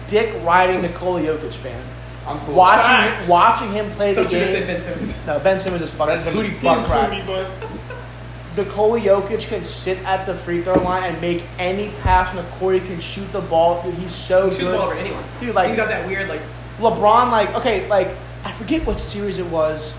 A: dick riding Nikola Jokic fan.
B: I'm cool.
A: Watching
E: Facts.
A: him, watching him play the
C: Don't you just say
A: game.
C: Ben Simmons.
A: No, Ben Simmons is fucking
B: Ben Simmons
A: booty
B: is
A: butt
E: He's a
A: crack.
E: me, but
A: Nikola Jokic can sit at the free throw line and make any pass. McCory can shoot the ball. Dude, he's so
C: Shoot the
A: good.
C: ball over anyone.
A: Dude, like-
C: he's got that weird like
A: LeBron, like, okay, like, I forget what series it was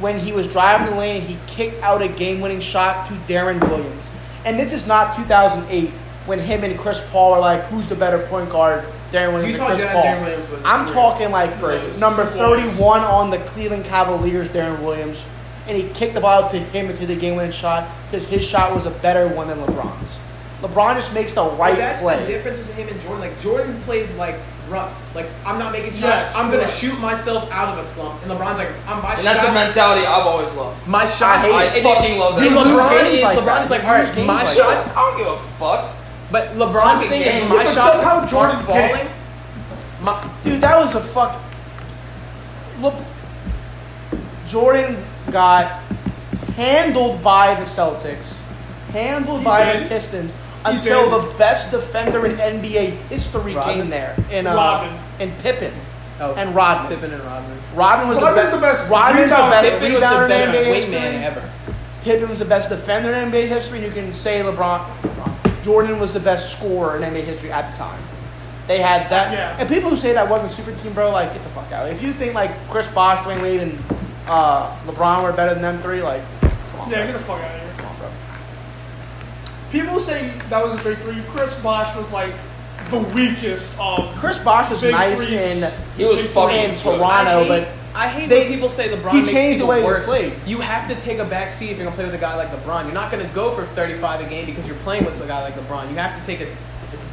A: when he was driving the lane and he kicked out a game winning shot to Darren Williams. And this is not 2008 when him and Chris Paul are like, who's the better point guard, Darren Williams
C: Utah
A: or Chris
C: Jazz
A: Paul?
C: Darren Williams was
A: I'm
C: weird.
A: talking like
B: Crazy.
A: number
E: Flawless.
A: 31 on the Cleveland Cavaliers, Darren Williams. And he kicked the ball out to him into the game winning shot because his shot was a better one than LeBron's. LeBron just makes the right
C: But that's
A: play.
C: the difference between him and Jordan. Like Jordan plays like Russ. Like I'm not making shots.
E: Yes,
C: I'm gonna
E: right.
C: shoot myself out of a slump. And LeBron's like I'm my
B: and that's a
C: shot.
B: mentality I've always loved.
C: my
A: I
C: shot.
A: hate
B: I
A: it.
B: fucking love that.
A: You lose
C: LeBron
A: games
C: is
A: like
C: LeBron
A: that.
C: is like
A: You
C: all
A: lose
C: right,
A: games
C: my
A: like
C: shots.
B: I don't give a fuck.
C: But LeBron's
B: Fucking
C: thing
B: game.
C: is my
B: But
C: shots
E: somehow
C: aren't
E: Jordan
C: falling.
E: did.
C: My,
A: Dude, that was a fuck. Look, Jordan got handled by the Celtics, handled
E: He
A: by the
E: did.
A: Pistons
E: He
A: until
E: did.
A: the best defender in NBA history
C: Rodman? Oh.
A: came there in
E: Rodman.
A: uh, in Pippen and Rodman.
C: Pippen and Rodman.
A: Rodman was
E: Rodman's
A: the,
E: the best
A: Rodman's
E: rebound-
A: the best
C: Pippen was
A: rebounder
C: the best
A: in NBA
C: wingman
A: history.
C: ever.
A: Pippen was the best defender in NBA history. You can say LeBron. Jordan was the best scorer in NBA history at the time. They had that.
E: Yeah.
A: And people who say that wasn't super team, bro, like, get the fuck out. If you think, like, Chris Bosh, Dwayne Wade, and uh, LeBron were better than them three, like, come on.
E: yeah,
A: bro.
E: get the fuck out of here.
A: Come on, bro.
E: People say that was a big three. Chris Bosh was like the weakest of.
A: Chris Bosh was
E: Big
A: nice
E: threes.
A: in,
B: He was
E: Big
B: fucking
A: in
E: threes.
A: Toronto,
C: I hate,
A: but
C: I hate
A: they-
C: when people say LeBron.
A: he
C: makes
A: changed the
C: people
A: way we
C: worse.
A: played.
C: You have to take a back seat if you're gonna play with a guy like LeBron. You're not gonna go for 35 a game because you're playing with a guy like LeBron. You have to take a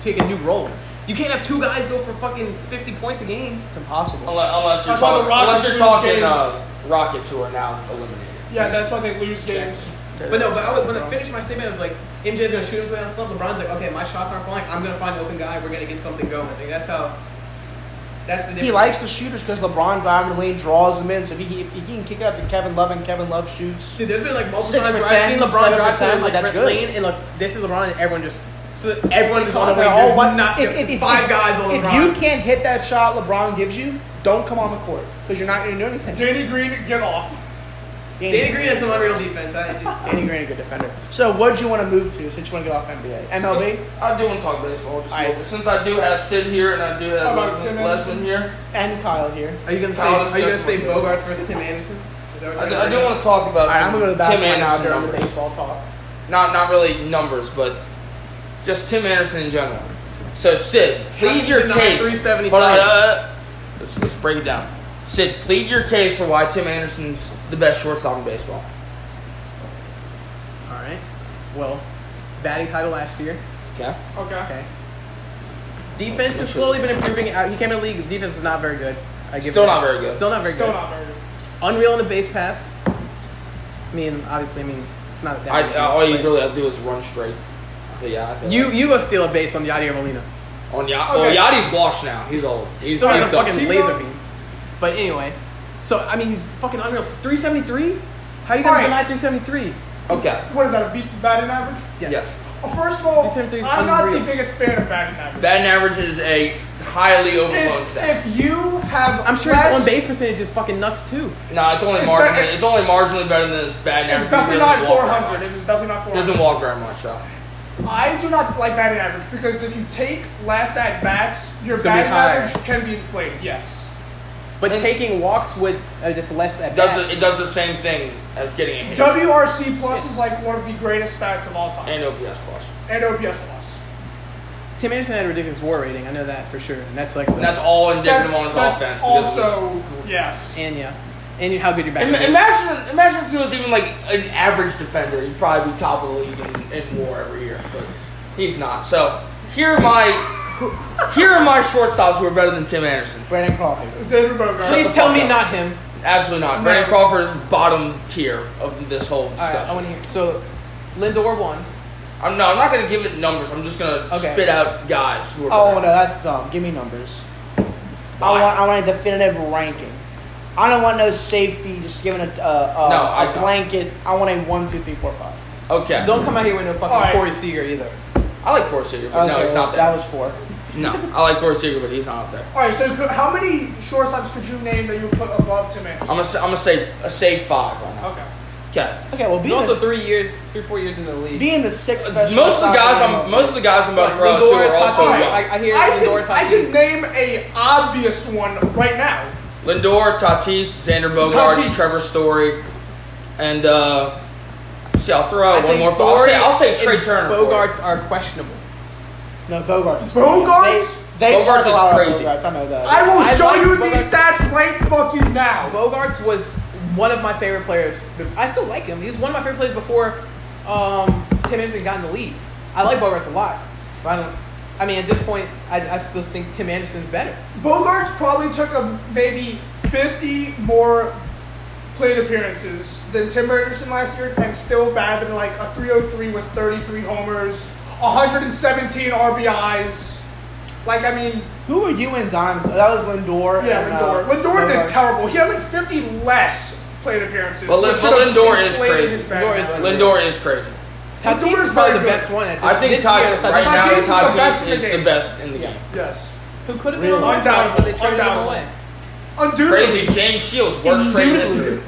C: take a new role. You can't have two guys go for fucking 50 points a game.
A: it's impossible.
B: Unless, unless you're
E: That's why the
B: talking,
E: Rockets
B: unless you're
E: lose
B: talking
E: games.
B: uh, Rockets who are now eliminated.
E: Yeah, that's why they lose games.
C: But no, but I was, when I finished my statement, I was like, MJ's gonna shoot his way on slump. LeBron's like, okay, my shots aren't falling. I'm gonna find an open guy. We're gonna get something going. Like, that's how. That's the difference.
A: He likes the shooters because LeBron driving the lane draws them in, so if he, if he can kick it out to Kevin Love and Kevin Love shoots.
C: Dude, there's been like multiple
A: Six
C: times
A: for
C: where I've
A: 10,
C: seen
A: seven
C: LeBron
A: for
C: drive
A: 10, like,
C: to like
A: that's
C: that's
A: good.
C: lane, and look, this is LeBron, and everyone just so everyone is on the way.
A: They're
C: There's
A: all one-
C: not
A: "Oh, if- if-
C: there's
A: if-
C: five guys on
A: If
C: LeBron.
A: you can't hit that shot LeBron gives you, don't come on the court because you're not going to do anything.
E: Danny Green, get off.
C: Danny Green has some unreal defense. I,
A: Danny Green, a good defender. So, what'd you want to move to since you want to get off NBA? MLB,
B: I do want to talk baseball just a
A: Alright.
B: little bit. Since I do have Sid here and I do have
E: How about Tim
B: Lesman, Lesman
E: Anderson?
B: here,
A: and Kyle here.
C: are you gonna say?
B: Kyle, let's
C: Are you
B: go
C: gonna
B: to
C: say
B: one.
C: Bogarts versus Tim Anderson? Is that what
B: I do,
C: you're
B: I do
C: gonna
B: want to talk about
A: All right, I'm
B: some
A: going to go to the
B: Tim
A: bathroom right now
B: Anderson
A: during the
B: numbers.
A: baseball talk.
B: Not, not really numbers, but just Tim Anderson in general. So, Sid, plead
C: How
B: your
C: did the
B: case.
C: 375?
B: Hold on, uh, let's, let's break it down. Sid, plead your case for why Tim Anderson's the best shortstop in baseball.
C: All right. Well, batting title last year.
B: Okay?
E: Okay.
C: Okay. Defense has
B: Defense.
C: slowly been improving. Uh, He came in the league. Defense was not very good. I give
B: Still
C: it
B: not
C: that.
B: very good.
C: Still not very
E: Still
C: good.
E: not very good.
C: Unreal in the base pass. I mean, obviously, I mean, it's not that.
B: I,
C: big,
B: uh, all you
C: but
B: really
C: it's-
B: have to do is run straight. But yeah, I feel
C: You
B: like-
C: you go steal a base on Yadier Molina.
B: on Ya-
E: Okay.
B: Well, Yachty's washed now. He's old. He's,
C: He's still
B: he's
C: like a
B: done.
C: fucking
E: Keep
C: laser
E: going.
C: beam. But anyway, so I mean he's fucking unreal. Three seventy three. How you gonna
E: Alright.
C: deny 373?
B: Okay.
E: What is that? A beat batting average?
C: Yes.
B: Yes.
E: Well, first of all,
C: This entry is
E: I'm not the
C: unreal.
E: biggest fan of batting average.
B: Batting average is a highly overblown
E: If,
B: stat.
E: if you have,
C: I'm sure
E: less,
C: his on base percentage is fucking nuts too.
B: no, it's only
E: it's
B: marginally.
E: better-
B: It's only marginally better than his batting average.
E: It's
B: because he
E: definitely
B: doesn't
E: not
B: walk very
E: 400.
B: much.
E: It's definitely not 400.
B: Doesn't walk very much though.
E: I do not like batting average because if you take less at bats, your
C: gonna be
E: batting
C: higher.
E: average can be inflated. Yes.
C: But
B: And-
C: taking walks would uh, that's less at
B: It does
C: bats.
B: the, it does the same thing as getting a hit
E: WRC plus is like one of the greatest stats of all time,
B: and OPS plus.
E: and OPS plus.
C: Tim Anderson had a ridiculous WAR rating. I know that for sure, and that's like
B: And that's all indicative on his
E: that's
B: offense. because of his-
E: also yes.
C: and yeah, and how good your back.
B: Im-
C: is.
B: Imagine, imagine if he was even like an average defender, he'd probably be top of the league in, in WAR every year. But he's not. So here are my here are my shortstops who are better than Tim Anderson.
A: Brandon Crawford.
E: Xander Bogaerts.
C: Please tell me not him.
B: Absolutely not. Brandon Crawford is bottom tier of this whole
C: All right,
B: discussion.
C: I want to hear. So, Lindor won.
B: I'm no, I'm not gonna give it numbers. I'm just gonna
A: Okay.
B: spit out guys who are.
A: Oh no,
B: better.
A: that's dumb. Give me numbers.
B: Why?
A: I want I want a definitive ranking. I don't want no safety just giving a, uh, uh,
B: No, I
A: a
B: don't.
A: blanket. I want a one, two, three, four, five.
B: Okay.
C: Don't come out here with no fucking
E: All right.
C: Corey Seager either.
B: I like Corey Seager, but no,
A: Okay,
B: he's not
A: That
B: there.
A: was four.
B: no, I like Corey Seager, but he's not up there.
E: All right. So could, how many shortstops could you name that you would put above Tim
B: I'm
E: Anderson?
B: gonna, say- I'm gonna say a safe five right now.
E: Okay.
B: Okay.
A: Okay, well,
C: He's
A: being
C: also
A: the,
C: three years, three four years into the league.
A: being the sixth best.
B: Most of the
A: shortstop
B: guys,
A: in the
B: I'm
A: league.
B: most of the guys I'm about to
C: Like,
B: throw out
C: Lindor,
B: to are also
C: Tatis,
B: young.
C: I- I hear
E: I
C: Lindor
E: could, I could
C: Tatis.
E: name a obvious one right now.
B: Lindor, Tatis, Xander Bogarts,
E: Tatis.
B: Trevor Story, and uh, see, I'll throw out
C: I
B: one
C: think
B: more. I'll
C: Story
B: say, I'll say
C: and
B: Trey Turner. for you.
C: Bogarts are questionable.
A: no Bogarts. is-
E: Bogarts?
A: They, they
B: Bogarts
A: talk a
B: is
A: lot about
B: crazy.
A: Bogarts. I know that.
E: I will
C: I
E: show
C: like
E: you
C: Bogarts.
E: these stats right fucking now.
C: Bogarts was one of my favorite players. I still like him. He was one of my favorite players before um, Tim Anderson got in the league. I like Bogarts a lot, but I don't. I mean, at this point, I, I still think Tim Anderson's better.
E: Bogarts probably took a, maybe 50 more plate appearances than Tim Anderson last year, and still batted like a 303 with 33 homers, 117 RBIs. Like I mean,
A: Who were you in Diamonds? That was Lindor.
E: yeah,
A: and,
E: Lindor.
A: Uh,
E: Lindor did
A: Bogarts.
E: terrible. He had like 50 less plate appearances.
B: But Lin-
E: which
B: but
E: should have
B: Lindor is
E: inflated
B: crazy.
E: his batting
C: Lindor is
E: average.
B: Lindor is crazy.
C: Tatis
E: Lindor's
C: is probably
E: very
C: the
E: good.
C: best one at this,
B: I think
C: this year.
B: Tatis, right now
E: Tatis is the best
B: Tatis
E: in the
B: is the
E: game.
B: best in the
C: Yeah.
B: game.
E: Yes.
C: who could have been
A: Really?
C: on the White Sox, but they traded him
E: Undoubtedly.
C: away.
E: Undoubtedly.
B: Crazy. James Shields worst trade in history.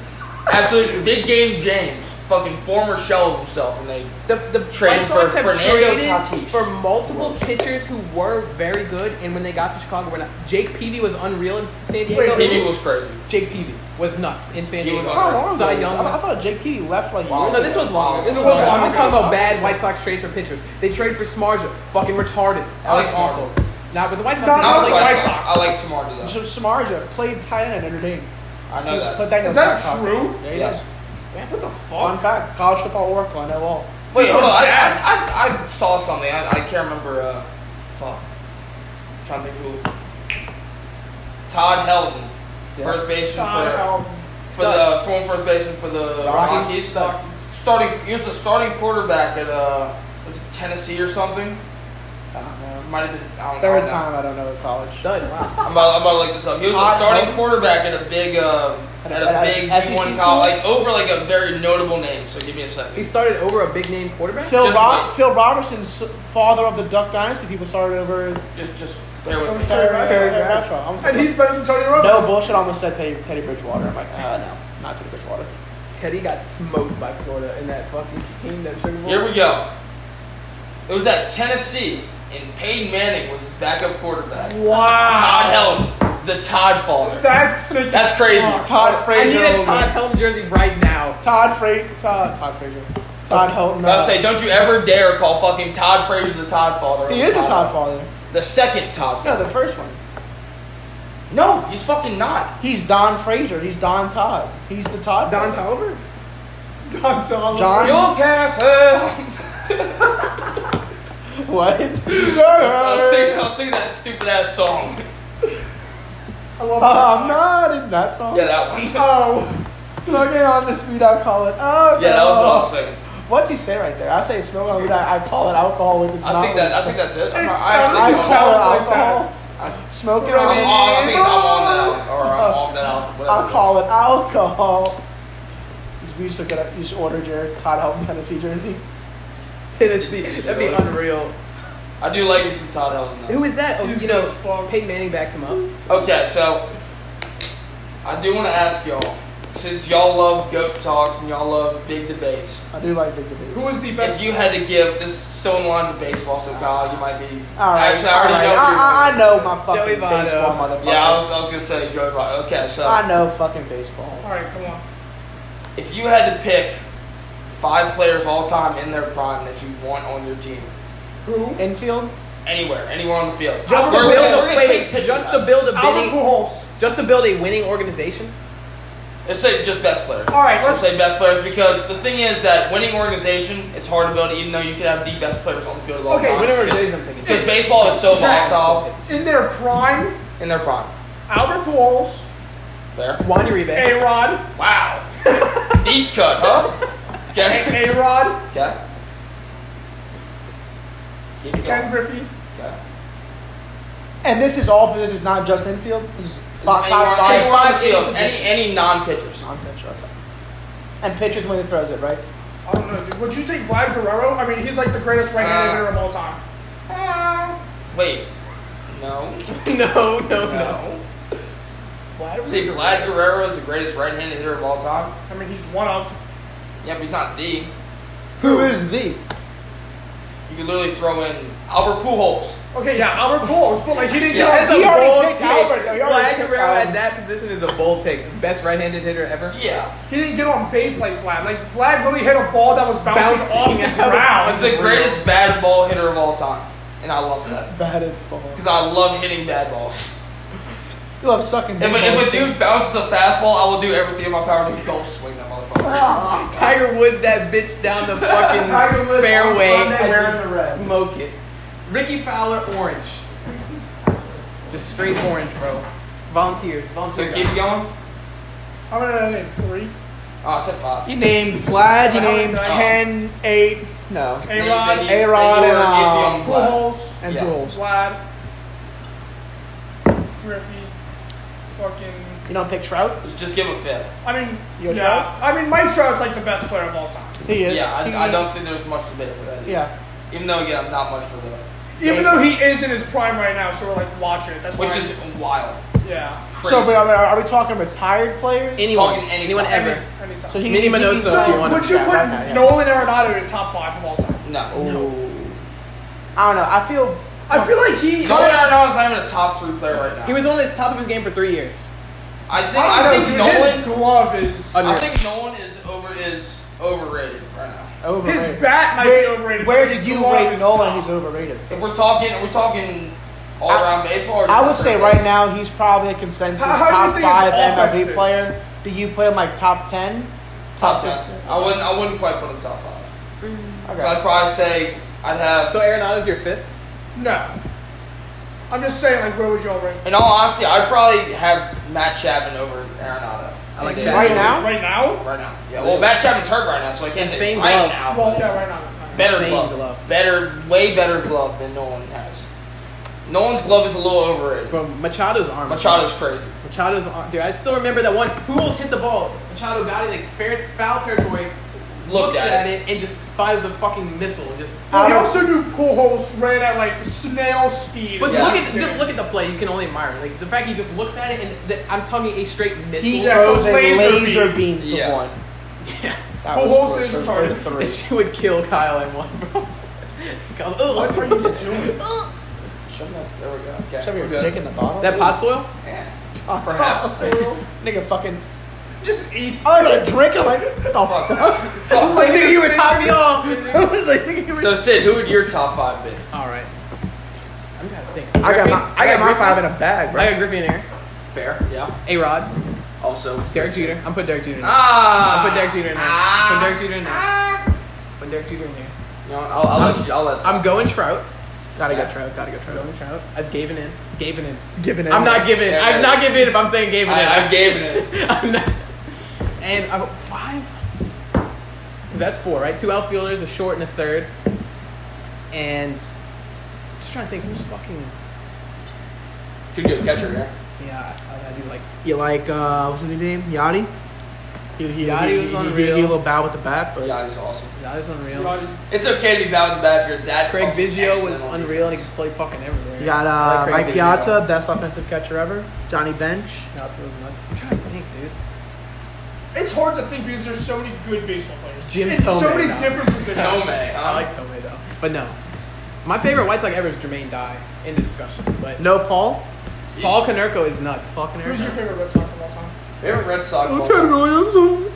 B: Absolutely big game. James, fucking former shell of himself, and they
C: The, the
B: Trading
C: White Sox
B: for
C: have
B: Fernando
C: traded
B: Tatis.
C: for multiple pitchers who were very good, and when they got to Chicago, were not. Jake Peavy was unreal in San Diego.
E: Wait,
B: Peavy was crazy.
C: Jake Peavy was nuts in San
B: He
C: Diego.
B: was
A: How long ago?
C: Cy
A: was-
C: Young.
A: I, I thought JP left like
B: Wow.
A: years
C: No, this
A: ago.
C: was longer. This was
B: Okay.
C: longer. I'm just talking about
A: Okay.
C: bad White Sox trades for pitchers. They traded for Smarja, fucking retarded. That
B: I
C: was
B: like
C: awful. Nah, but the White Sox.
A: Not-
B: Not
A: like
B: like
E: White
B: White
E: Sox.
B: Sox. I like Samardzija.
A: So Samardzija played tight end at Notre Dame.
B: I know that.
A: Put that in
E: Is
A: the
E: that
A: back pocket.
E: true?
C: There you
B: yes.
C: go. What the fuck?
A: Fun fact: college football oracle. I know all.
B: Wait, hold on. I,
E: Yes.
B: I, I, I saw something. I, I can't remember. Uh, fuck. trying to think who. Todd Helton,
A: Yeah.
B: first baseman
E: Side,
B: for, for the former first baseman for the Rockies.
A: Rockies.
E: um,
B: Starting, he was the starting quarterback at uh, was it Tennessee or something?
A: I don't know.
B: Might have been. I don't, I
A: Third
B: don't know.
A: time I don't know at college.
C: Stud. Wow.
B: I'm about, I'm about to look this up. He was
A: Todd
B: a starting
A: Helton.
B: quarterback at a big, um,
A: At
B: at
A: a-
B: a,
A: at a
B: big
A: SEC
B: one
A: school?
B: like over like a very notable name. So give me a second.
C: He started over a big name quarterback.
A: Phil,
B: Just
A: Ro-
B: wait.
A: Phil Robertson's father of the Duck Dynasty people started over.
B: Just, just bear with me.
A: Terry Terry
E: Bradshaw.
A: Bradshaw. I'm sorry.
E: And he's better than Tony Romo.
A: no bullshit. I almost said Teddy, Teddy Bridgewater. I'm like, uh, no, not Teddy Bridgewater.
C: Teddy got smoked by Florida in that fucking game that Sugar Bowl.
B: Here we go. It was at Tennessee, and Peyton Manning was his backup quarterback.
A: Ah.
B: Todd
E: Wow.
B: Helton, the Todd father.
E: That's sick.
B: That's
E: as
B: crazy.
E: fuck.
A: Todd
C: I need
A: Frazier.
C: a
A: over-
C: Todd Helm jersey right now.
A: Todd Fra- Todd, Todd Frazier. Todd Helton.
B: I
A: Uh,
B: was say, don't you ever dare call fucking Todd Frazier the Todd father.
A: he is the Todd father.
B: The second Todd father.
A: No, the first one.
B: No, he's fucking not.
A: He's Don Frazier. He's Don Todd. He's the Todd.
C: Don
A: father.
C: Tolliver?
E: Don Donald.
A: John-
B: You'll cast hell.
A: What?
B: I was singing, I was singing that stupid ass song.
E: I love
A: I'm
E: that.
A: not in that song.
B: Yeah, that one. Yeah,
A: Oh, smoking on the speed I call it. Oh,
B: that
A: no.
B: was what I was singing.
A: What's he say right there? I say smoking on weed. I, I call it alcohol, which is
B: I
A: not.
B: think
A: what
B: that I
A: it's-
B: think that's it.
E: It
B: I'm,
E: sounds-
B: I
A: I
B: actually don't
E: it
B: know.
A: call it
E: sounds like
A: alcohol. Smoking
E: I'm
B: I'm
A: on
B: on, I think it's- I'm on that album, or I'm off that album. whatever it
A: I'll
B: is.
A: call it alcohol. It's you should get a, you should order your Todd Helton Tennessee jersey.
C: Tennessee. That'd be unreal.
B: I do like me some Todd Helton. though.
C: Who is that? Oh,
E: He's
C: you know,
E: good as fuck.
C: Peyton Manning backed him up.
B: Okay, so I do want to ask y'all, since y'all love goat talks and y'all love big debates,
A: I do like big debates.
E: Who was the best?
B: if you had to give this is still in the lines of baseball, so Kyle, you might be.
A: All right,
B: Actually, I already
A: all right.
B: know. who you're
A: I, I, I
B: with.
A: know my fucking
C: Joey Votto.
A: baseball motherfucker.
B: Yeah, I was, I was gonna say Joe Biden. Okay, so
A: I know fucking baseball.
E: All right, come on.
B: if you had to pick five players all time in their prime that you want on your team,
E: Who?
A: Infield.
B: anywhere, anywhere on the field,
C: Just to
B: We're
C: build
B: gonna- we're
C: a
B: gonna take
C: wait,
B: pictures
C: just
B: of
C: to
B: it.
C: build a
E: Albert
C: winning,
E: Pujols.
C: just to build a winning organization.
B: Let's say just best players.
E: All right,
B: let's
E: let's-
B: say best players because the thing is that winning organization, it's hard to build, even though you could have the best players on the field at all
E: Okay,
B: times.
C: winning
B: Because-
C: organization, I'm taking
B: Because baseball is so
E: Jack.
B: volatile
E: In their prime,
B: in their prime.
E: Albert Pujols,
B: There.
C: Juan Uribe.
E: A Rod,
B: Wow. Deep cut, huh? Okay.
E: A Rod,
B: Okay. Keep it going.
E: Ken Griffey.
B: Okay.
A: And this is all positions, not just infield. This is top,
B: Just
A: top
B: anyone-
A: five.
B: anyone on the field, any any non pitchers.
A: On pitcher, okay. And pitchers when he throws it, right?
E: I don't know, dude. Would you say Vlad Guerrero? I mean, he's like the greatest right-handed
B: Uh,
E: hitter of all time. Uh,
B: Wait, no,
C: No, no, no.
B: no.
C: Why do we-
B: See, Vlad Guerrero is the greatest right-handed hitter of all time.
E: I mean, he's one of.
B: Yeah, but he's not the. You
A: Who is the?
B: can literally throw in Albert Pujols.
E: Okay, yeah, Albert Pujols, but like he didn't
B: Yeah,
E: get
C: That's
E: on
C: a
A: He already
C: bold
A: picked
C: take.
A: Albert, though. He already
C: Vlad
A: picked
C: Guerrero
A: Albert.
C: at that position is a bold take. Best right-handed hitter ever.
B: Yeah,
E: he didn't get on base like Vlad. Like Vlad really hit a ball that was bouncing,
C: Bouncing
E: off the
C: out.
B: he's
E: ground.
B: the greatest bad ball hitter of all time, and I love that
A: Batted ball.
B: because I love hitting bad balls.
A: You love sucking.
B: If,
A: big
B: a- if
A: balls,
B: a dude bounces a fastball, I will do everything in my power to golf swing that motherfucker.
A: Ah.
C: Tiger Woods, that bitch down the fucking
E: Tiger Woods on
C: fairway
E: Sunday
C: and
E: wearing the red.
C: smoke it. Ricky Fowler, orange. Just straight orange, bro. Volunteers,
B: So
C: volunteers.
B: keep going.
E: I'm gonna name three.
B: Oh, I said five.
A: You named Vlad. You
E: How many
A: named
E: did I-
A: Ken. Eight. No.
B: Then
E: A
B: you- then
E: Rod,
B: you- then you
A: A-Rod
B: were
A: and,
B: iffy
A: uh,
B: on Vlad.
E: Pujols,
A: And
B: Yeah.
A: rules.
E: Vlad, Griffey, fucking.
A: You don't pick Trout.
B: Just- Just give a fifth.
E: I mean,
A: You got
E: yeah.
A: Trout?
E: I mean, Mike Trout's like the best player of all time.
A: He is.
B: Yeah,
A: He-
B: I, I don't think there's much debate for that.
A: Yeah.
B: Even though again, I'm not much for that.
E: Even though he is in his prime right now, so we're like, watch it. That's
B: Which
E: why-
B: is wild.
E: yeah.
B: Crazy.
A: So, but are, are we talking retired players?
C: anyone,
B: Talking anytime.
C: anyone ever.
E: Any, anytime.
A: So he,
C: Minnie
A: he- he-
C: Minoso,
E: so
C: if you want
E: would
C: to
E: you
A: Yeah,
E: put
A: right now, yeah.
E: Nolan Arenado in top five of all time?
B: no.
A: I don't know. I feel.
E: I feel like he.
B: Nolan Arenado's not even a top three player right now.
C: He was on the top of his game for three years.
B: I think.
E: I
B: I,
E: don't
B: think
E: know, dude,
B: Nolan.
E: His glove is.
C: Uh,
B: I think Nolan is over is overrated right now.
A: Overrated.
E: His bat might
A: where,
E: be overrated.
A: Where
E: but his
A: did you
E: glove
A: rate
E: is
A: Nolan?
E: top.
A: He's overrated.
B: If we're talking, are we talking all
A: I-
B: around baseball? Or just
A: I would say
B: third
A: right
B: base?
A: now he's probably a consensus
E: How- how do
A: top
E: you think his
A: five
E: offense
A: MLB
E: is?
A: player. Do you put him like top ten?
B: top ten. I wouldn't. I wouldn't quite put him top five. So
A: Mm-hmm. Okay.
B: I'd probably say I'd have.
C: So Arenado's your fifth.
E: No. I'm just saying, like, where would y'all rank?
B: in all honesty, I'd probably have Matt Chapman over Arenado.
C: I like
B: Any day.
C: Chapman.
A: Right now?
E: Right now?
B: Right now. Yeah. Well, Matt Chapman's hurt right now, so I can't say
C: Same
B: right
C: glove.
B: now. but-
E: Well, yeah, right now.
B: Better
C: Insane
B: glove.
C: glove.
B: Better, way better glove than Nolan has. Nolan's glove is a little overrated.
C: From Machado's arm.
B: Machado's crazy.
C: Machado's arm. Dude, I still remember that one. Pujols hit the ball. Machado got it like fair, foul territory.
B: Looked
C: looks
B: at
C: at it. and just fires a fucking missile. and Just
E: Well,
A: I
E: he
A: don't-
E: also knew Pujols ran at like snail speed.
C: But
B: Yeah.
C: look at just look at the play. You can only admire it. Like the fact he just looks at it and th- I'm telling you, a straight missile.
A: He
E: Yeah,
A: throws
E: so
A: a
E: laser
A: laser
E: beam.
A: beam to
B: Yeah.
A: one.
C: yeah,
A: That
E: Well,
A: was
E: Wilson
A: close.
E: is retarded.
A: Those were
C: and
A: three.
C: she would kill Kyle in one, bro. Kyle's,
E: What are you
C: Ugh.
E: doing?
B: Shove that- There we go. Okay.
A: Shove
B: we're
A: your
B: good.
A: dick in the bottle. Oh,
C: That pot soil?
B: Yeah.
A: Perhaps. Nigga fucking.
E: Just eat.
A: I got a drink. I'm like, what the fuck?
B: Fuck.
A: like, nigga, you were
C: Top me off.
A: I was like, nigga, you were.
B: So Sid, who would your top five be?
C: All right. I'm trying to think.
A: I got
C: Griffey?
A: my, I got my
C: Griffey?
A: five in a bag, bro.
C: I got Griffey in there.
B: Fair. Yeah.
C: A Rod,
B: Also.
C: Derek Jeter. I'm putting Derek Jeter in there.
B: Ah.
C: I'll put Derek Jeter in there.
B: Ah.
C: Put Derek Jeter in there.
B: Ah.
C: Putting Derek Jeter in there.
B: You know, what, I'll, I'll let you. I'll let.
C: I'm going Trout.
A: Gotta
B: Yeah.
A: go Trout. Gotta go Trout.
C: Going Trout. I've given in. Given in.
A: Giving it.
C: I'm not giving in.
B: There it
C: I'm not
B: is.
C: giving in if I'm saying giving in.
B: I, I've given it.
C: I'm not. And I five. That's four, right? Two outfielders, a short, and a third. And just trying to think who's fucking.
B: Could go catcher. Yeah.
C: Yeah, I, I do like
A: You like uh, what's his new name? Yachty.
F: He, he,
C: Yachty
F: he, he-
C: was
F: he-
C: unreal.
F: he a little bow with the bat, but
B: Yachty's awesome.
C: That is unreal.
E: Yachty's
B: It's okay to be bad with the bat if you're that.
C: Craig
B: fucking
C: Biggio was
B: excellent on
C: unreal and he
B: defense.
C: could play fucking everywhere.
F: you got
C: I
F: uh,
C: like Craig
F: Mike
C: Biggio.
F: Piazza, best offensive catcher ever. Johnny Bench.
C: Piazza was nuts. I'm trying to think, dude.
E: It's hard to think because there's so many good baseball players.
C: Jim
E: in so
C: Thome,
E: many
C: no.
E: different positions.
B: Tomei, huh?
C: I like Tomei though. But no. My favorite White Sox ever is Jermaine Dye. End of discussion. But
F: No Paul.
C: Paul Konerko is nuts. Paul
E: Who's your favorite Red Sox of all time?
B: favorite Red Sox. of all
F: Ted
B: time.
F: Williams.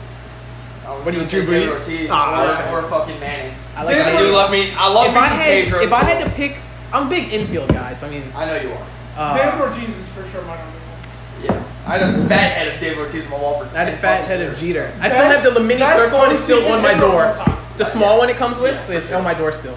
B: I was
C: What do you
B: gonna say
C: do, Brees?
B: David Ortiz
F: Ah,
B: or, or fucking Manning.
C: I like
E: Dude,
B: I
C: I
B: do
C: do
B: love me. I love
C: if
B: me
C: I
B: some
C: had
B: Pedro.
C: if I had to pick I'm a big infield guy, so I mean
B: I know you are.
E: David
C: uh,
E: Ortiz is for sure my number one.
B: Yeah, I had a fat head of David Ortiz on my wall for
C: that
B: 10
C: fat
B: fucking
C: head of
B: years.
C: Jeter. I still
E: That's-
C: have the mini
E: that's
C: circle and it's still
E: postseason
C: on my
E: hitter of
C: door.
E: all time.
C: The small one it comes with
B: Yeah, for
C: is
B: sure.
C: on my door still.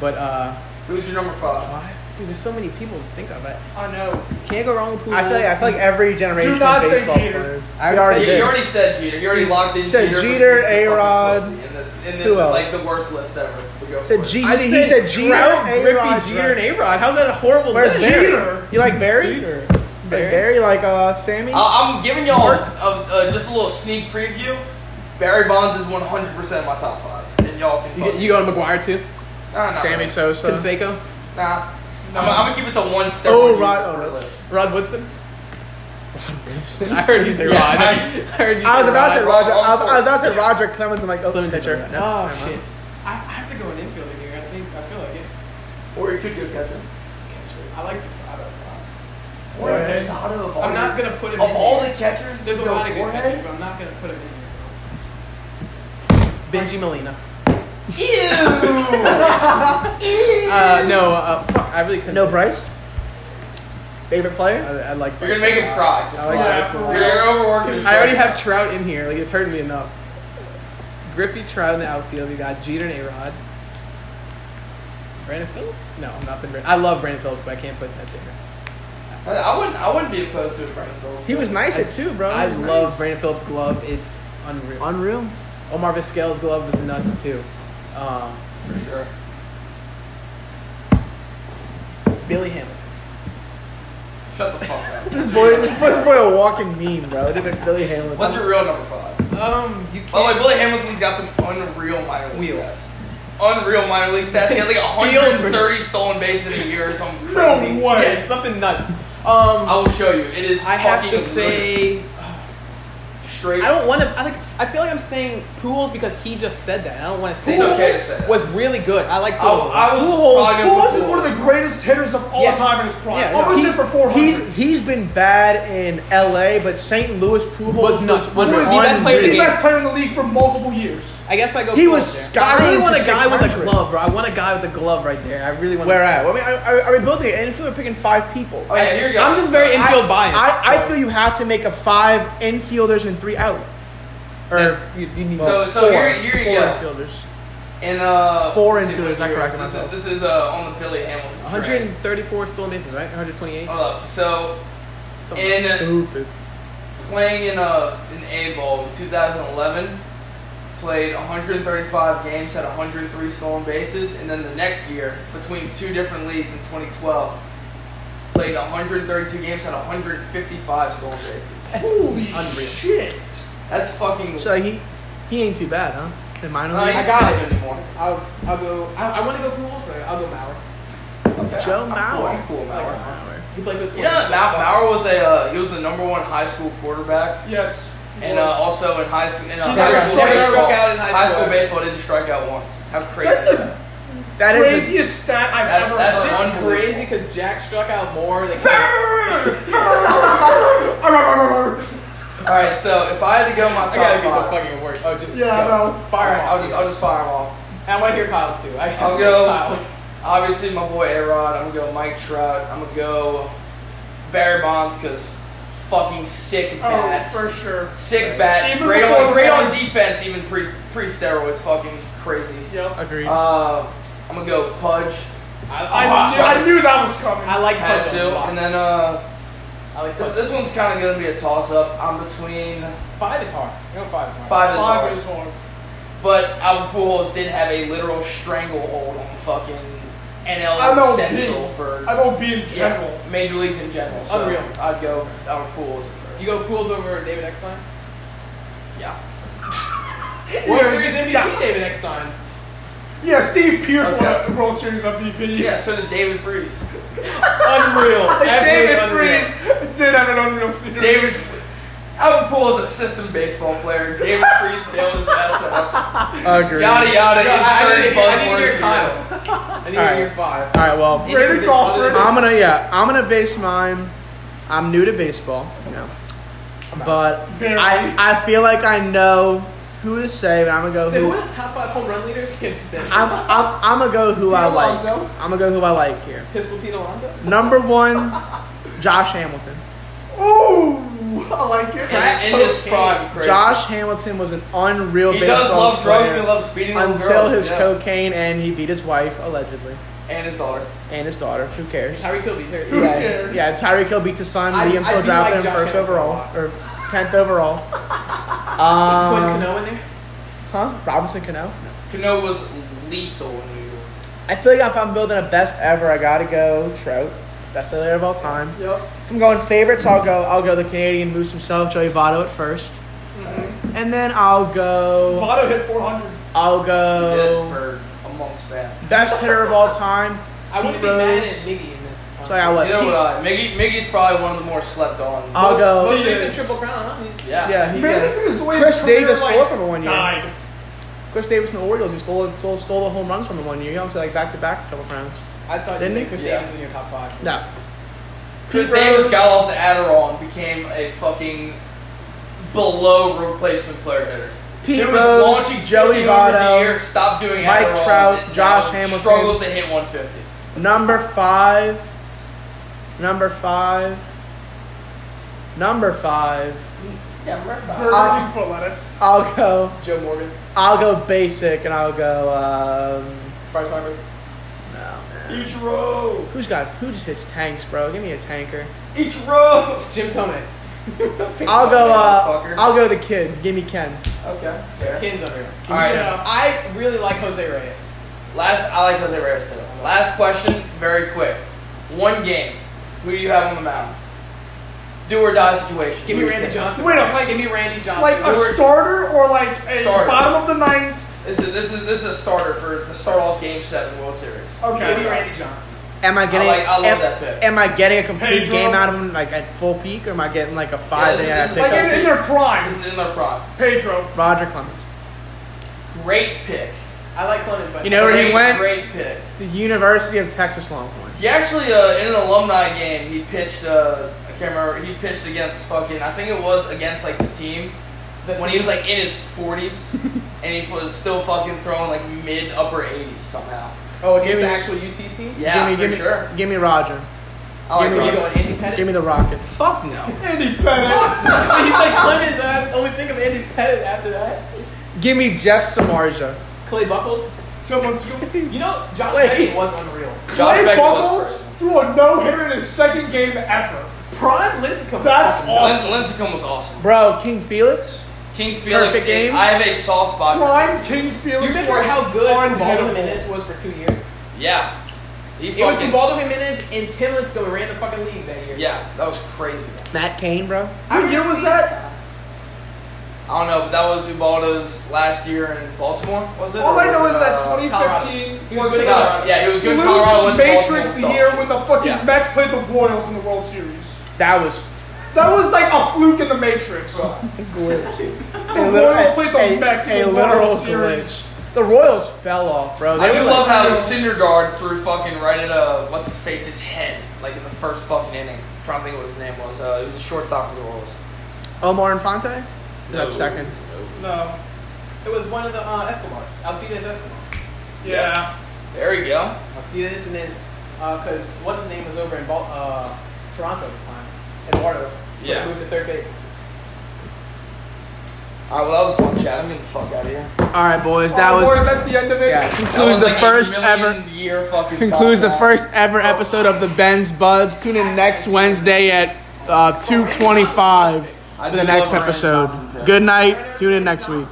C: But uh
B: Who's your number five?
C: why- Oh, dude, there's so many people to think of. I
E: I know.
C: can't go wrong with Pujols.
F: I feel like I feel like every generation.
E: Do not
F: of
E: say
F: baseball
E: Jeter.
F: players- We
C: I would
F: already
B: Yeah,
C: say-
F: did.
B: you already said Jeter. You already locked in
F: Said
B: Jeter.
F: Jeter,
B: because he's the
F: A-Rod.
B: fucking pussy. And this, and
F: Who
B: this is
F: else?
B: like the worst list ever. We go
F: Said
B: for it.
F: Jeter.
C: I
F: He said Jeter,
C: Trout,
F: A-Rod,
C: Griffey, Jeter, and A-Rod. How's that a horrible
F: Where's
C: list?
F: Barry?
E: Jeter.
F: You like Barry?
C: Jeter.
F: Like
C: Barry. Oh.
F: Barry, like uh, Sammy.
B: I- I'm giving y'all a, a, a, just a little sneak preview. Barry Bonds is 100 percent my top five, and y'all can.
C: You,
B: fucking-
C: you go to McGuire too?
B: nah, nah,
F: Sammy
B: nah.
F: Sosa.
C: Conseco?
B: Nah. I'm, I'm gonna keep it to one step.
F: Oh,
B: reduce
F: right,
B: for
F: oh,
B: the
F: right.
B: list.
C: Rod Woodson? I heard you say Rod.
B: Yeah,
C: I,
B: nice.
C: heard you
F: I was
C: say
F: about to say
C: Rod.
F: Roger. I was,
B: Rod-
F: I was about to say Roger Clemens. I'm like, oh,
C: Clemens
F: pitcher.
C: is
F: No, never
C: Oh,
F: mind.
C: shit. I, I have to go an infielder here. I think, I feel like it.
B: Or you could go Kevin.
C: I like Posada a
B: Or
F: Right.
B: Casado of all
C: lot. I'm not
B: the-
C: going to put him
B: Of
C: in
B: all the
C: here.
B: catchers,
C: There's a
B: go
C: lot of good
B: Jorge?
C: catchers, but I'm not going to put him in here. Benji Molina.
B: Ew.
C: Uh, no, uh, fuck, I really couldn't.
F: No Bryce. Favorite
C: I,
F: player?
C: I like
B: You're gonna make him cry. Just
C: I like
B: relax.
E: Bryce a lot.
B: You're overworking. his
C: I already
B: brain.
C: have Trout in here. Like, it's hurting me enough. Griffey, Trout in the outfield. We got Jeter and A-Rod. Brandon Phillips? No, I'm not putting Brandon. I love Brandon Phillips, but I can't put that there.
B: I, I wouldn't. I wouldn't be opposed to a Brandon Phillips.
F: He was nice at two, bro.
C: I
F: He was
C: love
F: Oh, nice.
C: Brandon Phillips' glove. It's unreal.
F: Unreal.
C: Omar Vizquel's glove was nuts too. Um,
B: for sure.
C: Billy Hamilton.
B: Shut the fuck up.
F: This boy, this boy's probably a walking meme, bro. They've been Billy Hamilton.
B: What's your real number five?
C: Um, you
B: By the way,
C: can't.
B: Billy Hamilton's got some unreal minor league
C: Wheels.
B: stats. Unreal minor league stats. He has like
C: Steals, bro.
B: 130 stolen bases in a year or something
E: No
B: crazy.
E: way.
C: Yes, something nuts. Um,
B: I will show you. It is
C: I have
B: fucking
C: to
B: ludicrous.
C: say,
B: straight.
C: I don't want to. I think I feel like I'm saying Pujols because he just said that. I don't want to say
B: It's
C: that.
B: okay to say that.
C: was really good. I like Pujols.
B: I was- I was probably gonna
E: Pujols
B: put
E: is one of the greatest hitters of all
C: Yes.
E: time in his prime.
C: Yeah, no,
E: Almost
C: he-
E: in for 400.
F: He's he's been bad in L.A., but St. Louis Pujols
C: Was nuts. Was
F: was
C: the best player in the
E: the
F: unreal.
C: game.
E: best player in the league for multiple years.
C: I guess I go.
F: He
C: Pujols
F: was
C: there. I really
F: skying
C: want
F: to
C: a guy with a
F: 600.
C: glove, bro. I want a guy with a glove right there. I really want.
F: Where at? I mean, are, are we building it? And if we were picking five people,
B: Oh yeah, here you go.
C: I'm just very infield biased.
F: I, I
C: so
F: feel you have to make a five infielders and three out. Or
C: that's- you, you need
B: So-
F: well,
B: so here- here you
F: four
B: go.
F: infielders.
B: And uh,
F: Four
B: let's see
F: infielders,
B: what
F: I
B: year
F: corrected
B: this is.
F: myself.
B: This is uh, on the Billy Hamilton. train.
C: 134 stolen bases, right? 128.
B: Hold up. So
C: Something
B: and-
C: like that.
F: Stupid.
B: playing in a in A ball in 2011, played 135 games, had 103 stolen bases, and then the next year between two different leagues in 2012, played 132 games, had 155 stolen bases.
E: Holy
C: unreal.
E: shit.
B: That's fucking.
F: So he he ain't too bad, huh? In minor
B: No,
F: league.
B: he's
C: I got
B: not
C: it.
B: good anymore.
C: I'll, I'll go. I, I want to go Pujols, but I'll go Mauer.
B: Okay,
F: Joe
B: I'm Cool,
F: Mauer.
B: I'm cool, Mauer.
C: He played with.
B: You know, that Mau- Mauer was a uh, he was the number one high school quarterback.
E: Yes. he
B: And uh,
E: was.
B: also in high school, in, uh,
C: She
B: high
C: never-
B: school
C: she never
B: baseball,
C: struck out in high
B: high
C: school.
B: school baseball didn't strike out once. How crazy! is
C: That's the-
B: that?
F: That is the-
E: craziest stat I've
B: That's-
E: ever
B: that's
E: heard.
B: un-
C: It's crazy because Jack struck out more. Like,
B: All right, so if I had to go my top
C: I gotta get
B: five,
C: the fucking word. Oh, just
E: Yeah, I
C: go.
E: know.
B: All
C: Fire
B: right,
C: him
B: I'll
C: off.
B: just I'll just fire him off.
C: And I want to hear Kyle's too. I
B: I'll go.
C: Kyle's.
B: Obviously, my boy Arod. I'm gonna go Mike Trout. I'm gonna go Barry Bonds because fucking sick
E: Oh,
B: bats,
E: for sure.
B: sick bat,
E: Even
B: great
E: before
B: on great on
E: Bonds.
B: defense, even pre pre steroids, fucking crazy.
E: Yep.
F: Agreed.
B: Uh, I'm gonna go Pudge.
C: I,
E: I,
C: I,
E: knew, I knew that was coming.
C: I like
B: Had
C: Pujols a
B: to,
C: lot.
B: and then uh,
C: I like
B: this,
C: Pujols.
B: this one's kind of gonna be a toss up. I'm between
C: Five is hard. You know, five is hard.
B: five and
E: Five
B: hard.
E: is hard.
B: But Albert Pujols did have a literal stranglehold on fucking
E: I know
B: NL Central
E: Pete.
B: for
E: I don't be in
B: yeah,
E: general.
B: major leagues in general. So
C: Unreal.
B: I'd go Albert Pujols at first.
C: You go Pools over David Eckstein? Yeah.
E: World
C: World Series
E: Series
C: MVP
E: yeah.
C: David next time.
E: Yeah, Steve Pierce
B: Okay.
E: won a World Series MVP.
B: Yeah, so did David Freeze.
C: Unreal. Absolutely
E: David
C: unreal.
E: Freeze did have an unreal series.
B: David. Albert Poole is a system baseball player. David Freeze bailed his ass out.
A: Agreed.
B: Yada yada.
C: No, I, I need,
B: insert
C: to- I need to
B: buzzwords
C: hear
B: here.
C: Kyle's. I need
A: All
C: to
A: right.
C: hear five.
A: All right, well,
E: Rated golfer.
A: I'm gonna yeah, I'm gonna base mine. I'm new to baseball, you know, but
E: Barely.
A: I I feel like I know who to say, but I'm gonna
C: So
A: go
C: who are
A: who
C: the top five home run leaders? Can't just this.
A: I'm, I'm I'm gonna go who I
E: Pete
A: like.
E: Alonso?
A: I'm gonna go who I like here.
C: Pistol Pete Alonso.
A: Number one, Josh Hamilton.
E: Ooh, I like it.
B: And in his prime, crazy.
A: Josh Hamilton was an unreal
B: He
A: baseball
B: does love drugs.
A: player
B: and He loves beating on
A: until
B: girls,
A: his
B: yeah.
A: cocaine, and he beat his wife allegedly
B: and his daughter.
A: and his daughter. Who cares?
C: Tyreek Hill beat Harry.
E: Who
A: yeah,
E: cares?
A: yeah. Tyreek Hill beat his son.
C: I-
A: Liam
C: I
A: still
C: do
A: dropped
C: like
A: him
C: Josh
A: first
C: Hamilton a
A: overall
C: lot.
A: or tenth overall.
C: Put
A: Um,
C: Cano in there.
A: huh? Robinson Cano.
B: Cano was lethal in New York.
A: I feel like if I'm building a best ever, I gotta go Trout, best player of all time.
E: Yep.
A: If I'm going favorites, I'll go. I'll go the Canadian Moose himself, Joey Votto at 1st
B: Mm-hmm.
A: and then I'll go.
E: Votto hit 400.
A: I'll
B: He did it
A: go
B: for a month's back.
A: best hitter of all time.
C: I wouldn't
A: Pete
C: be mad at
A: Rose.
C: Miggy in this.
A: So I
B: Neither would
A: will.
B: I. uh, Oh, Miggy, Miggy's probably one of the more slept on.
A: I'll go.
C: Most
E: Yes.
C: recent triple crown. Huh?
B: yeah.
A: Uh, Yeah, he,
E: Mainly
A: yeah.
E: because the way
A: Chris
E: his career,
A: Davis
E: like,
A: scored for one year.
E: Died.
A: Chris Davis and the Orioles, he stole stole, stole the home runs from him one year. You know, I'm saying like back to back a couple rounds.
C: I thought
A: Didn't he?
C: you said Chris
B: Yeah.
C: Davis is in your top five.
A: No,
B: Chris
A: Pete Rose.
B: Davis got off the Adderall and became a fucking below replacement player hitter.
A: Pete Rose,
B: Dude was launching
A: Joey
B: 50 homers
A: Votto,
B: a year, stopped doing
A: Mike
B: Adderall,
A: Trout,
B: and
A: Josh
B: now
A: Hamilton.
B: struggles to hit 150.
A: Number five. Number five. Number five.
B: Yeah, we're
E: Burger
B: fine.
A: Uh,
E: King for lettuce.
A: I'll go.
C: Joe Morgan,
A: I'll go basic, and I'll go. Um,
C: Bryce Harper.
A: no, man.
B: Each row,
A: Who's got? Who just hits tanks, bro? Give me a tanker.
B: each row.
C: Jim Tomei.
A: I'll go. Uh, I'll go the kid. Give me Ken.
B: Okay. fair.
C: Ken's unreal.
B: All right.
E: Yeah.
C: I really like Jose Reyes.
B: Last, I like Jose Reyes still. Last question, very quick. One game. Who do you have on the mound? Do or die situation.
C: Give me Randy Johnson.
E: Wait a-
C: Like, give me Randy Johnson.
E: Like
B: they
E: a
B: were-
E: starter or like a
B: Starter.
E: bottom of the ninth.
B: This is this is this is a starter for to start off Game Seven World Series.
E: Okay.
C: Give me Randy Johnson.
A: Am I getting?
B: like- I love
A: am,
B: that pick.
A: am I getting a complete
E: Pedro.
A: game out of him, like at full peak, or am I getting like a five?
B: this-
A: Yeah,
B: this is
E: Like in, in their prime.
B: This is in their prime.
E: Pedro.
A: Roger Clemens.
B: Great pick.
C: I like Clemens, but
A: You know where he
B: Great,
A: went?
B: Great pick.
A: The University of Texas Longhorns.
B: He actually uh, in an alumni game he pitched. Uh, I can't remember. He pitched against fucking. I think it was against like the team
C: the
B: when he was like in his 40s and he was still fucking throwing like mid upper 80s somehow.
C: oh, against
A: Give me-
C: the actual UT team.
A: give
B: Yeah,
A: me,
B: for
A: give me,
B: sure.
A: Give me Roger.
B: I like
A: give me-
B: Roger.
C: You going Andy Pettit?
A: Give me the Rocket.
B: Fuck no.
E: Andy Pettit.
C: He's like Clemens. I only think of Andy Pettit after that.
A: Give me Jeff Samarja.
C: Clay Buckles.
E: Someone's going
C: You know, Josh
A: Wait.
C: Beckett was unreal.
B: Josh
E: Clay
B: Beckett was
E: Buckles
B: first.
E: threw a no hitter in his second game ever.
C: Prime Lincecum.
E: That's
B: Lin-
E: awesome.
B: Lincecum was awesome.
A: Bro, King Felix?
B: King Felix.
A: Perfect
B: is-
A: game.
B: I have a soft spot. For
E: Prime Kings
C: You
E: Felix.
C: remember
E: was
C: how good Ubaldo
E: unhittable.
C: Jimenez was for two years?
B: Yeah. He
C: It was
B: fucking.
C: Ubaldo Jimenez and Tim Lincecum who ran the fucking league that year.
B: yeah, that was crazy. man.
A: Matt Cain, bro?
E: What year was that?
B: I don't know, but that was Ubaldo's last year in Baltimore, was it?
E: All
B: Or
E: I
B: was
E: know
B: it,
E: is
B: uh,
E: that 2015
C: He was
E: was
C: good
E: the
C: at Colorado.
B: Yeah, he was good in
E: Blue
B: Colorado. Went to
E: Matrix
B: Baltimore,
E: year
B: sucks.
E: when the fucking
B: Yeah.
E: Mets played the Royals in the World Series.
A: That was
E: That was like a fluke in the Matrix. The
A: glitch.
E: Royals played the Mets
A: a
E: in the
A: literal
E: World
A: glitch.
E: Series.
A: The Royals fell off, bro.
B: I
A: They
B: do
A: were
B: love
A: like-
B: how Cindergard threw fucking right at uh what's his face his head like in the first fucking inning. I'm trying to think what his name was. Uh, it was a shortstop for the Royals.
A: Omar Infante?
B: No.
A: That's second.
E: No.
C: It was one of the uh, Escobars. Alcides Escobar.
E: Yeah.
B: There you go.
C: Alcides, and then because what's his name was over in Bal- uh, Toronto at the time. Eduardo.
B: Yeah.
C: Moved to third base.
B: All right, well that was a fun chat. I'm getting the fuck out of here.
A: All right, boys. That
E: Oh, boys,
A: was.
E: that's the end of it.
A: Yeah,
B: That was
A: concludes the
B: like a
A: first
B: million
A: ever.
B: year fucking
A: Concludes the
B: podcast.
A: first ever episode of the Ben's Buds. Tune in next Wednesday at uh, 2:25 for
B: I
A: the
B: do
A: next
B: love Ryan
A: episode.
B: Johnson, too.
A: Good night. Tune in next week.